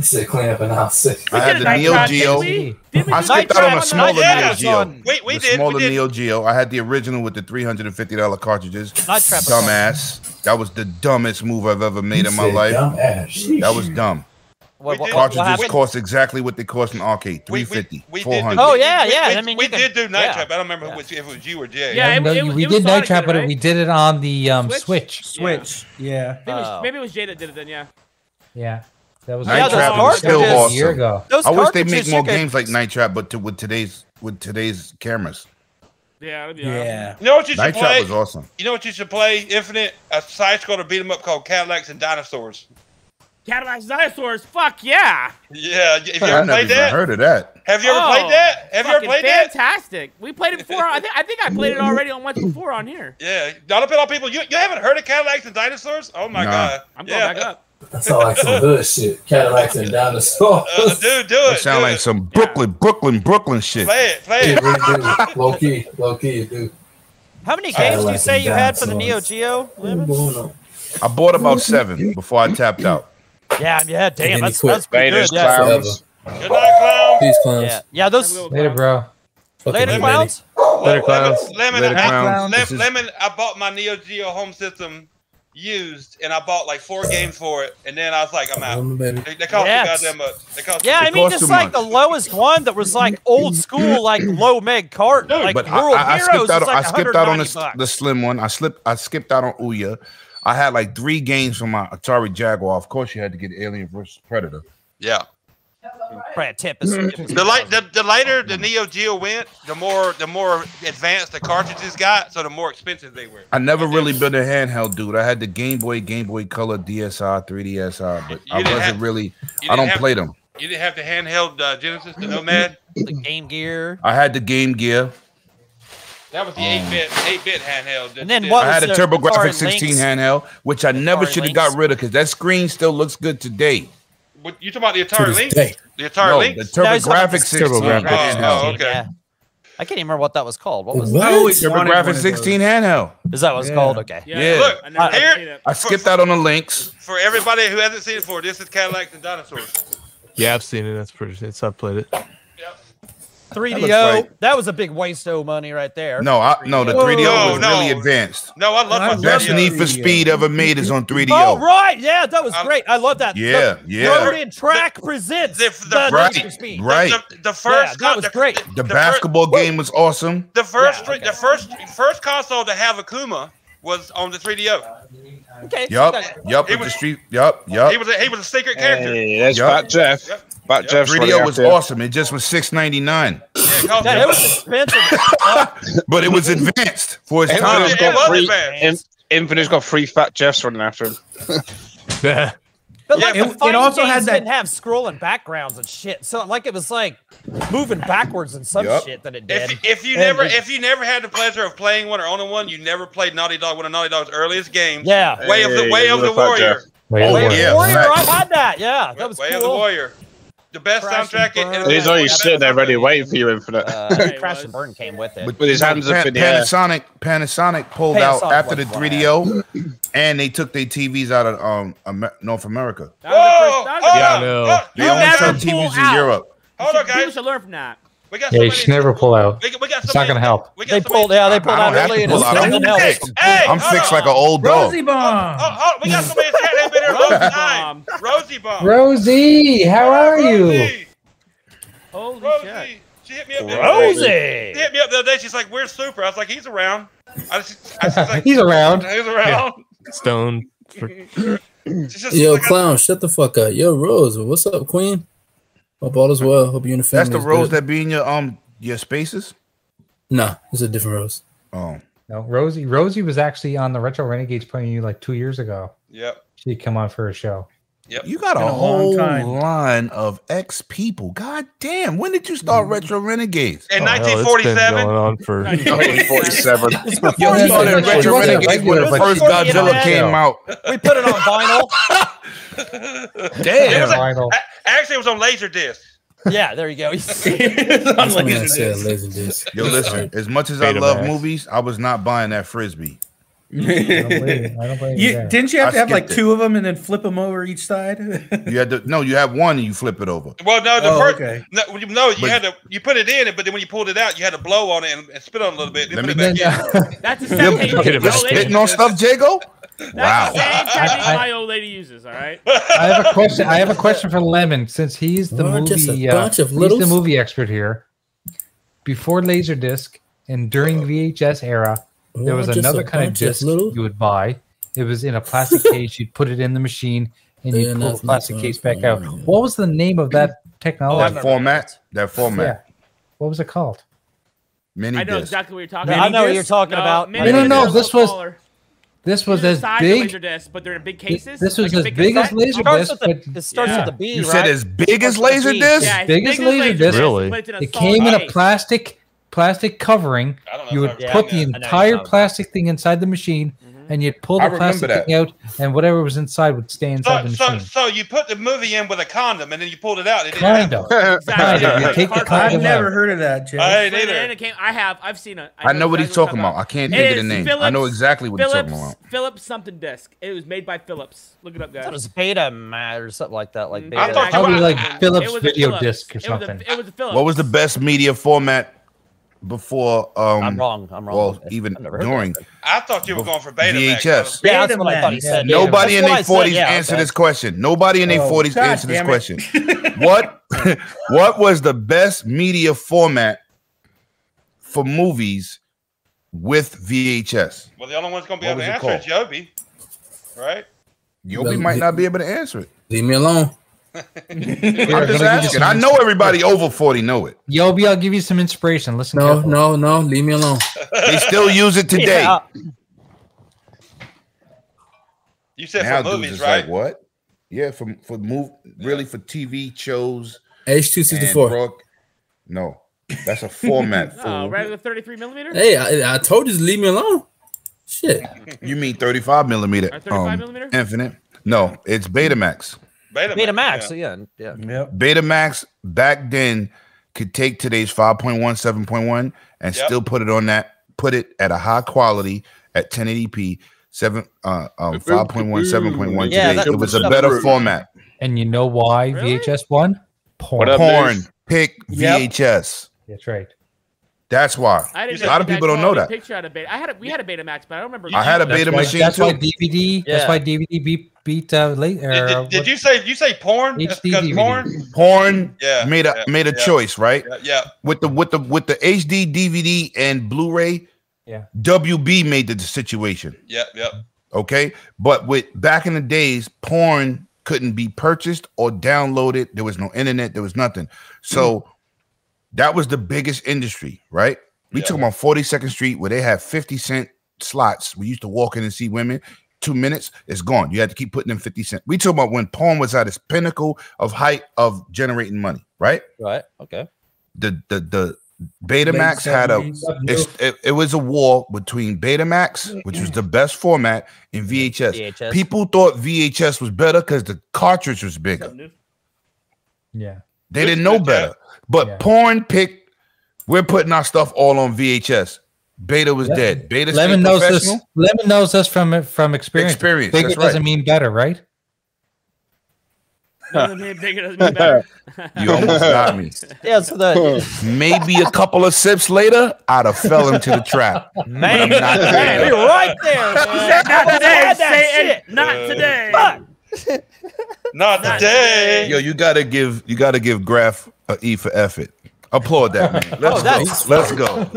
F: said clean up and I'll sit.
I: I had the Neo Geo. I skipped out on a smaller Neo Geo. Wait, we the did. Smaller Neo Geo. I had the original with the three hundred and fifty dollar cartridges.
M: Night Trap was on.
I: Dumbass. That was the dumbest move I've ever made
M: You
I: in my
M: said
I: life.
M: dumbass.
I: That was dumb.
M: What, what, what, what
I: Cartridges
M: happened?
I: cost exactly what they cost in arcade. 350,
L: We did. Do,
I: 400.
M: Oh, yeah, yeah,
L: We,
M: I mean,
L: we
M: you can-
L: did do Night
M: yeah.
L: Trap. I don't remember who was, if it was you or Jay.
C: Yeah, it-
B: No,
C: it-
B: you-
C: it
B: we
C: was
B: did Night
C: Sonic
B: Trap,
C: did it,
B: but
C: right?
B: we did it on the um, Switch. Oh.
D: Switch. Yeah.
C: I think it was-
I: Oh.
C: maybe it was Jay that did it then. Yeah.
B: Yeah, that was
I: Night
B: like
I: Trap was still
B: a
I: awesome.
B: year ago.
I: I wish they make more games like Night Trap, but to, with today's with today's cameras.
C: Yeah. That'd be
D: Yeah.
L: You know what you should
I: Night
L: play?
I: Trap was awesome.
L: You know what you should play? Infinite. A side scroller beat 'em up called Cadillacs and Dinosaurs.
C: Cadillacs dinosaurs. Fuck yeah.
L: Yeah. Have you
I: I
L: ever
I: never
L: played
I: even
L: that?
I: heard of that.
L: Have you ever
C: Oh,
L: played that? Have you ever
C: fucking
L: played that?
C: Fantastic. We played it before. I think I think I played it already on once before on here.
L: Yeah. Not up at all, people. You, you haven't heard of Cadillacs and Dinosaurs? Oh my
I: Nah.
L: god.
C: I'm going
L: yeah.
C: back up.
F: That sound like some hood shit. Cadillacs and dinosaurs.
L: dude, Uh, do
I: That sound like some Brooklyn, Brooklyn, Brooklyn shit.
L: Play it, play
F: it. really do. Low key, low key, dude.
M: How many
I: I
M: games do you
I: like
M: say
I: the
M: you had for the Neo
I: dinosaurs.
M: Geo? Lemon?
I: I bought about seven before I tapped out.
M: Yeah, yeah, damn,
I: And then he
M: that's, that's
I: quit.
M: pretty
I: Later,
M: good. Yeah.
I: clowns.
L: Good night, clown.
F: Peace, clowns.
M: Yeah, yeah, those
B: Later, bro.
M: later clowns.
L: Later,
B: clowns.
L: Lemon,
B: Later,
L: I,
B: clowns.
L: Lem-
B: This is-
L: Lemon, I bought my Neo Geo home system used, and I bought like four games for it, and then I was like, I'm out. They, they cost
M: Yes.
L: too goddamn much. They cost
M: Yeah, I mean, just like the lowest one that was like old school, like low meg cart, like
I: but I,
M: rural
I: I- I
M: heroes.
I: skipped out.
M: was
I: On,
M: like
I: I skipped out on
M: $190
I: the, s- the slim one. I slipped. I skipped out on Ouya. I had like three games from my Atari Jaguar. Of course, you had to get Alien versus Predator.
L: Yeah.
M: Brad Tempest.
L: The light, the, the lighter the Neo Geo went, the more the more advanced the cartridges got, so the more expensive they were.
I: I never really been a handheld dude. I had the Game Boy, Game Boy Color, DSi, 3DSi, but I
L: didn't
I: wasn't
L: have-
I: really.
L: you
I: I
L: didn't
I: don't
L: have-
I: play them.
L: You didn't have the handheld uh, Genesis, the Nomad.
M: The Game Gear.
I: I had the Game Gear.
L: That was the eight bit, eight bit handheld.
M: And then what
I: I had a
M: was the
I: TurboGrafx
M: Atari
I: 16
M: Lynx?
I: handheld, which I never
M: Atari
I: should have
M: Lynx?
I: got rid of because that screen still looks good today.
L: What, you talking about the Atari Lynx? The Atari
I: No,
L: Lynx.
I: the
M: No, he's talking about the
I: TurboGrafx 16
M: TurboGrafx.
I: handheld.
L: Oh, okay.
M: Yeah. I can't even remember what that was called. What
I: What?
M: was
I: TurboGrafx 16 handheld.
M: Is that what it's
I: Yeah.
M: called? Okay.
I: Yeah. Yeah. Look,
L: I never
M: I-
L: seen it.
I: I skipped out on the links.
L: For everybody who hasn't seen it before, this is Cadillacs and Dinosaurs.
N: Yeah, I've seen it. That's pretty. It's I played it.
M: 3DO.
I: That
M: That,
I: looks
M: was a big waste of money right there.
I: No, I, no, the 3DO was
M: no.
I: really advanced.
L: No, I love my
I: Best
L: Neo
I: Need for
L: Geo.
I: Speed ever made is on 3DO.
M: Oh right, yeah, that was great. I love that.
I: Yeah,
M: Look,
I: yeah.
M: Road and Track presents the, the,
I: right,
M: Need for Speed.
I: right. The-
L: the first
M: yeah, that was great.
I: The, basketball game was awesome.
L: The first, three- the first, first console to have Akuma was on the 3DO.
M: Okay.
I: Yup, yup. With the street, yup, yup.
L: He was a, he was a secret character.
A: Hey, that's
I: Yup.
A: Fat Jeff. Fat Jeff's running
I: 3DO
A: out
I: was
A: there.
I: awesome. It just was 6.99,
M: Yeah, it was expensive.
I: but it was advanced for its time.
A: Infinite's got three. In, Infinite's got three Fat Jeffs running after him.
M: But like
D: Yeah,
M: the
D: it- it
M: fighting
D: also
M: games
D: had that-
M: didn't have scrolling backgrounds and shit. So like it was like moving backwards and some
D: Yup.
M: shit that it did.
L: If, if you
M: And
L: never
M: it-
L: if you never had the pleasure of playing one or owning one, you never played Naughty Dog, one of Naughty Dog's earliest games.
M: Yeah.
L: Way of the Way of the
I: Oh,
L: Warrior.
B: Way of the
M: Way of
B: Warrior.
M: the Warrior.
B: Yeah,
M: I had that. Yeah, that was
L: Way
M: cool.
L: of the Warrior. The best soundtrack in in-
A: He's already sitting there ready, waiting for you, Infinite.
M: Uh, Crash and Burn came with it.
A: with his hands up in the air.
I: Panasonic, Panasonic pulled out
M: Panasonic
I: after the
M: was one,
I: 3DO, and they took their TVs out of um Amer- North America.
L: Whoa!
I: Yeah,
L: Hold on.
I: know. They only sell TVs in Europe.
L: Hold on, guys.
C: should learn from that.
L: We got
B: you should never pull out. It's not gonna help.
M: They pulled out. They pulled
I: I
M: out
I: don't have
M: early
I: to
M: and
I: pull out.
M: something
I: I'm
M: else.
I: fixed. I'm fixed like an old dog.
D: Bomb.
L: Oh, we got somebody in chat that's been here all the time. Rosie Bomb.
B: Rosie, how are you?
C: Holy
L: Rosie. She hit me up. the other day.
M: Rosie.
L: She hit me up the other day. She's like, "Where's Super?" I was like, "He's around." I just, I was just like,
B: He's around.
L: He's around.
N: Stone.
F: Yo, clown, shut the fuck up. Yo, Rose, what's up, Queen? Hope all is well. Hope you and the family.
I: That's the
F: is
I: Rose
F: good.
I: that be in your um your spaces.
F: Nah, it's a different Rose.
I: Oh,
B: No, Rosie. Rosie was actually on the Retro Renegades playing you like two years ago.
L: Yep.
B: She'd come on for a show.
L: Yep.
I: You got a,
L: Been a long
I: whole
L: time.
I: line of ex people. God damn. When did you start Retro Renegades?
L: In Mm-hmm. Oh, hell, it's been 1947. going on for-
I: 1947.
L: Yo,
I: Yo,
L: he
I: you started
L: started
I: Retro
L: Retro
I: Renegades
L: Renegades
I: when the
L: when
I: first
L: it first
I: Godzilla
L: came
I: came out.
L: out.
E: We put it on vinyl.
I: Damn.
L: It was a-
I: Vinyl.
L: a- actually, it was on Laserdisc.
E: Yeah, there you go.
I: That's
E: what
I: I
E: said,
I: Laserdisc. Yo, listen. As much as I
D: Beta
I: love
D: Max.
I: movies, I was not buying that frisbee.
D: You, didn't you have
I: I
D: to have like
I: skipped it.
D: two of them and then flip them over each side?
I: You had to, no, you have one and you flip it over.
L: Well, no, the
D: Oh,
L: first
D: okay.
L: no, you- no, you
I: But-
L: had to you put it in, but then when you pulled it out, you had to blow on it and, and spit on it a little bit. Then
I: Let
L: put
I: me-
L: it back in.
C: That's a
I: You're- you're spitting on stuff, Jago? Wow.
C: That's how my old lady uses. All right.
B: I have a question. I have a question for Lemon since he's the
C: We're just a
B: movie. Uh,
C: bunch of
B: he's the
C: littles.
B: movie expert here. Before Laserdisc and during VHS era, there was
J: We're just
B: another
J: a
B: kind of
J: bunch of
B: disc you would buy. It was in a plastic case. You'd put it in the machine and
I: Yeah,
B: you'd pull
I: that's
B: the plastic case back out. What was the name of that technology?
I: Oh, that format. That
B: Yeah.
I: format.
B: What was it called?
I: Mini
C: I know
I: disc.
C: exactly what you're talking
I: Mini
C: about.
I: I know what disc? you're talking
C: no,
I: about.
C: Mini
B: No, no, no,
C: discs are
B: this
C: a little
B: was-
C: smaller.
B: This was as
C: Size of
B: big.
C: laser disc, but they're in big
B: This
C: cases.
B: this was
C: like a
B: as big as
C: cassette.
B: Laserdisc. but- Yeah.
I: You said as big as Laserdisc?
C: Yeah, it's
B: Big as Laserdisc.
C: Really? but it's in a
B: It came in a
C: solid
B: plastic plastic covering. You would put
C: ever
B: the
C: seen that. I know Mm-hmm. you're
B: entire
C: talking
B: plastic thing inside the machine, and you'd pull
L: I
B: the
L: remember
B: plastic
L: that.
B: thing out, and whatever was inside would stay inside
L: So,
B: the
L: so,
B: machine.
L: so you put the movie in with a condom and then you pulled it out. It didn't
B: Kind of.
L: happen.
B: Kind of. You take the
D: I've
B: condom
D: never
B: out.
D: heard of that, Jay.
L: I ain't
C: Wait,
L: either.
C: and it came- I have. I've seen it.
I: I know what he's talking about. I can't think of the
C: is
I: name. I know exactly what he's
C: Philips,
I: talking about.
C: Philips something disc. It was made by Philips. Look it up, guys.
E: It was Beta Max or something like that. Like
C: Mm,
E: Beta.
C: thought you
I: Probably
C: were-
I: like
C: it
I: Philips
C: was a
I: video
C: Philips.
I: disc or
C: It was a-
I: something.
C: It was a Philips.
I: What was the best media format before? Um,
E: I'm wrong, I'm wrong.
I: Well, even during
L: I thought you were going for Betamax.
I: VHS.
E: Yeah, that's what I thought he said. Yeah.
I: Nobody in their
E: That's what I said,
I: forties
E: yeah,
I: answered
E: okay.
I: this question. Nobody in their
E: Oh,
I: forties
E: God
I: answered this
E: damn it.
I: question. what what was the best media format for movies with VHS?
L: Well, the only one's going to be
I: What
L: able to answer
I: was it
L: is Joby, right?
I: Yobi might not be able to answer it.
F: Leave me alone.
I: I'm just asking. I know everybody over forty know it.
B: Yobi, I'll give you some inspiration. Listen.
F: No,
B: carefully.
F: no, no. Leave me alone.
I: They still use it today.
F: Yeah.
L: You said
I: now
L: for
I: dudes
L: movies,
I: is
L: right?
I: like what? Yeah, for for move really for TV shows.
F: H two
I: and
F: sixty four.
I: broad- No, that's a format.
C: Oh,
I: fool.
C: rather than 33 millimeter.
F: Hey, I, I told you to leave me alone. Shit.
I: You mean thirty five millimeter?
C: Or 35
I: um,
C: millimeter?
I: Infinite? No, it's Betamax.
L: Beta,
E: Max. Yeah. yeah.
I: Betamax back then could take today's 5.1, 7.1 and
L: Yep.
I: still put it on that, put it at a high quality at 1080p, seven uh um 5.1, 7.1
B: Yeah,
I: today.
B: that-
I: it was a
B: that-
I: better format.
B: And you know why VHS won? Porn.
I: Porn, pick
B: Yep.
I: VHS.
B: That's right.
I: That's why.
C: I didn't
I: A lot of people don't know that.
C: Picture out of beta. I had a, we had a Betamax, but I don't remember.
I: I had a
B: That's
I: beta
B: why-
I: machine
B: That's
I: too.
B: why DVD. That's
I: Yeah.
B: why DVD beat beat uh, late.
L: Did, did- did you say you say porn? That's because
B: DVD.
L: porn.
I: porn
L: Yeah,
I: made a
L: yeah,
I: made a
L: yeah,
I: choice, right?
L: yeah, yeah.
I: With the with the with the HD DVD and Blu-ray,
B: yeah.
I: WB made the situation.
L: Yep, yep.
I: Okay. But with back in the days, porn couldn't be purchased or downloaded. There was no internet, there was nothing. So that was the biggest industry, right? We took them on 42nd Street where they had 50 cent slots. We used to walk in and see women. Two minutes, it's gone. You had to keep putting in 50 cent. We talking about when porn was at its pinnacle of height of generating money, right?
E: Right. Okay.
I: the the the Betamax had a
E: 70s.
I: it's, it, it was a war between Betamax, which was the best format, and VHS.
E: VHS.
I: People thought VHS was better because the cartridge was bigger.
B: Yeah.
I: They didn't know better. But porn picked. We're putting our stuff all on VHS. Beta was
B: Lemon-
I: dead. Beta stayed
B: Lemon knows this.
I: professional.
B: Lemon knows this from from experience.
I: Experience,
B: Bigger
I: that's right.
B: doesn't mean better, right?
C: Doesn't mean bigger, doesn't mean better.
I: You almost got me.
E: Yeah. So the
I: Maybe a couple of sips later, I'd have fell into the trap. But I'm
E: man,
I: not there.
E: man, you're right there. Man.
C: Not today,
E: Had that
C: Satan.
E: shit.
C: Not
E: Uh,
C: today.
L: Not today.
I: Yo, you gotta give you gotta give Graf a E for effort. Applaud that man.
L: Oh,
I: Let's
L: that's-
I: go.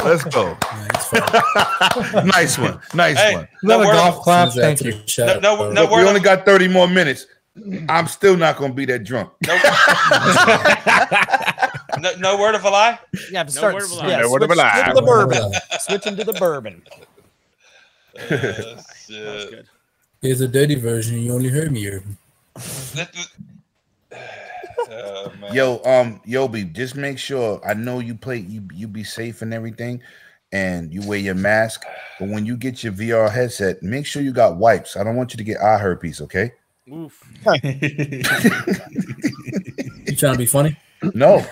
I: Let's go. Let's go. nice one. Nice
L: Hey,
I: one.
L: no Another wor- golf clap,
B: thank you.
L: No- no- no
I: Look, we
L: word-
I: only got 30 more minutes. I'm still not gonna be that drunk.
L: No, no word of a lie.
E: Yeah,
L: no
E: start-
L: word of a lie.
E: yeah,
I: No word of a
E: switch-
I: lie.
E: switch to the bourbon. Switch into the bourbon.
L: That's good.
F: Here's a dirty version. You only heard me. Irvin.
L: Oh, man.
I: Yo, um, Yobi, just make sure. I know you play. You you be safe and everything, and you wear your mask. But when you get your VR headset, make sure you got wipes. I don't want you to get eye herpes. Okay.
C: Oof.
I: You trying to be funny? No,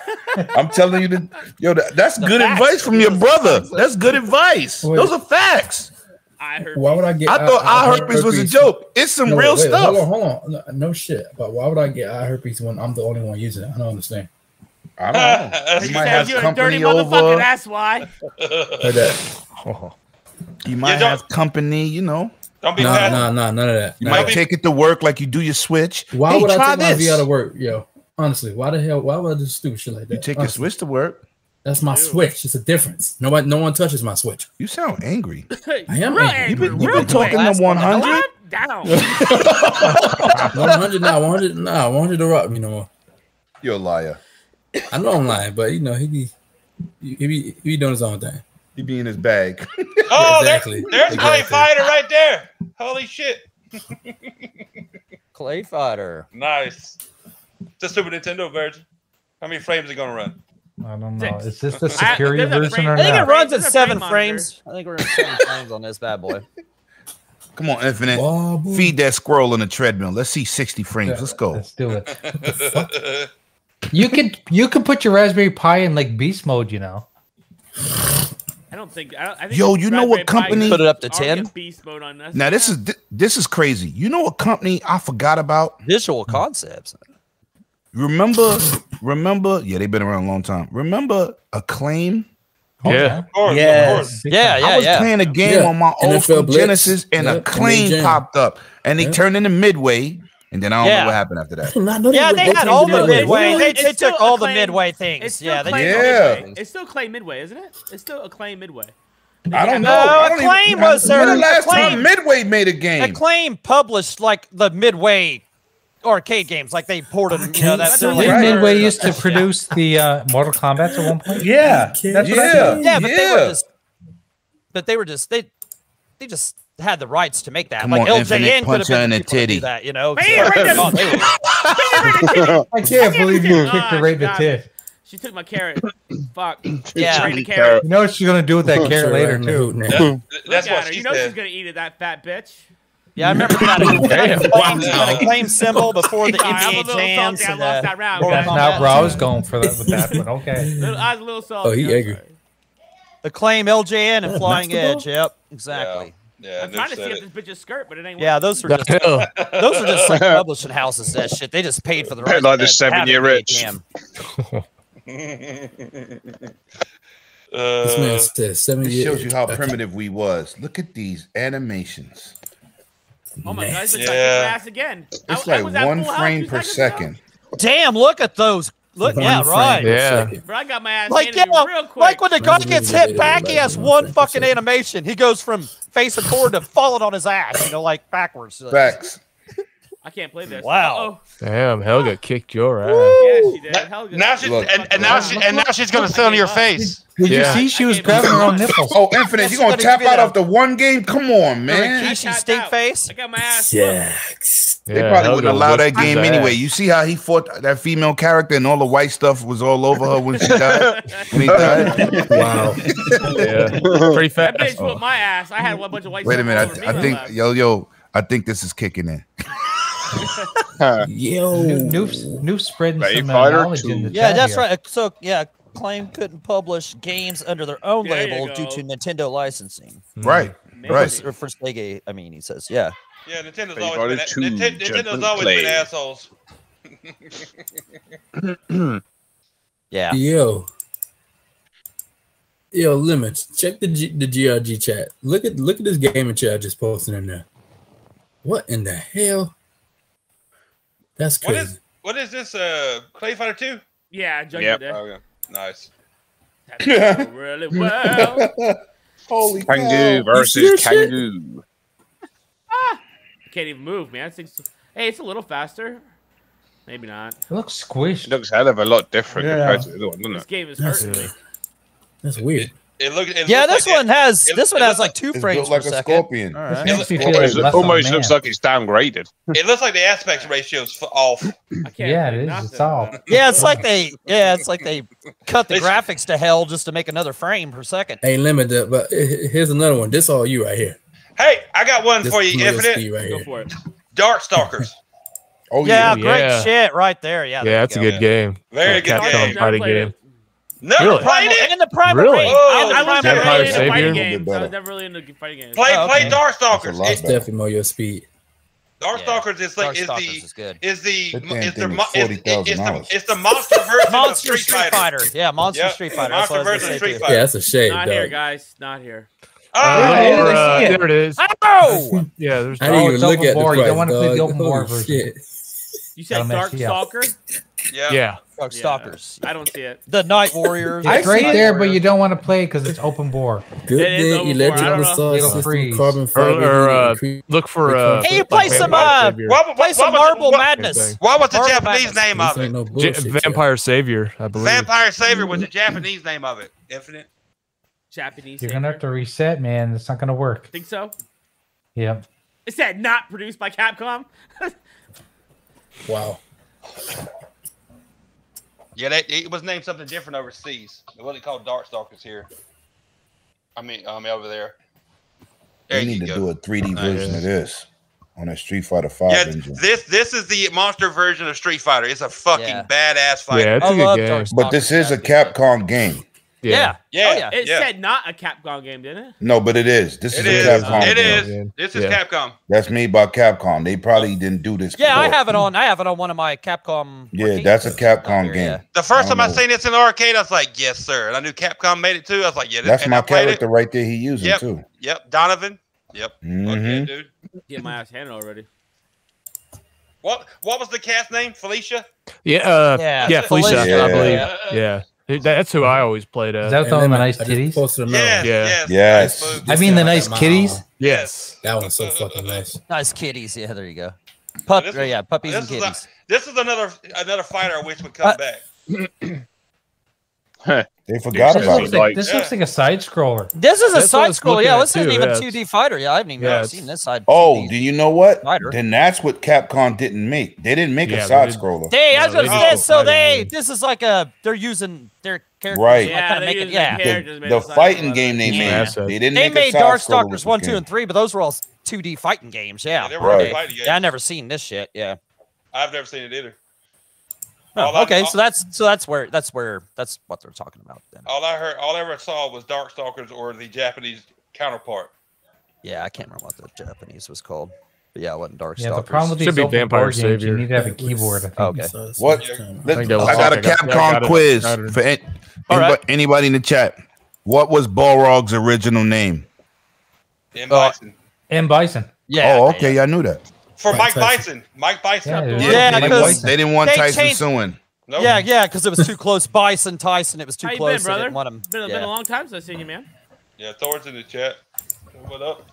I: I'm telling you that. Yo, that, that's
F: The
I: good
F: facts.
I: advice from your brother. That's good advice.
F: Wait.
I: Those are facts.
C: I heard.
F: Why would I get?
I: I thought eye herpes was a joke. It's some
F: No,
I: real
F: wait,
I: stuff.
F: Hold on, hold on. No, no shit. But why would I get eye herpes when I'm the only one using it? I don't understand.
I: I
C: He said you're a dirty motherfucker. That's why.
I: You might have company, you know.
L: Don't
F: be Nah, mad. nah, nah, none of that.
I: You
F: Nah.
I: might
F: Don't be-
I: take it to work like you do your switch.
F: Why
I: Hey,
F: would I
I: try
F: take my
I: this.
F: VR to work, yo? Honestly, why the hell? Why would I do stupid shit like that?
I: You take your Switch to work.
F: That's my Switch. It's a difference. No one, no one touches my Switch.
I: You sound angry.
F: I am.
I: Real
F: angry.
I: angry, You've been- you've real been quick. talking to 100?
C: Down.
F: 100 now, 100 now, 100 to rock me no more.
I: You're a liar.
F: I know I'm lying, but you know he be he be, he be doing his own thing.
I: He be in his bag.
L: Oh,
F: exactly.
L: there, there's Clay
F: Exactly.
L: Fighter right there. Holy shit.
E: Clay fighter.
L: nice. The Super Nintendo version. How many frames are gonna run?
B: I don't know.
E: Six.
B: Is this
E: I-
B: the superior
E: there's a
B: version
E: frame-
B: or
E: I think it
B: not?
E: runs at
C: There's a
E: seven
C: frame
E: frames. I think we're at seven frames on this bad boy.
I: Come on, Infinite. Feed that squirrel on the treadmill. Let's see 60 frames. Let's go. Let's
B: do it. You could you could put your Raspberry Pi in like beast mode, you know.
C: I don't think. I, don't, I think
I: Yo, you know what company
C: Put it
E: up to
C: ten. Beast mode on this.
I: Now this is thi- this is crazy. You know what company I forgot about? Hmm.
E: Visual Concepts.
I: Remember, remember? Yeah, they've been around a long time. Remember Acclaim?
N: Yeah. Of
L: course,
N: Yes. course.
E: Yeah, yeah,
I: I was
E: yeah.
I: playing a game
E: Yeah.
I: on my old
E: NFL Blitz.
I: Genesis, and
E: Yep, and they
I: Acclaim
E: jammed.
I: popped up, and they turned into Midway, and then I don't
E: Yeah.
I: know what happened after that.
E: yeah, they had all the midway. They,
C: It's
E: they
C: still
E: took all the
C: acclaimed-
E: midway things.
C: It's still
E: yeah, they
C: Clay
I: did.
C: Midway.
I: Yeah.
C: It's still Clay Midway, isn't it? It's still acclaim Midway.
I: I don't know.
E: No,
I: I don't
E: Acclaim was
I: when the
E: their-
I: last
E: Acclaim-
I: time Midway made a game.
E: Acclaim published like the midway arcade games, like they ported them. You know, that,
B: Didn't
E: like,
B: Midway used to produce the uh, Mortal Kombat at one point.
D: Yeah,
B: that's what I thought.
E: yeah, but they were just, but they were just they, they just had the rights to make that.
I: Come
E: like
I: on,
E: LJN
I: Infinite,
E: could
I: punch
E: have been
I: her in
E: the
I: the
E: people to do
I: titty.
E: That you know,
C: Man, right there.
E: God, they were-
B: I can't believe you kicked
C: Ah,
B: the rape
C: she
B: a
C: got
B: tip.
C: me. She took my carrot. Fuck.
E: Yeah.
C: Rape the carrot.
B: You know what she's gonna do with that
F: I'm
B: carrot
F: sure
B: later
F: I
B: too.
F: know who now.
L: That's what
C: Look at her.
L: she
C: You know
L: said.
C: she's gonna eat it, that fat bitch.
E: Yeah, I remember that.
B: Damn.
E: that claim, that claim symbol before the
C: Sorry, I'm a
E: NBA
C: little
E: jams.
C: salty. I
E: and,
C: lost
E: uh,
C: that round,
E: Mortal
C: guys.
E: Kombat.
B: Now, bro, I was going for that with that, but okay.
C: Little, I was a little salty.
F: Oh, he
C: I'm
F: angry.
C: sorry.
E: The claim LJN and Flying
C: basketball?
E: Edge. Yep, exactly.
L: Yeah,
C: I'm trying to see if this bitch's skirt, but it ain't.
E: Yeah, those were just
N: Hell.
E: those are just like publishing houses. That shit. They just paid for the right.
A: Like the seven year itch.
L: Uh,
F: This man said seven
I: Uh, This
F: years.
I: shows you how primitive we was. Look at these animtions.
C: working. Oh my god, it's like
I: Yeah.
C: yeah. ass again. I-
I: It's
C: I
I: like
C: was at
I: one
C: full house
I: frame
C: two
I: per
C: seconds ago.
I: second.
E: Damn! Look at those. Look,
I: One
E: yeah,
I: frame
E: right.
I: per Yeah. second.
C: Bro, I got my ass
E: Like yeah,
C: handed to me real quick.
E: like when the guy gets hit
F: Yeah,
E: back, he
F: like
E: has
F: one
E: one fucking animation. He goes from facing forward to falling on his ass, you know, like backwards.
I: Facts.
C: I can't play this.
E: Wow.
N: Damn, Helga kicked your ass.
C: Yeah, she did. Hell good.
L: Now she's
N: Look.
L: and, and now she and now she's gonna sit on your face.
B: Did
N: Yeah.
B: you see she was grabbing her own nipples?
I: Oh, Infinite, you gonna
E: That's
I: tap
E: gonna
I: out
E: be
I: after one game? Come on, man.
E: Rikishi stink face.
C: I got my ass.
I: They
N: Yeah,
I: probably wouldn't
N: Helga
I: allow that
N: whooped his
I: game anyway.
N: ass.
I: You see how he fought that female character and all the white stuff was all over her when she died? when he died?
F: Wow.
N: yeah, pretty fast.
C: That bitch whipped my ass. I had one bunch of white.
I: Wait a
C: stuff all
I: minute.
C: over me
I: I, I
C: when
I: think,
C: left.
I: yo, yo, I think this is kicking in.
F: Yo,
B: Noof's, Noof's spreading
I: Lay
B: some uh,
I: Fighter
B: knowledge in the
E: Yeah,
B: chat
E: that's
B: here.
E: right. So yeah, Claim couldn't publish games under their own
C: There you
E: label due
C: go.
E: to Nintendo licensing.
I: Right, right.
E: Or for Sega, I mean, he says, yeah.
L: Yeah, Nintendo's
A: They've
L: always
A: already
L: been
A: two
L: Ninten- Nintendo's
A: gentlemen
L: always
A: played.
L: been assholes.
E: Yeah.
F: Yo. Yo, limits. Check the G- the GRG chat. Look at look at this gaming chat I just posted in there. What in the hell? That's
L: What
F: crazy.
L: is what is this? Uh, Clay Fighter Two.
C: Yeah, I jumped
A: Yep.
C: there.
L: Okay, nice.
C: That's really well.
L: Holy
A: Kangoo versus Kangoo.
C: Can't even move, man. That thing's- Hey, it's a little faster. Maybe not.
B: It looks squished.
A: It looks hell of a lot different
F: Yeah.
A: compared to the other one, doesn't
C: This
A: it?
C: game is hurting me.
F: That's weird.
L: It look, it
E: yeah,
L: looks
E: this
L: like
E: one
L: it-
E: has
L: it-
E: this one
L: it
E: has
L: looks
E: like two frames per second.
L: All right.
A: It,
L: It
A: almost,
L: looks-
A: almost looks like it's downgraded.
L: it looks like the aspect ratio's f- off. I can't
B: Yeah, it is. It's all.
E: Yeah, it's like they yeah, it's like they cut the graphics to hell just to make another frame per second.
F: Ain't limited, but h- h- here's another one. This all you right here.
L: Hey, I got one
F: This
L: for you,
F: Mario
L: Infinite.
F: Ski right
L: Go
F: here.
C: for it.
L: Dark Stalkers.
K: Oh
E: yeah,
N: yeah.
E: great
N: Yeah.
E: shit right there. Yeah,
N: yeah, that's a good game.
L: Very good
N: Capcom
L: game.
N: Fighting
C: Never played
N: game.
L: Never
N: Really?
L: played it.
E: In the private
N: Really?
E: range.
L: Oh,
E: I
L: I
E: was
L: was
E: in the
L: never really
E: private range.
L: into Savior?
C: Fighting games. I was
L: Better.
C: never really into fighting games.
L: Play,
E: Oh,
L: play
E: okay.
L: Dark
F: It's
L: Stalkers. It's,
F: definitely more your speed.
L: Dark Stalkers is like is
E: Darkstalkers
L: the
E: is good.
L: is the
E: That damn
L: is the
E: thing
L: mo-
E: was
L: is the it's
E: $40,000.
L: the it's the monster version of
E: Monster
L: Street,
E: Street
L: Fighter.
E: Fighter. Yeah, Monster
L: Yeah,
E: Street Fighter.
L: Monster
E: that's what I
L: version
E: was gonna
L: of
E: say
L: Street
E: too.
L: Fighter.
F: Yeah, that's a shade,
C: Not
F: dog.
C: here, guys. Not here.
N: Uh,
L: Ah!
N: or, uh,
E: see it.
N: there it is.
E: Oh!
N: Yeah, there's
F: I didn't
B: Oh,
F: even
B: it's
F: look
B: open
F: at the
B: war.
F: price,
B: You don't want to play
F: dog.
B: the open war
F: Holy
B: version.
F: shit.
C: You said
B: That'll mess
C: Dark
B: you up.
C: Stalker?
N: Yeah.
E: Dark Stalkers.
C: I don't see it.
E: The Night Warriors.
B: It's right there, but you don't want to play because it's open war.
F: Good
C: It is
F: day,
C: open war. I don't
F: electric
C: know.
F: massage
B: It'll
F: system,
B: freeze.
F: carbon
N: Or,
F: fiber.
N: or, uh,
F: heating, incre-
N: look for uh,
E: Hey, you play
N: Vampire
E: some uh,
N: Savior.
L: Why, why,
E: play some
L: why was it-
E: Marble
L: why-
E: Madness.
L: Why was the
E: Marble
L: Japanese
E: Madness.
L: name of
F: This ain't
L: it?
F: no
N: J-
F: bullshit.
N: Vampire Savior, I believe.
L: Vampire Savior was the Japanese name of it. Infinite.
C: Japanese.
B: You're gonna
C: savior.
B: have to reset, man. It's not gonna work.
C: Think so?
B: Yep.
C: Is that not produced by Capcom?
F: shit. Wow.
L: Yeah, that, it was named something different overseas. It wasn't called Dark Stalkers here. I mean, um, over there. There
I: We
L: you
I: need to
L: go.
I: do a 3D version
N: yeah.
I: of this on a Street Fighter 5
L: Yeah,
I: engine.
L: this this is the monster version of Street Fighter. It's a fucking
E: Yeah.
L: badass fight.
N: Yeah, it's a
E: I love
N: good game.
E: Dark
I: But this is a Capcom game.
E: Yeah. yeah.
L: Yeah,
E: Oh, yeah.
C: It
L: yeah.
C: said not a Capcom game, didn't it?
I: No, but it is. This
L: It
I: is
L: is.
I: a Capcom
L: It
I: game.
L: is. This is
N: Yeah.
L: Capcom.
I: That's made by Capcom. They probably didn't do this.
E: Yeah, I
I: before.
E: have it on. I have it on one of my Capcom.
I: Yeah,
E: arcade
I: that's a
E: systems out
I: Capcom
E: there,
I: game.
E: yeah.
L: The first
I: I
L: time
I: don't
L: I
I: know.
L: seen this in the arcade, I was like, "Yes, sir." And I knew Capcom made it too. I was like, "Yeah, this,
I: That's
L: and
I: my
L: I played
I: character right there. He using
L: Yep.
I: too.
L: It. Yep, Donovan. Yep. Fuck yeah,
I: Mhm.
L: dude.
C: Get my ass handed already.
L: What What was the cast name? Felicia.
N: Yeah, uh,
E: Yeah,
N: yeah, Felicia,
E: Felicia,
N: I believe.
E: yeah.
N: Yeah, Th- that's who I always played
B: Is
N: as.
B: that the
F: And
B: one with
F: then
B: the
F: I-
B: nice
F: I just
B: titties?
F: Posted another
L: Yes.
F: one.
L: Yes.
I: Yes.
L: Nice move.
B: I mean, the nice
F: Wow.
B: kitties.
N: yes.
F: That one's so fucking nice.
E: Nice kitties. Yeah, there you go. Pup,
L: This is-
E: yeah, puppies and
L: This is, a,
E: kitties.
L: this is another another fighter I wish would come
E: Uh,
L: back.
I: They forgot
B: This
I: about
B: looks
I: it.
B: like
A: Like-
B: this looks like a side scroller.
E: This is a
N: That's what I
E: side
N: was
E: scroll.
N: looking
E: Yeah,
N: at
E: this isn't
N: too,
E: even
N: yeah,
E: 2D fighter. Yeah, I haven't even
N: yeah,
E: ever
N: it's-
E: seen this side.
I: Oh,
E: 2D.
I: do you know what?
E: Fighter.
I: Then that's what Capcom didn't make. They didn't make
N: Yeah,
I: a
N: they
I: side
N: didn't.
I: scroller.
E: They, I was
N: No,
E: gonna
N: they
E: say,
N: didn't.
E: so
N: Fighter
E: they,
N: game.
E: this is like a, they're using their characters,
I: Right.
E: Like, kind
C: Yeah,
E: of
C: they
E: make it,
C: use their
E: yeah.
C: characters.
I: The,
C: made
I: the
C: a side
I: fighting
C: scroller.
I: game they
E: Yeah.
I: made.
N: Asset.
I: They didn't
E: They
I: make
E: made
I: a side
E: Dark
I: scroller
E: Stalkers
I: with
E: one,
I: the
E: two,
I: game.
E: and three, but those were all 2D fighting games. Yeah,
L: Yeah, they were
I: Right.
E: okay.
L: fighting games.
E: yeah. I never seen this shit. Yeah.
L: I've never seen it either.
E: Oh,
L: All I-
E: okay,
L: all-
E: so that's so that's where that's where that's what they're talking about then.
L: All I heard, all I ever saw was Darkstalkers or the Japanese counterpart.
E: Yeah, I can't remember what the Japanese was called, but yeah, it wasn't Dark
B: Yeah, the problem with
N: Should
B: these
N: be
B: open
N: Vampire
B: war games, you
N: Savior.
B: need to have a keyboard. I think.
E: Okay.
F: So it's-
I: What?
F: it's kinda-
I: Let's-
N: I
I: I,
N: think that was
I: got a
N: something.
I: Capcom
N: Yeah, I got it.
I: quiz
N: Got it.
I: for an,
E: All
I: anybody,
E: right.
I: anybody in the chat. What was Balrog's original name?
L: And
C: Uh,
L: Bison.
B: And Bison.
E: Yeah.
I: oh, okay. I knew that.
L: For
F: Mike
L: Mike
F: Tyson.
L: Bison. Mike Bison.
B: Yeah,
E: Yeah, Yeah,
I: they, didn't
E: because
I: want, they didn't want
E: they
I: Tyson
E: changed-
I: suing.
L: No.
E: Yeah, yeah, because it was too close. Bison Tyson, it was too
C: How you
E: close.
C: been,
E: they
C: brother?
E: didn't want him.
C: Been,
E: yeah.
C: been a long time since I've seen you, man.
L: Yeah, Thor's in the chat. What up?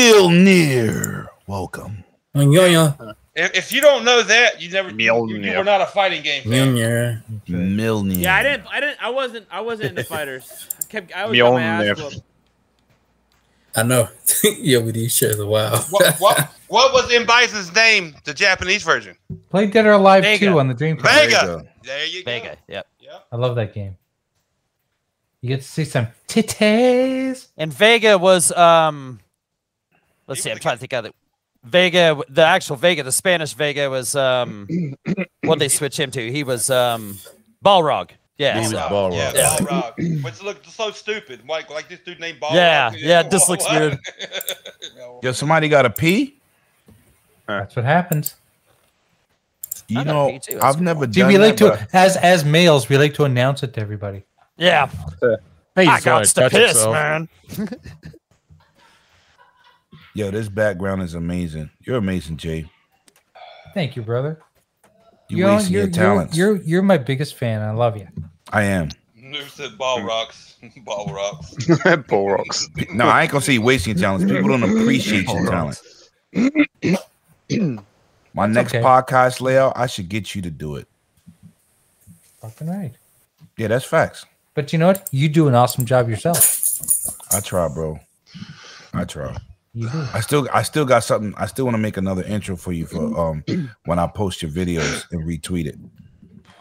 I: Milner. Welcome.
F: And Yo-Yo.
L: If, if you don't know that, you never. You, you
A: Mjolnir.
L: were not a fighting game fan.
F: Junior.
I: Milner.
C: Yeah, I didn't. I didn't. I wasn't. I wasn't into fighters. I kept. I was got my
A: Mjolnir.
C: ass whooped.
F: I know. yeah, with these shirts, wow.
L: What, what, what was in Bison's name? The Japanese version.
B: Play Dead or Alive
E: Vega.
B: 2 on the Dreamcast.
I: There you
L: Vega.
I: go.
L: There you go.
E: Vega, yep.
L: Yep.
B: I love that game. You get to see some titties.
E: And Vega was um let's
L: He
E: see,
L: was
E: I'm
L: the
E: trying to think of it. Vega w- the actual Vega, the Spanish Vega was um what they switch him to. He was um Balrog. Yeah. so-
L: Balrog. Yeah,
E: Yeah.
L: Balrog. Which looked so stupid. Like like this dude named Balrog.
E: Yeah, yeah, this looks weird.
L: No.
I: Yo, somebody got a pee?
B: That's what happens.
I: You
E: I got a
I: know,
E: pee too, that's
I: I've never
B: See,
I: done
B: we like
I: that.
B: to
I: but
B: as as males, we like to announce it to everybody.
E: yeah.
N: Hey, you
E: I
N: just wanna
E: got to
N: touch
E: piss,
N: yourself.
E: man.
I: Yo, this background is amazing. You're amazing, Jay.
B: Thank you, brother.
I: You
B: You're-
I: wasting
B: you're,
I: your talents.
B: You're, you're you're my biggest fan. I love you.
I: I am.
L: Noob said
I: Hmm.
L: Balrogs. Balrogs.
A: Bull rocks.
I: No, I ain't gonna say you wasting your talents. People don't appreciate your talent. My next
B: okay.
I: podcast layout, I should get you to do it.
B: Fucking right.
I: Yeah, that's facts.
B: But you know what? You do an awesome job yourself.
I: I try, bro. I try. I still I still got something. I still want to make another intro for you for um when I post your videos and retweet it.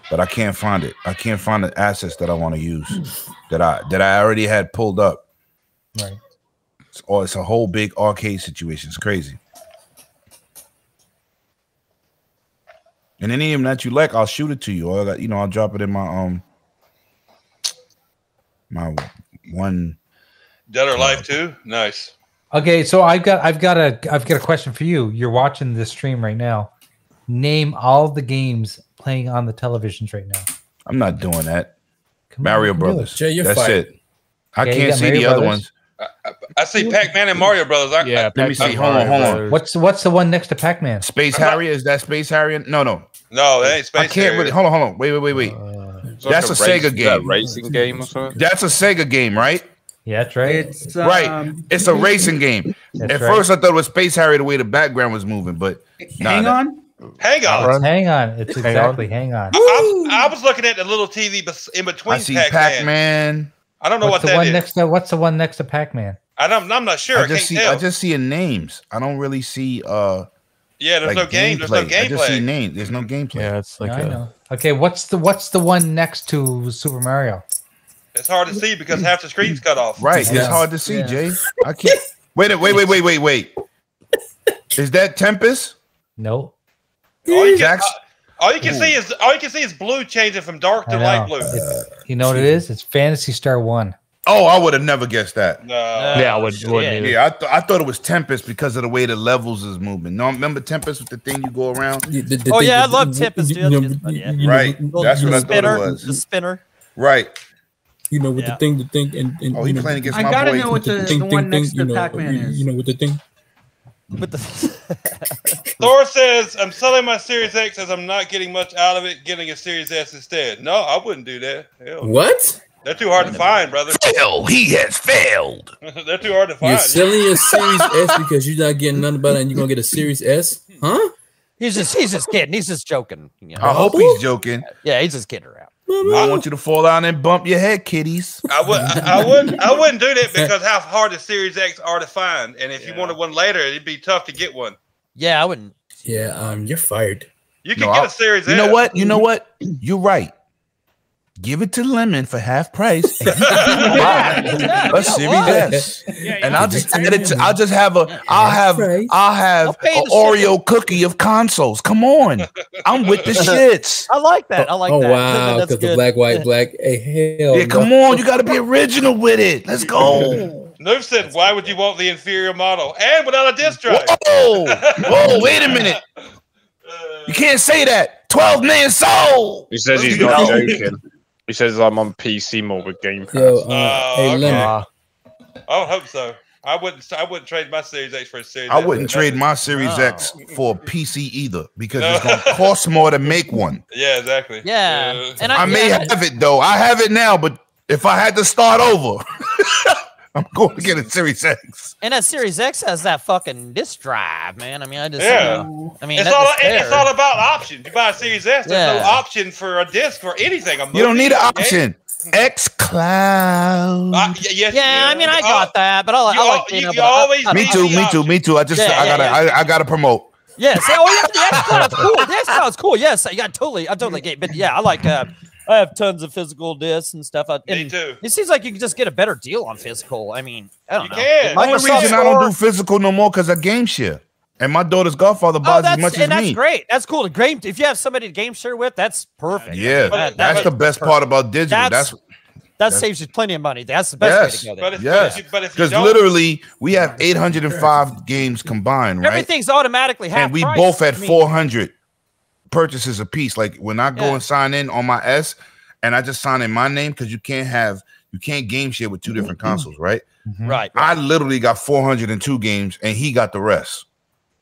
I: But I can't find it. I can't find the assets that I want to use that I that I already had pulled up.
B: Right.
I: It's, oh, it's a whole big arcade situation. It's crazy. And any of them that you like, I'll shoot it to you. Or you know, I'll drop it in my um my one
L: Dead or Alive too? Nice.
B: Okay, so I've got I've got a I've got a question for you. You're watching this stream right now. Name all the games playing on the televisions right now.
I: I'm not doing that. Mario
B: can do it.
I: Brothers.
B: Jay, you're
I: That's
B: fired.
I: it. I
B: Okay, you
I: can't
B: got
I: see
B: Mario
I: the other
B: Brothers.
I: ones.
L: I see Pac-Man and Mario Brothers. I, yeah,
I: Let me see. Hold on, hold on.
B: What's what's the one next to Pac-Man?
I: Space Harrier? Is that Space Harrier? No, no.
L: No, that ain't Space
I: I can't really. Hold on, hold on. Wait, wait, wait, wait.
B: Uh,
I: That's a
O: It's like race-
I: Sega
O: that
I: game.
O: racing game or something.
I: That's a Sega game, right?
B: Yeah, that's right.
D: It's,
I: right.
D: um,
I: It's a racing game. At
B: That's right.
I: first, I thought it was Space Harrier the way the background was moving, but nah,
D: Hang
I: that-
D: on.
L: Hang on.
B: It's hang on. It's
I: Hang on.
B: exactly hang on.
L: I, I was looking at the little TV bes- in between
I: I see
L: Pac-Man.
I: Pac-Man.
L: I don't know
B: what's the
L: what that
B: one
L: is.
B: next to what's the one next to Pac-Man?
L: I don't, I'm not sure. I,
I: I just
L: can't
I: see.
L: tell.
I: I just see in names. I don't really see. uh
L: yeah, there's
I: like
L: no game. There's no
I: gameplay. I just see
L: gameplay.
I: names. There's no gameplay.
N: Yeah, it's
B: Yeah, I know. Okay, what's the what's the one next to Super Mario?
L: It's hard to see because half the screen's cut off.
I: Right. It's hard to see, Jay. I can't. Wait, wait, wait, wait, wait, wait. Is that Tempest?
B: No.
L: All Oh, you can,
I: Jax-
L: all you can see is all you can see is blue changing from dark to
B: I
L: light
B: know.
L: blue.
B: You know what it is? It's Fantasy Star One.
I: Oh, I would have never guessed that.
L: No.
N: Yeah, I would- wouldn't either.
I: Yeah, I, th- I thought it was Tempest because of the way the levels is moving. No, remember Tempest with the thing you go around?
E: Oh yeah, I love Tempest. Dude. That's just funny, yeah.
I: Right. That's what I thought
E: spinner,
I: it
E: The
I: was.
E: spinner.
I: Right.
F: You know, with
E: Yeah.
F: the thing, the thing, and, and
I: Oh, he
F: you know,
I: playing against
F: with
I: my
F: thing,
I: boy.
F: with thing, thing, thing, you know, you, You know, with the thing.
L: Thor says, "I'm selling my Series X as I'm not getting much out of it. Getting a Series S instead. No, I wouldn't do that. Hell.
F: What?
L: They're too hard to find, brother.
J: Hell, he has failed.
L: They're too hard to
F: You're
L: find.
F: selling your Series S because you're not getting nothing about it, and you're gonna get a Series S, huh?
E: He's just he's just kidding. He's just joking. you know.
I: I hope he's joking.
E: Yeah, he's just kidding around.
I: I want you to fall down and bump your head, kiddies.
L: I would, I, I wouldn't, I wouldn't do that because how hard the Series X are to find, and if you wanted one later, it'd be tough to get one.
E: Yeah, I wouldn't.
F: Yeah, um, you're fired.
L: You can
I: No,
L: get
I: I-
L: a Series
I: You
L: X.
I: know what? You know what? You're right. Give it to Lemon for half price. And he can buy a Series S. and I'll just add it to, I'll just have a I'll have I'll have an Oreo cookie of consoles. Come on. I'm with the shits.
E: I like that. I like
F: oh
E: that.
F: wow,
E: That's
F: because the
E: good.
F: black, white, black. Hey, hell.
I: Yeah, come on. You gotta be original with it. Let's go.
L: Noob said, "Why would you want the inferior model and without a Uh, disc drive?"
I: Whoa, whoa, wait a minute. You can't say that. 12 million sold.
A: He says he's
I: You
A: not
I: know?
A: joking. He says I'm on PC more with Game Pass. Oh,
F: Yo, uh, hey,
L: Oh, okay.
F: Leonard.
L: I would hope so. I wouldn't. I wouldn't trade my Series X for a Series.
I: I
L: X. Oh.
I: wouldn't trade my Series X for a PC either because it's gonna cost more to make one.
L: Yeah, exactly.
E: Yeah, and
L: Uh,
E: I,
I: I may
E: yeah,
I: have it though. I have it now, but if I had to start over, I'm going to get a Series X.
E: and that Series X has that fucking disc drive, man. I mean, I just
L: Yeah.
E: I mean,
L: it's
E: that
L: all.
E: just
L: it- It's
E: there.
L: all about options. You buy a Series S, there's no
E: Yeah.
L: option for a disc or anything. A
I: You don't
L: movie,
I: need an
L: a game.
I: option. X
L: Uh,
I: Cloud.
L: y- yes, Uh,
E: Yeah, I mean, I got that, Uh, but I,
L: you
E: I
L: al-
E: like being
L: you-
E: able
L: you
E: to. I-
L: always
E: I,
I: me
L: need
I: too,
L: the
I: me too,
L: option.
I: me too. I just
E: Yeah,
I: I
E: yeah,
I: gotta I, I gotta promote.
E: Yes. Oh, yeah. The X Cloud's cool. The X Cloud's cool. Yes. Yeah. I Totally. I totally get. But yeah, I like. Uh, I have tons of physical discs and stuff. I,
L: Me
E: and
L: too.
E: It seems like you can just get a better deal on physical. I mean, I don't
L: You
E: know.
L: can.
I: The only
E: Microsoft
I: reason I don't
E: Store-
I: do physical no more because I game share. And my daughter's godfather
E: Oh,
I: buys as
E: that's
I: much as
E: and that's
I: me.
E: great. That's cool. The game. If you have somebody to game share with, that's perfect.
I: Yeah,
E: That- that-
I: that's the best part about digital.
E: That's-
I: That's
E: That saves you plenty of money. That's the best
I: Yes.
E: way to go.
L: But
E: There.
L: if,
I: yes,
L: but if, but if you
I: because
L: don't,
I: literally we have 805 games combined, right?
E: Everything's automatically half
I: and we
E: price.
I: both had
E: I mean,
I: 400 purchases a piece like when i go
E: Yeah.
I: and sign in on my s and i just sign in my name because you can't have you can't game share with two
F: Mm-hmm.
I: different consoles right
E: Right.
I: i literally got 402 games and he got the rest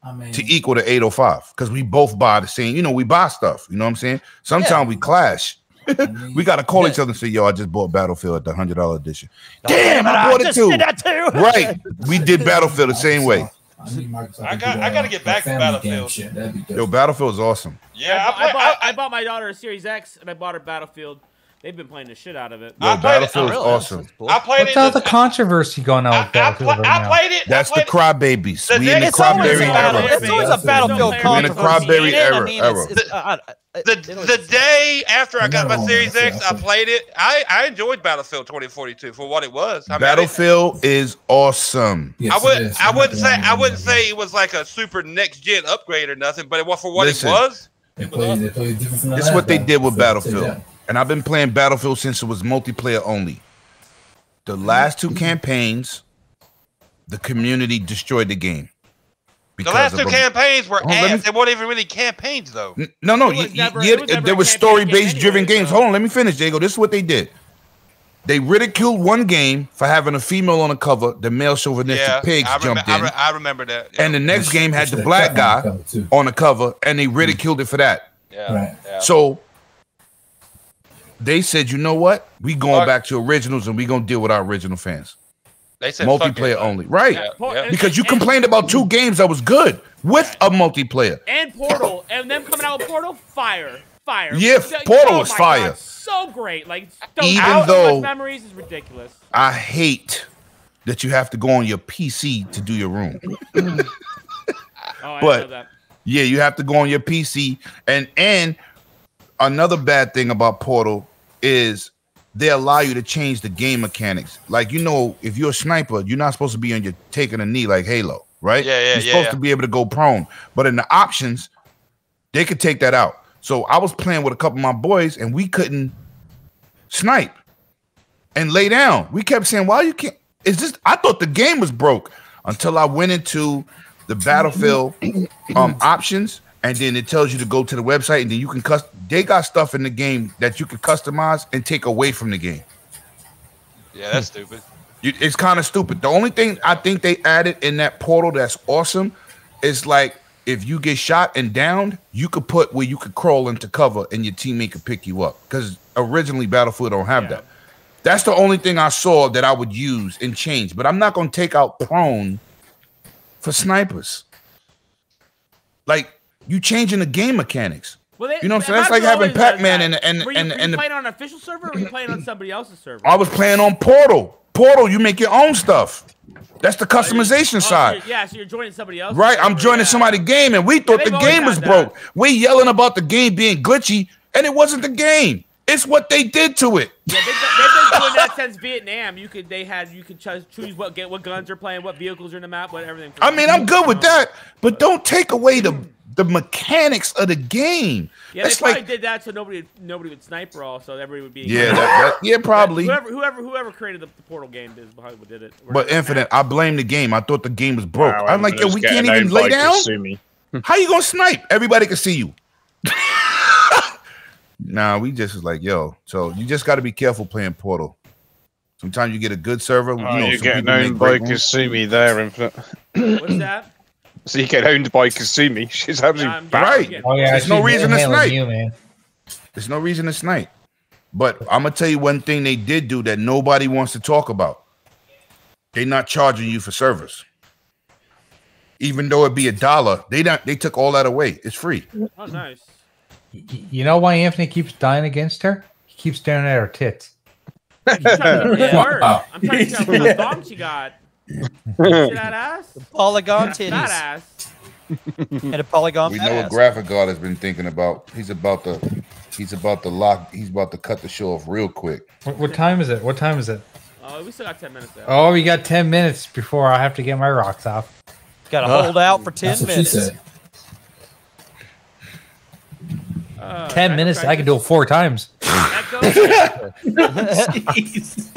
F: I mean,
I: to equal to 805 because we both buy the same you know we buy stuff you know what i'm saying sometimes we clash we gotta call each other and say, "Yo, I just bought Battlefield at the hundred dollar edition." Damn, I bought it
E: just
I: too.
E: did that too.
I: Right, we did Battlefield the same way.
F: I need Microsoft.
L: I got. I got to get back to Battlefield.
F: That'd be
I: Yo, Battlefield is awesome.
L: Yeah, I,
C: I
L: play,
C: bought, I, bought my daughter a Series X and I bought her Battlefield. They've been playing the shit out of it.
I: Yeah, Battlefield is awesome.
L: I played
B: What's
L: it.
B: all the controversy going on with Battlefield right now?
L: I played it.
I: That's the crybabies. We in the
E: It's always a
I: crybaby
E: battle.
I: era.
E: It's always a battlefield
I: We in the
E: controversy.
I: crybaby
E: You know what I
I: era.
E: mean? It's-
I: era.
E: it's- uh, uh,
L: The, the day after I got my Series X, I played it. I, I enjoyed Battlefield 2042 for what it was. I mean, I didn't-
I: Battlefield is awesome.
L: I would I wouldn't say I wouldn't say it was like a super next gen upgrade or nothing, but it was for what
I: Listen.
L: it was.
I: It's what they did with Battlefield. And I've been playing Battlefield since it was multiplayer only. The last two campaigns, the community destroyed the game.
L: The last
I: of
L: two
I: a-
L: campaigns were
I: Hold on, let
L: ass. They weren't even really campaigns though.
I: N- No, no,
L: It
I: you,
L: was
I: you-
L: never-
I: you-
L: it was never
I: there
L: a
I: were story based
L: campaign
I: driven
L: anyway,
I: games. Hold on, let me finish, Jago. This is what they did. They ridiculed one game for having a female on the cover. The male chauvinistic
L: Yeah,
I: pigs
L: I, remem-
I: jumped
L: I,
I: in,
L: re- I remember that.
I: and the next game had the black guy on the cover, and they ridiculed it for that.
L: Yeah. yeah.
I: So they said, you know what? We going back to originals, and we gonna deal with our original fans.
L: They said fuck it.
I: multiplayer only, right?
L: Yeah, yeah.
I: Because you complained about two games that was good with a multiplayer.
C: And Portal, and them coming out with Portal, fire, fire.
I: Yeah,
C: So-
I: Portal is
C: my
I: fire.
C: God, so great, like
I: Even
C: out
I: though-
C: memories is ridiculous.
I: I hate that you have to go on your PC to do your room.
C: Oh, I
I: but
C: know that.
I: yeah, you have to go on your PC. And and another bad thing about Portal is they allow you to change the game mechanics. Like you know, if you're a sniper, you're not supposed to be on your taking a knee like Halo, right?
L: Yeah, yeah,
I: You're
L: yeah,
I: supposed
L: yeah.
I: to be able to go prone. But in the options, they could take that out. So I was playing with a couple of my boys, and we couldn't snipe and lay down. We kept saying, "Why you can't?" Is this? I thought the game was broke until I went into the battlefield um, options, and then it tells you to go to the website, and then you can custom. They got stuff in the game that you can customize and take away from the game.
L: Yeah, that's stupid.
I: You, it's kind of stupid. The only thing I think they added in that portal that's awesome is like if you get shot and downed, you could put where you could crawl into cover and your teammate could pick you up. Because originally Battlefield don't have that. That's the only thing I saw that I would use and change. But I'm not gonna take out prone for snipers. Like you changing the game mechanics.
C: Well, they,
I: you know what I'm saying?
C: Battlefield
I: That's like having
C: always does
I: Pac-Man
C: that.
I: and and
C: were you,
I: and
C: were you
I: and the
C: playing on an official server, or were you playing on somebody else's server?
I: I was playing on Portal. Portal, you make your own stuff. That's the customization side.
C: Oh, Yeah, so you're joining somebody else.
I: Right, I'm joining somebody's game, and we thought
C: Yeah,
I: the
C: they've
I: game
C: always
I: was
C: had
I: broke. We yelling about the game being glitchy, and it wasn't the game. It's what they did to it.
C: Yeah, they've been, they've been doing that since Vietnam. You could, they had, you could choose, choose what get, what guns are playing, what vehicles are in the map, what everything.
I: I mean, I'm good with that, but don't take away the the mechanics of the game.
C: Yeah,
I: That's
C: they probably
I: like
C: did that so nobody would- nobody would sniper all, so everybody would be.
I: Yeah, that- that- yeah, probably.
C: Whoever whoever whoever created the, the portal game is probably who did it. Or-
I: but infinite. I blame the game. I thought the game was broke.
A: Wow,
I: I'm like, yo,
A: everybody's
I: we can't
A: getting
I: even lay
A: owned by
I: down.
A: Kasumi.
I: How you gonna snipe? Everybody can see you. nah, we just was like, yo. So you just got to be careful playing Portal. Sometimes you get a good server. you
A: Oh,
I: know,
A: you're
I: some
A: getting
I: people make
A: owned by
I: great ones.
A: Kasumi there. Infinite.
C: What's that?
A: So you get owned by Kasumi. She's absolutely
C: I'm-
I: Right.
C: Yeah.
B: Oh yeah,
I: There's
B: she's
I: no reason to
B: inhaling
I: snipe.
B: you, man.
I: There's no reason to snipe. But I'm gonna tell you one thing they did do that nobody wants to talk about. They not charging you for service. Even though it be a dollar, they not they took all that away. It's free.
C: Oh, nice.
B: Y- You know why Anthony keeps dying against her? He keeps staring at her tits.
C: I'm trying to remember her.
B: Wow.
C: I'm trying to tell what
B: Yeah.
C: thong she got. See that ass?
E: Polygon
C: That fat
E: titties.
C: ass.
E: And a polygon.
I: We
E: fat
I: know
E: ass.
I: what graphic art has been thinking about. He's about to he's about to lock he's about to cut the show off real quick.
B: What, what time is it? What time is it?
C: Oh, we still got ten minutes left.
B: Oh, we got ten minutes before I have to get my rocks off.
E: Got to
B: Ugh.
E: hold out for ten
B: That's what she
E: minutes.
B: said.
C: Uh,
B: ten
C: echo
B: minutes. I
C: crackers.
B: can do it four times.
C: Echo crackers.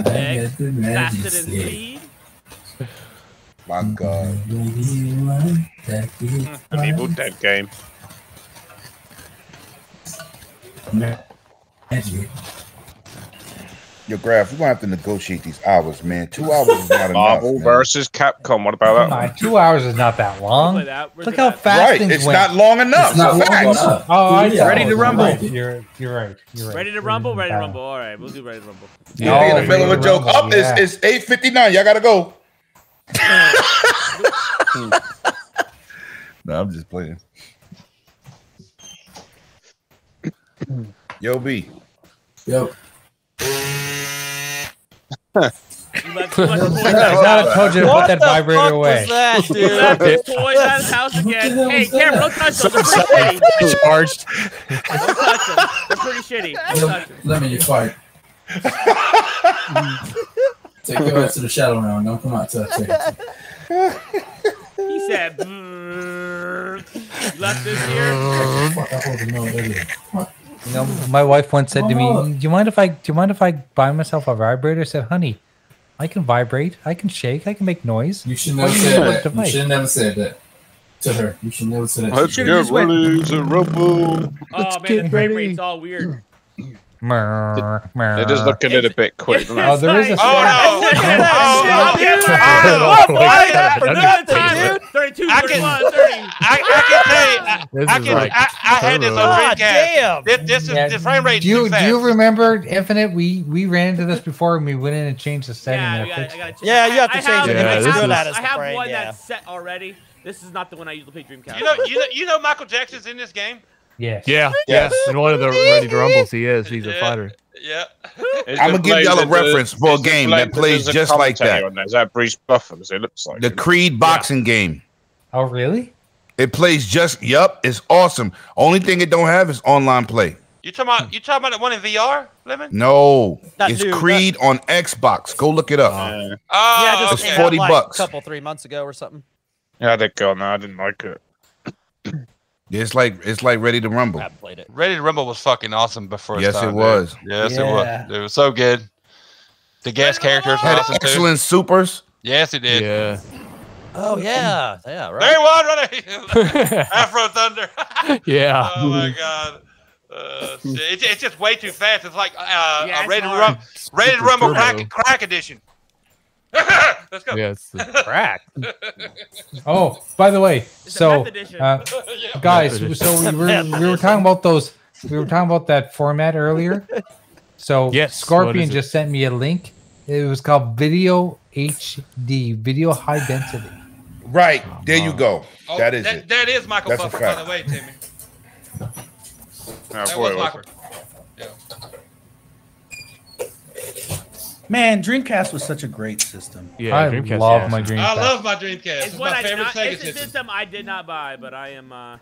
C: Egg, bastard and seed.
I: My God.
A: An Evil Dead game.
I: Yo, Graph, we're gonna have to negotiate these hours, man. Two hours is not enough.
A: Marvel
I: man.
A: versus Capcom. What about that?
B: My two hours is not that long.
C: Play that. We're
B: Look
C: good
B: how
C: at-
B: fast
I: Right,
B: things
I: it's
B: went.
I: not long enough.
B: It's not long
I: Facts.
B: enough. Oh, I
I: Yeah.
B: ready to rumble.
I: Right.
B: You're you're right. You're right.
C: Ready to rumble? Ready to rumble. All right, we'll do ready to rumble.
I: Yeah, they in the
B: No,
I: middle of a
B: Ready to
I: joke.
B: Rumble,
I: Up is
B: yeah.
I: it's eight fifty nine. Y'all gotta go. no, I'm just playing. Yo, B.
F: Yo.
C: You left, you left the toy
B: I thought I told you to
C: What
B: put that
C: the
B: vibrator
C: fuck
B: away.
C: was that, dude? You left the toys out of the house again. Hey, Cameron, don't touch those. They're pretty shitty.
N: Charged.
C: Don't touch them. They're pretty shitty. Don't touch them.
O: Let me fight. Take your ass to the shadow round. Don't come out to that thing.
C: He said, "Brrr." You left this here.
O: Fuck, I hope you know what it is.
B: You know, my wife once said to
O: Oh.
B: me, "Do you mind if I do you mind if I buy myself a vibrator?" I said, "Honey, I can vibrate, I can shake, I can make noise."
O: You should
B: Why
O: never
B: do
O: say
B: need a
O: that. You
B: device?"
O: should never say that to her. You should never say that.
B: Let's
O: to
B: get
O: her.
B: ready
O: to rumble.
C: Oh, man, the frame rate's all weird.
A: It is looking a little bit quick. doesn't it?
B: Oh, there is a
A: Oh, no.
C: Oh,
A: yeah.
C: Oh,
A: Oh,
C: boy,
A: yeah.
C: that for
A: That's
C: nothing,
A: nothing.
C: dude. 32,
A: I can-
C: 31, 30.
A: I, I can tell you, I, I
P: is
A: can,
P: like
A: I, I had this on
P: God
A: Dreamcast. This, this is the frame rate.
B: Do you, do you remember Infinite? We we ran into this before and we went in and changed the setting.
C: Yeah,
B: and
C: we
B: I
C: gotta-
B: fixed
C: I gotta
B: it.
C: change- I- I have- I have, I have one that's set already. This is not the one I usually play Dreamcast.
A: You know, you know, you know, Michael Jackson's in this game.
B: Yes.
N: Yeah.
A: Yes.
N: Yes. In one of the Ready to Rumbles, he is. He's a fighter.
A: Yeah.
I: I'ma give y'all a reference for a game that plays just like that.
A: Is that Bruce Buffers? It looks like
I: The Creed boxing game.
B: Oh, really?
I: It plays just. Yup, it's awesome. Only thing it don't have is online play.
A: You talking about you talking about the one in VR, Lemon?
I: No,
A: Not
I: it's
A: new, not-
I: Creed on Xbox. Go look it up.
A: Oh,
E: yeah, just
I: It's
E: came out,
I: 40
E: like,
I: bucks.
E: a couple three months ago or something.
A: Yeah, that girl. No, I didn't like it.
I: It's like it's like Ready to Rumble.
E: Played it.
L: Ready to Rumble was fucking awesome before. its
I: Yes, it
L: time, dude.
I: was.
L: Yes,
I: Yeah.
L: it was. It was so good. The guest characters were
I: Had
L: awesome too.
I: excellent supers.
L: Yes, it did. Yeah.
E: Oh yeah, yeah, right.
L: There was running Afro Thunder.
N: Yeah.
L: Oh my god. Uh, it's, it's just way too fast. It's like uh,
C: Yeah,
L: a
C: it's
L: Ready to
C: hard.
L: Rumble, Ready to
N: Super
L: Rumble
N: turbo.
L: crack, crack edition. Let's go.
N: Yeah, it's the
L: crack.
B: Oh, by the way, so
L: meth edition.
B: uh,
L: Yeah.
B: guys,
N: Meth
B: so we
N: edition.
B: were, we were talking about those. We were talking about that format earlier. So
N: Yes, what
B: Scorpion
N: is it?
B: just sent me a link. It was called Video HD, Video High Density.
I: Right there, you go. that is
L: Oh, that,
I: it.
L: That is Michael
I: That's a
L: Buffer, by
I: fact.
L: the way, Timmy.
A: No,
L: that
A: boy,
L: was
A: it
L: Michael.
A: was.
D: Man, Dreamcast was such a great system.
N: Yeah, I Dreamcast, love yeah. my Dreamcast.
L: I love my Dreamcast. It's,
C: It's one
L: my
C: I did
L: favorite
C: not.
L: Sega
C: It's a
L: system.
C: system I did not buy, but I am. Uh,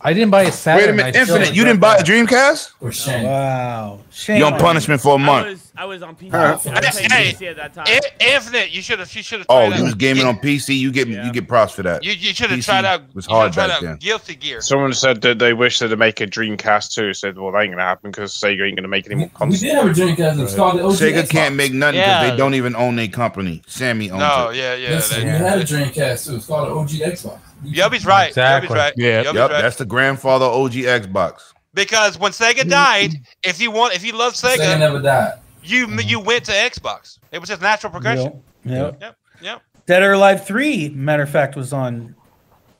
B: I didn't buy a Saturn.
I: Wait a minute,
B: I still
I: Infinite. You
B: regret
I: didn't buy a
B: that.
I: Dreamcast?
D: Wow.
I: You on punishment for a
C: I
I: month?
C: was, I was on PC.
I: Huh?
C: I was playing
L: Hey,
C: PC at that time.
L: I- Infinite, you should have. You should have.
I: Oh, you was gaming on PC. You get you get props for that.
L: You, you should have
I: PC
L: tried out.
I: was
L: you should've
I: hard
L: tried
I: back
L: out
I: then.
L: Guilty Gear.
A: Someone said that they wish they'd make a Dreamcast too. Said, well, that ain't gonna happen because Sega ain't gonna make any more consoles.
O: did have a Dreamcast, it was called the OG
I: Sega
O: Xbox.
I: can't make nothing because
O: Yeah.
I: they don't even own their company. Sammy owns
L: No,
C: Oh,
I: it.
L: yeah, yeah.
O: Listen, we had a Dreamcast. It was called an OG Xbox.
L: Yubby's right. Yubby's right. Yubby's
I: Yep,
L: right.
I: That's the grandfather OG Xbox.
L: Because when Sega died, if you want, if you love Sega,
I: Sega never died.
L: You you went to Xbox. It was just natural progression.
D: Yep.
L: Yep. Yep.
D: Dead or Alive 3, matter of fact, was on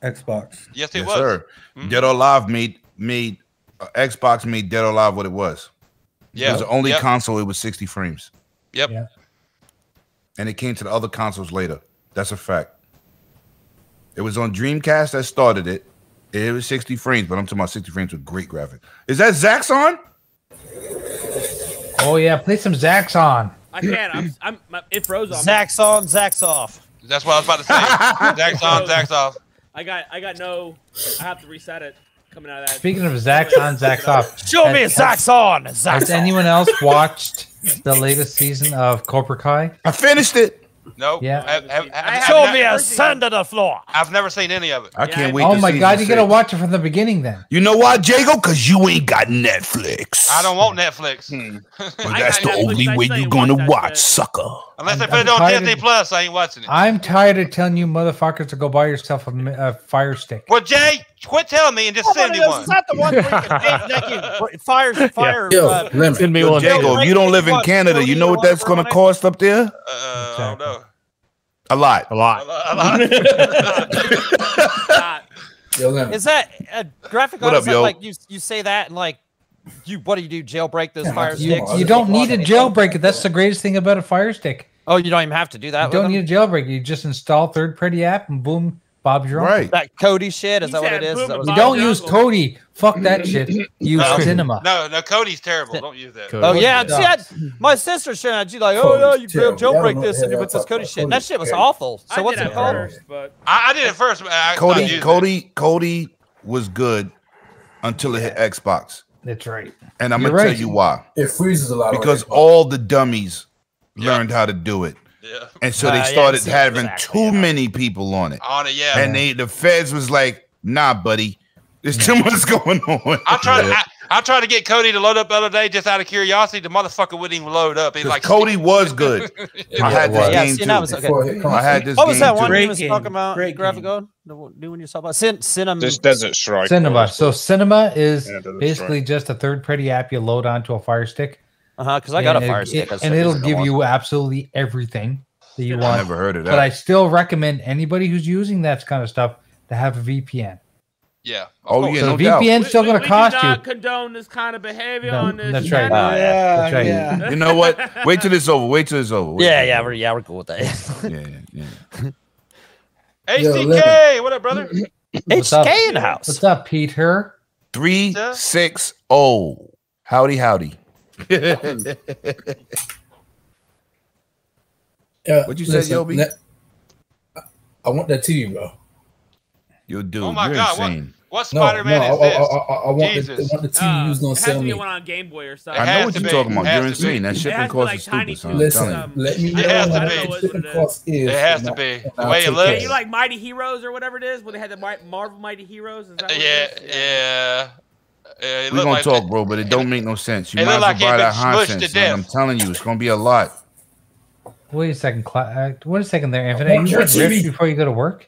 D: Xbox.
L: Yes, it
I: Yes,
L: was. Mm-hmm.
I: sir. Dead or Alive made made uh, Xbox made Dead or Alive what it was.
L: Yeah.
I: It was the only
L: Yep.
I: console. It was sixty frames,
L: Yep.
I: and it came to the other consoles later. That's a fact. It was on Dreamcast that started it. It was sixty frames, but I'm talking about sixty frames with great graphics. Is that Zaxxon?
B: Oh yeah, play some Zaxxon.
C: I can't. I'm. I'm my, it froze on me.
E: Zach's on, Zach's off.
L: That's what I was about to say. Zach's on. Zach's off.
C: Oh. I got. I got no. I have to reset it. Coming out of that.
B: Speaking of Zaxxon, Zax off.
E: Show me
B: Has-
E: Zach's on,
B: Has
E: Zach's on.
B: anyone else watched the latest season of Cobra Kai?
I: I finished it.
L: No.
B: Yeah.
L: Have- have- have-
E: Show
L: have-
E: me a sand to the floor.
L: I've never seen any of it.
I: I can't wait.
B: oh
I: to
B: my
I: season
B: god, you gotta
I: six.
B: watch it from the beginning then.
I: You know why, Jago? Cause you ain't got Netflix.
L: I don't want Netflix.
I: But that's the only way you're gonna watch, sucker.
L: Unless they
B: I'm-
L: put
B: I'm
L: it on
B: tired
L: Disney
B: of-
L: Plus, I ain't watching it.
B: I'm tired of telling you motherfuckers to go buy yourself a, mi- a fire stick.
L: Well, Jay, quit telling me and
E: Oh,
L: just send me one.
E: the one where you can take naked fires fire. uh,
N: Send me
I: Yo,
N: one.
I: Jago, if you don't live in Canada, you know what that's gonna cost up there? Uh,
L: I don't know.
I: A lot.
N: A lot.
E: Is that a graphic
I: What
E: artist
I: up, yo?
E: like you you say that and like you what do you do? Jailbreak those fire
B: You,
E: sticks?
B: you don't need a jailbreak. That's the greatest thing about a fire stick.
E: Oh, you don't even have to do that.
B: You
E: with
B: don't
E: them?
B: need a jailbreak. You just install third party app and boom, Bob's your uncle.
I: Right.
E: That Cody shit. Is
C: He
E: that what
C: said
E: it is? Is that
C: boom,
E: what
B: You
E: it's-
B: don't use Cody. Fuck that shit. Use
E: No.
B: cinema.
L: No, no, Cody's terrible. Don't use that.
E: Oh yeah, see, I, my sister showed that. She's like, "Oh
L: Cody's
E: no, you
L: terrible.
E: grilled Joe
L: Y'all
E: break
L: don't
E: this
L: know
E: and you
L: what
E: put this Cody shit." And that
L: Cody's
E: shit was
L: terrible.
E: awful.
C: I
E: So what's
C: did
E: it
C: at
E: called?
C: first, but
L: I, I did it first. But I, I stopped
I: Cody,
L: using
I: Cody, Cody was good until it hit Xbox,
B: That's right.
I: and I'm
B: You're
I: gonna
B: right.
I: tell you why.
O: It freezes a lot on
I: because
O: Xbox.
I: all the dummies learned how to do it.
L: Yeah.
I: And so they
L: Uh, yeah,
I: started
L: exactly,
I: having too many people on it.
L: On it, yeah.
I: And they the feds was like, "Nah, buddy, there's too much going on."
L: I tried. I, I tried to get Cody to load up the other day just out of curiosity. The motherfucker wouldn't even load up. He's like,
I: Cody was good. I had this
E: Yeah,
I: game
E: see,
I: too.
E: that was okay.
I: I had this
E: What was
I: game
E: that one
I: too.
E: you was talking about? Graphic code? The one- new one you talking about? Sin, cinema.
A: This Desert Strike.
B: Cinema. So cinema is
A: Yeah, that's right.
B: basically just a third party app you load onto a Fire Stick.
E: Uh huh. Because I got
B: And
E: a
B: it-
E: fire
B: it-
E: stick.
B: and it'll give you absolutely everything that you
I: I
B: want.
I: never heard of
B: But
I: that.
B: I still recommend anybody who's using that kind of stuff to have a VPN.
L: yeah. of
I: Oh,
L: course.
I: yeah,
B: So
I: no
B: the
I: doubt.
B: VPN's still
C: we
B: going to
C: do
B: cost you.
C: not condone this kind of behavior
B: No,
C: on this.
B: that's right.
C: channel.
B: Ah, yeah, That's right. yeah.
I: You know what? Wait till it's over. Wait till it's over. Wait
E: Yeah,
I: till
E: yeah,
I: it's
E: we're yeah we're cool with that.
I: over. yeah, yeah.
L: HCK, what up, brother?
B: What's up? What's up, Peter?
I: Three six oh. Howdy, howdy.
O: Yeah,
I: What you said,
O: listen,
I: Yobi?
O: that- I want that TV, bro.
I: Yo, dude,
L: Oh my
I: you're
L: God, what-
I: insane.
L: What
O: No,
L: Spider-Man
O: no,
L: is
O: I- I-
L: this?
O: I- I- I want the-
L: Jesus.
O: I want the TV you was gonna
C: Uh, it has
O: sell
C: to be
O: me.
C: one on Game Boy or
I: I
C: something.
I: know
L: has
I: what
L: to
I: you're
L: be.
I: talking about.
L: Has to
I: You're
L: be.
I: insane. That
C: It
I: shipping
C: has to
I: cost
C: be
I: is
C: like Tiny
I: stupid, son. I'm
O: Listen,
I: telling you.
O: let me
C: It
O: know
L: has to
O: how
L: be.
O: much shipping cost is.
L: It has
O: and
L: to
O: I'll-
L: be.
O: and
L: The
O: I'll
L: way it
O: take
L: looks.
O: care of
C: You like Mighty Heroes or whatever it is, where they had the Mi- Marvel Mighty Heroes. Is that
L: Yeah,
C: What it is?
L: yeah. yeah it
I: We're
L: looked
I: gonna
L: like
I: talk, bro, but it don't make no sense. You
L: it
I: might as
L: look
I: well
L: like it
I: buy
L: been
I: that
L: smushed to
I: Hansen's. son. I'm
L: death.
I: telling you, it's gonna be a lot.
B: Wait a second, Cla- uh, wait a second there, Infinite.
O: want
B: You
O: your
B: get ripped
O: TV.
B: before you go to work.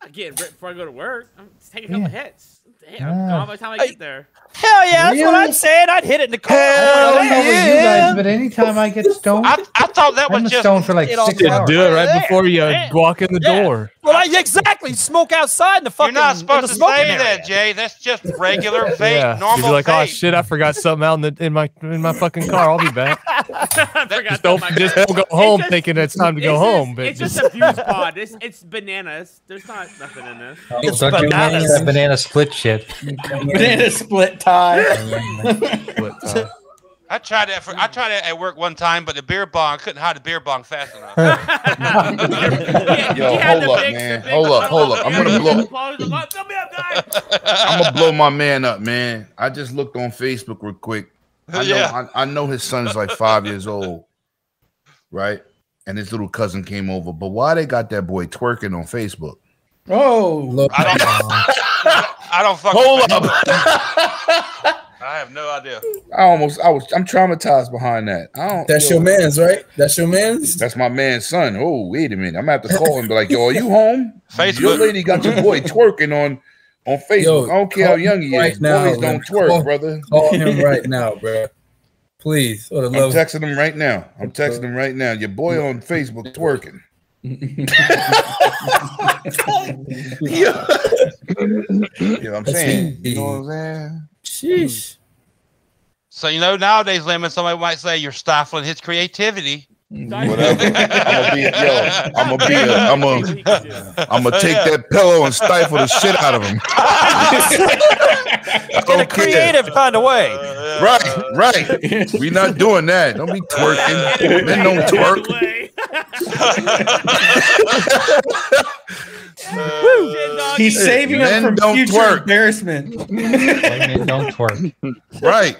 C: I'm not getting ripped before I go to work. I'm just taking a couple
B: Yeah.
C: hits. Damn, I'm
B: Ah.
C: gone by the time I get there.
E: Hell yeah, that's what
B: Really?
E: I'm saying. I'd hit it in the car.
B: I
E: Hell
B: don't know about you
E: yeah.
B: guys, but anytime I get stoned,
L: I, I thought that was
B: I'm
L: just.
B: stoned for like
E: Get off
B: six
E: the-
B: hours.
N: do it right
E: Yeah.
N: before you walk in the
E: Yeah.
N: door.
E: Well, I, exactly. Smoke outside in the
L: You're
E: fucking.
L: not
E: in the
L: supposed to
E: smoking
L: say
E: area.
L: that, Jay. That's just regular vape,
N: yeah,
L: normal
N: you'd be like,
L: vape.
N: oh shit, I forgot something out in, the, in my in my fucking car. I'll be back.
C: I forgot
N: Just don't
C: that my-
N: just
C: It's
N: don't go home
C: just-
N: thinking it's time to go
C: just-
N: home. But
C: it's just a fuse pod. It's, it's bananas. There's not nothing in this.
E: It's
B: Oh, Don't you
E: bananas.
B: hate that banana split shit.
O: Banana
M: split tie.
L: I tried that. For, I tried that at work one time, but the beer bong I couldn't hide the beer bong fast enough.
I: Yo, hold up, man. Hold up, hold up. I'm gonna blow. I'm gonna blow my man up, man. I just looked on Facebook real quick. I know,
L: Yeah.
I: I, I know his son is like five years old, right? And his little cousin came over. But why they got that boy twerking on Facebook?
M: Oh,
O: Look,
L: I don't. I don't fucking.
I: Hold up.
L: I have no idea.
I: I almost, I was, I'm traumatized behind that. I don't.
O: That's
I: yo,
O: your man's, right? That's your man's.
I: That's my man's son. Oh, wait a minute. I'm gonna have to call him. Be like, yo, are you home? Your
L: Facebook.
I: lady got your boy twerking on on Facebook.
O: Yo,
I: I don't care how
O: call
I: young he
O: right
I: is.
O: now,
I: Boys
O: man.
I: don't twerk,
O: Call-
I: brother.
O: Call him right now, bro. Please, for the
I: I'm
O: love. of
I: texting him right now. I'm texting him right now. Your boy on Facebook twerking. You know what I'm saying? You know what I'm saying?
O: Sheesh.
L: So you know, nowadays, Lemon, somebody might say you're stifling his creativity.
I: Whatever. I'm gonna be yo. I'm gonna be. A, I'm gonna. I'm gonna take that pillow and stifle the shit out of him. I
E: in a
I: don't care.
E: creative kind of
L: Uh,
E: way.
I: Right, right. we not doing that. Don't be twerking. Men don't twerk.
M: He's saving
I: Men
M: him from
I: don't
M: future
I: twerk.
M: embarrassment.
B: White men don't twerk.
I: Right.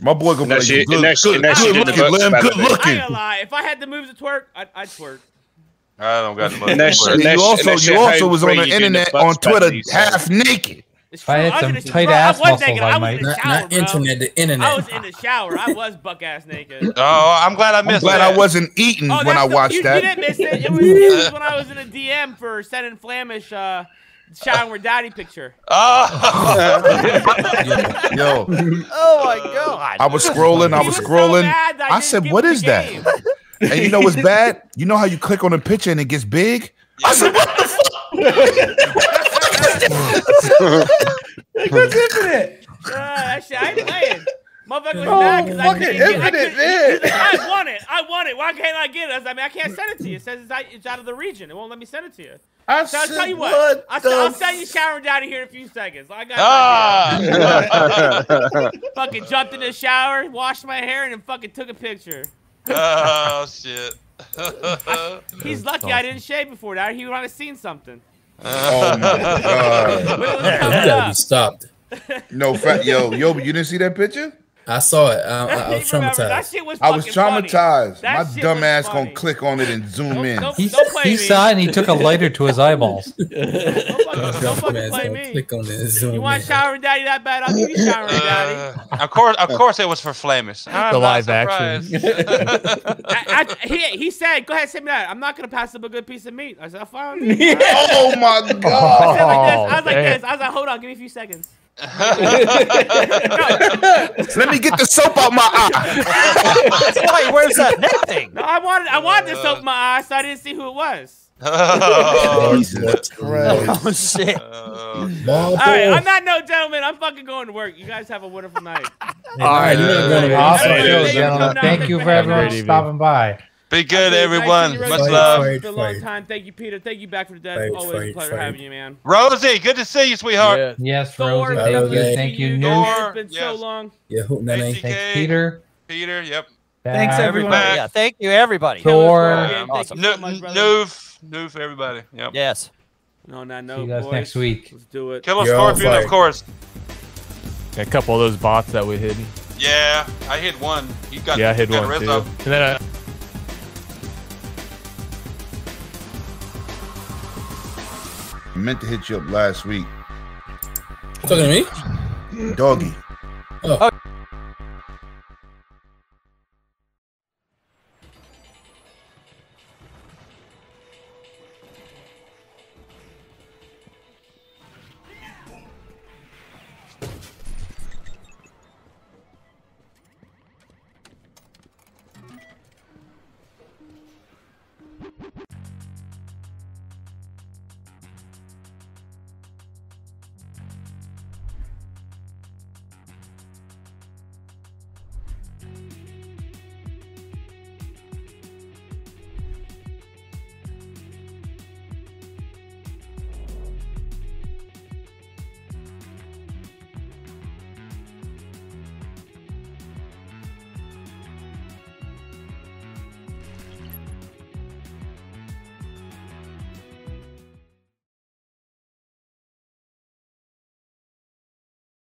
I: My boy gonna be like,
A: Unless you-
I: good,
A: unless you-
I: good,
A: unless you
I: good
A: did the
I: looking,
A: votes
I: Lamb, good
A: better
C: I
A: than-
C: ain't
I: looking.
C: gonna lie. If I had the moves to twerk, I'd, I'd twerk.
L: I don't got much.
A: Unless-
L: to
I: And
A: unless-
I: you also,
A: unless
I: you
A: you're
I: also
A: home
I: was on
A: free,
I: the
A: you doing
I: internet
A: butt
I: on
A: stuff
I: Twitter,
A: that you said.
I: half naked.
C: It's
B: If I
C: true.
B: had
C: was
B: some
C: in the-
B: tight
C: bro, I
B: ass
C: wasn't
B: muscles,
C: naked,
B: I
C: I was
B: might.
C: in the
O: Not,
C: shower,
O: not
C: bro.
O: internet, the internet.
C: I was in the shower. I was buck ass naked.
L: Oh, I'm glad I
I: I'm
L: missed
I: glad
L: that.
I: I wasn't eating Mm, when
C: Oh, that's
I: I
C: the-
I: watched
C: you, You
I: that.
C: didn't miss it. It was, it was when I was in a DM for sending Flamish uh, showering with daddy picture.
L: Oh.
I: Yo,
E: Oh my god.
I: I was scrolling, I
C: He
I: was
C: so
I: scrolling,
C: mad that
I: I
C: didn't
I: said,
C: give
I: "What
C: him the
I: is that?"
C: game.
I: and you know what's bad? You know how you click on a picture and it gets big? I said, "What the fuck?"
M: Like, what's infinite?
C: Uh, that shit, I ain't playing. Motherfucker was
K: Oh,
C: mad because I
K: fucking
C: couldn't get I
K: infinite
C: couldn't-
K: bid.
C: he's like, I want it. I want it. Why can't I get it? I was like, man, I can't send it to you. It says it's out, it's out of the region. It won't let me send it to you.
K: I
C: so I'll
K: said,
C: tell you what.
K: what
C: I said, I'll
K: the
C: send you Sharon down here in a few seconds. I got
K: Ah.
C: fucking jumped in the shower, washed my hair, and then fucking took a picture.
L: oh shit.
C: He's lucky I didn't shave before that. He would have seen something.
I: Oh my
C: But it was
I: god.
C: covered
F: gotta
C: up.
F: be stopped.
I: No, fa- yo, yo, you didn't see that picture?
F: I saw it. I, I, I was
C: Remember, that
F: traumatized.
C: shit was
I: I was
C: fucking funny.
I: traumatized.
C: That
I: My
C: shit
I: dumb
C: was
I: ass
C: funny.
I: gonna click on it and zoom in.
B: He,
C: don't play
B: he
C: me.
B: saw it and he took a lighter to his eyeballs.
C: Don't fucking play me.
F: Click on this.
C: You want Shower Daddy that bad? I'll give you Shower Daddy.
P: Uh, Of course, of course, it was for Flamish. I'm
N: The
P: not
N: live action.
P: surprised.
C: I, I, he, he said, go ahead, send me that. I'm not going to pass up a good piece of meat. I said, fine.
I: oh my
C: I said like this. I was like
I: damn.
C: this. I was like, hold on, give me a few seconds.
I: Let me get the soap out my eye.
E: Wait, where's that neck thing?
C: No, I wanted I wanted
P: Uh,
C: to soap my eyes, so I didn't see who it was.
I: Jesus Christ.
E: Oh shit.
L: Uh,
E: Oh.
C: All right, on that note, gentlemen, I'm fucking going to work. You guys have a wonderful night.
B: right,
F: you're not going to-
B: awesome
F: Hey,
B: show,
F: hey,
B: gentlemen.
F: hey,
B: Thank
F: hey,
B: you
F: hey,
B: for everyone
F: hey, hey,
B: stopping by.
P: Be good,
C: Nice
P: everyone.
C: to see you,
P: Much
C: Rosie.
P: love.
C: For a long time. Thank you, Peter. Thank you, Back for the Dead.
P: Fight,
C: Always a
P: fight,
C: pleasure
P: fight.
C: having you, man.
P: Rosie, good to see you, sweetheart.
B: Yes,
C: Thor,
B: Rosie.
C: lovely
B: Thank
C: to
B: you.
C: see
B: Thank you, Noon.
C: It's been so long.
F: Yeah, hope that ain't.
B: Thanks, Peter.
P: Peter, yep.
B: Thanks,
E: Back.
B: everyone.
E: Yeah, thank you, everybody.
B: Thor.
P: Um, No- Noof, Noof, everybody. Yep.
E: Yes.
C: No, no, no.
B: See you guys
C: boys.
B: next week.
C: Let's do it.
P: Killer Scorpion, of course.
N: A couple of those bots that we hid.
P: Yeah, I hit one. You got
N: Yeah, I hid
P: you got
N: one too.
P: Rizzo.
N: And then I,
I: I meant to hit you up last week.
F: Talking to me?
I: Doggy.
F: Oh.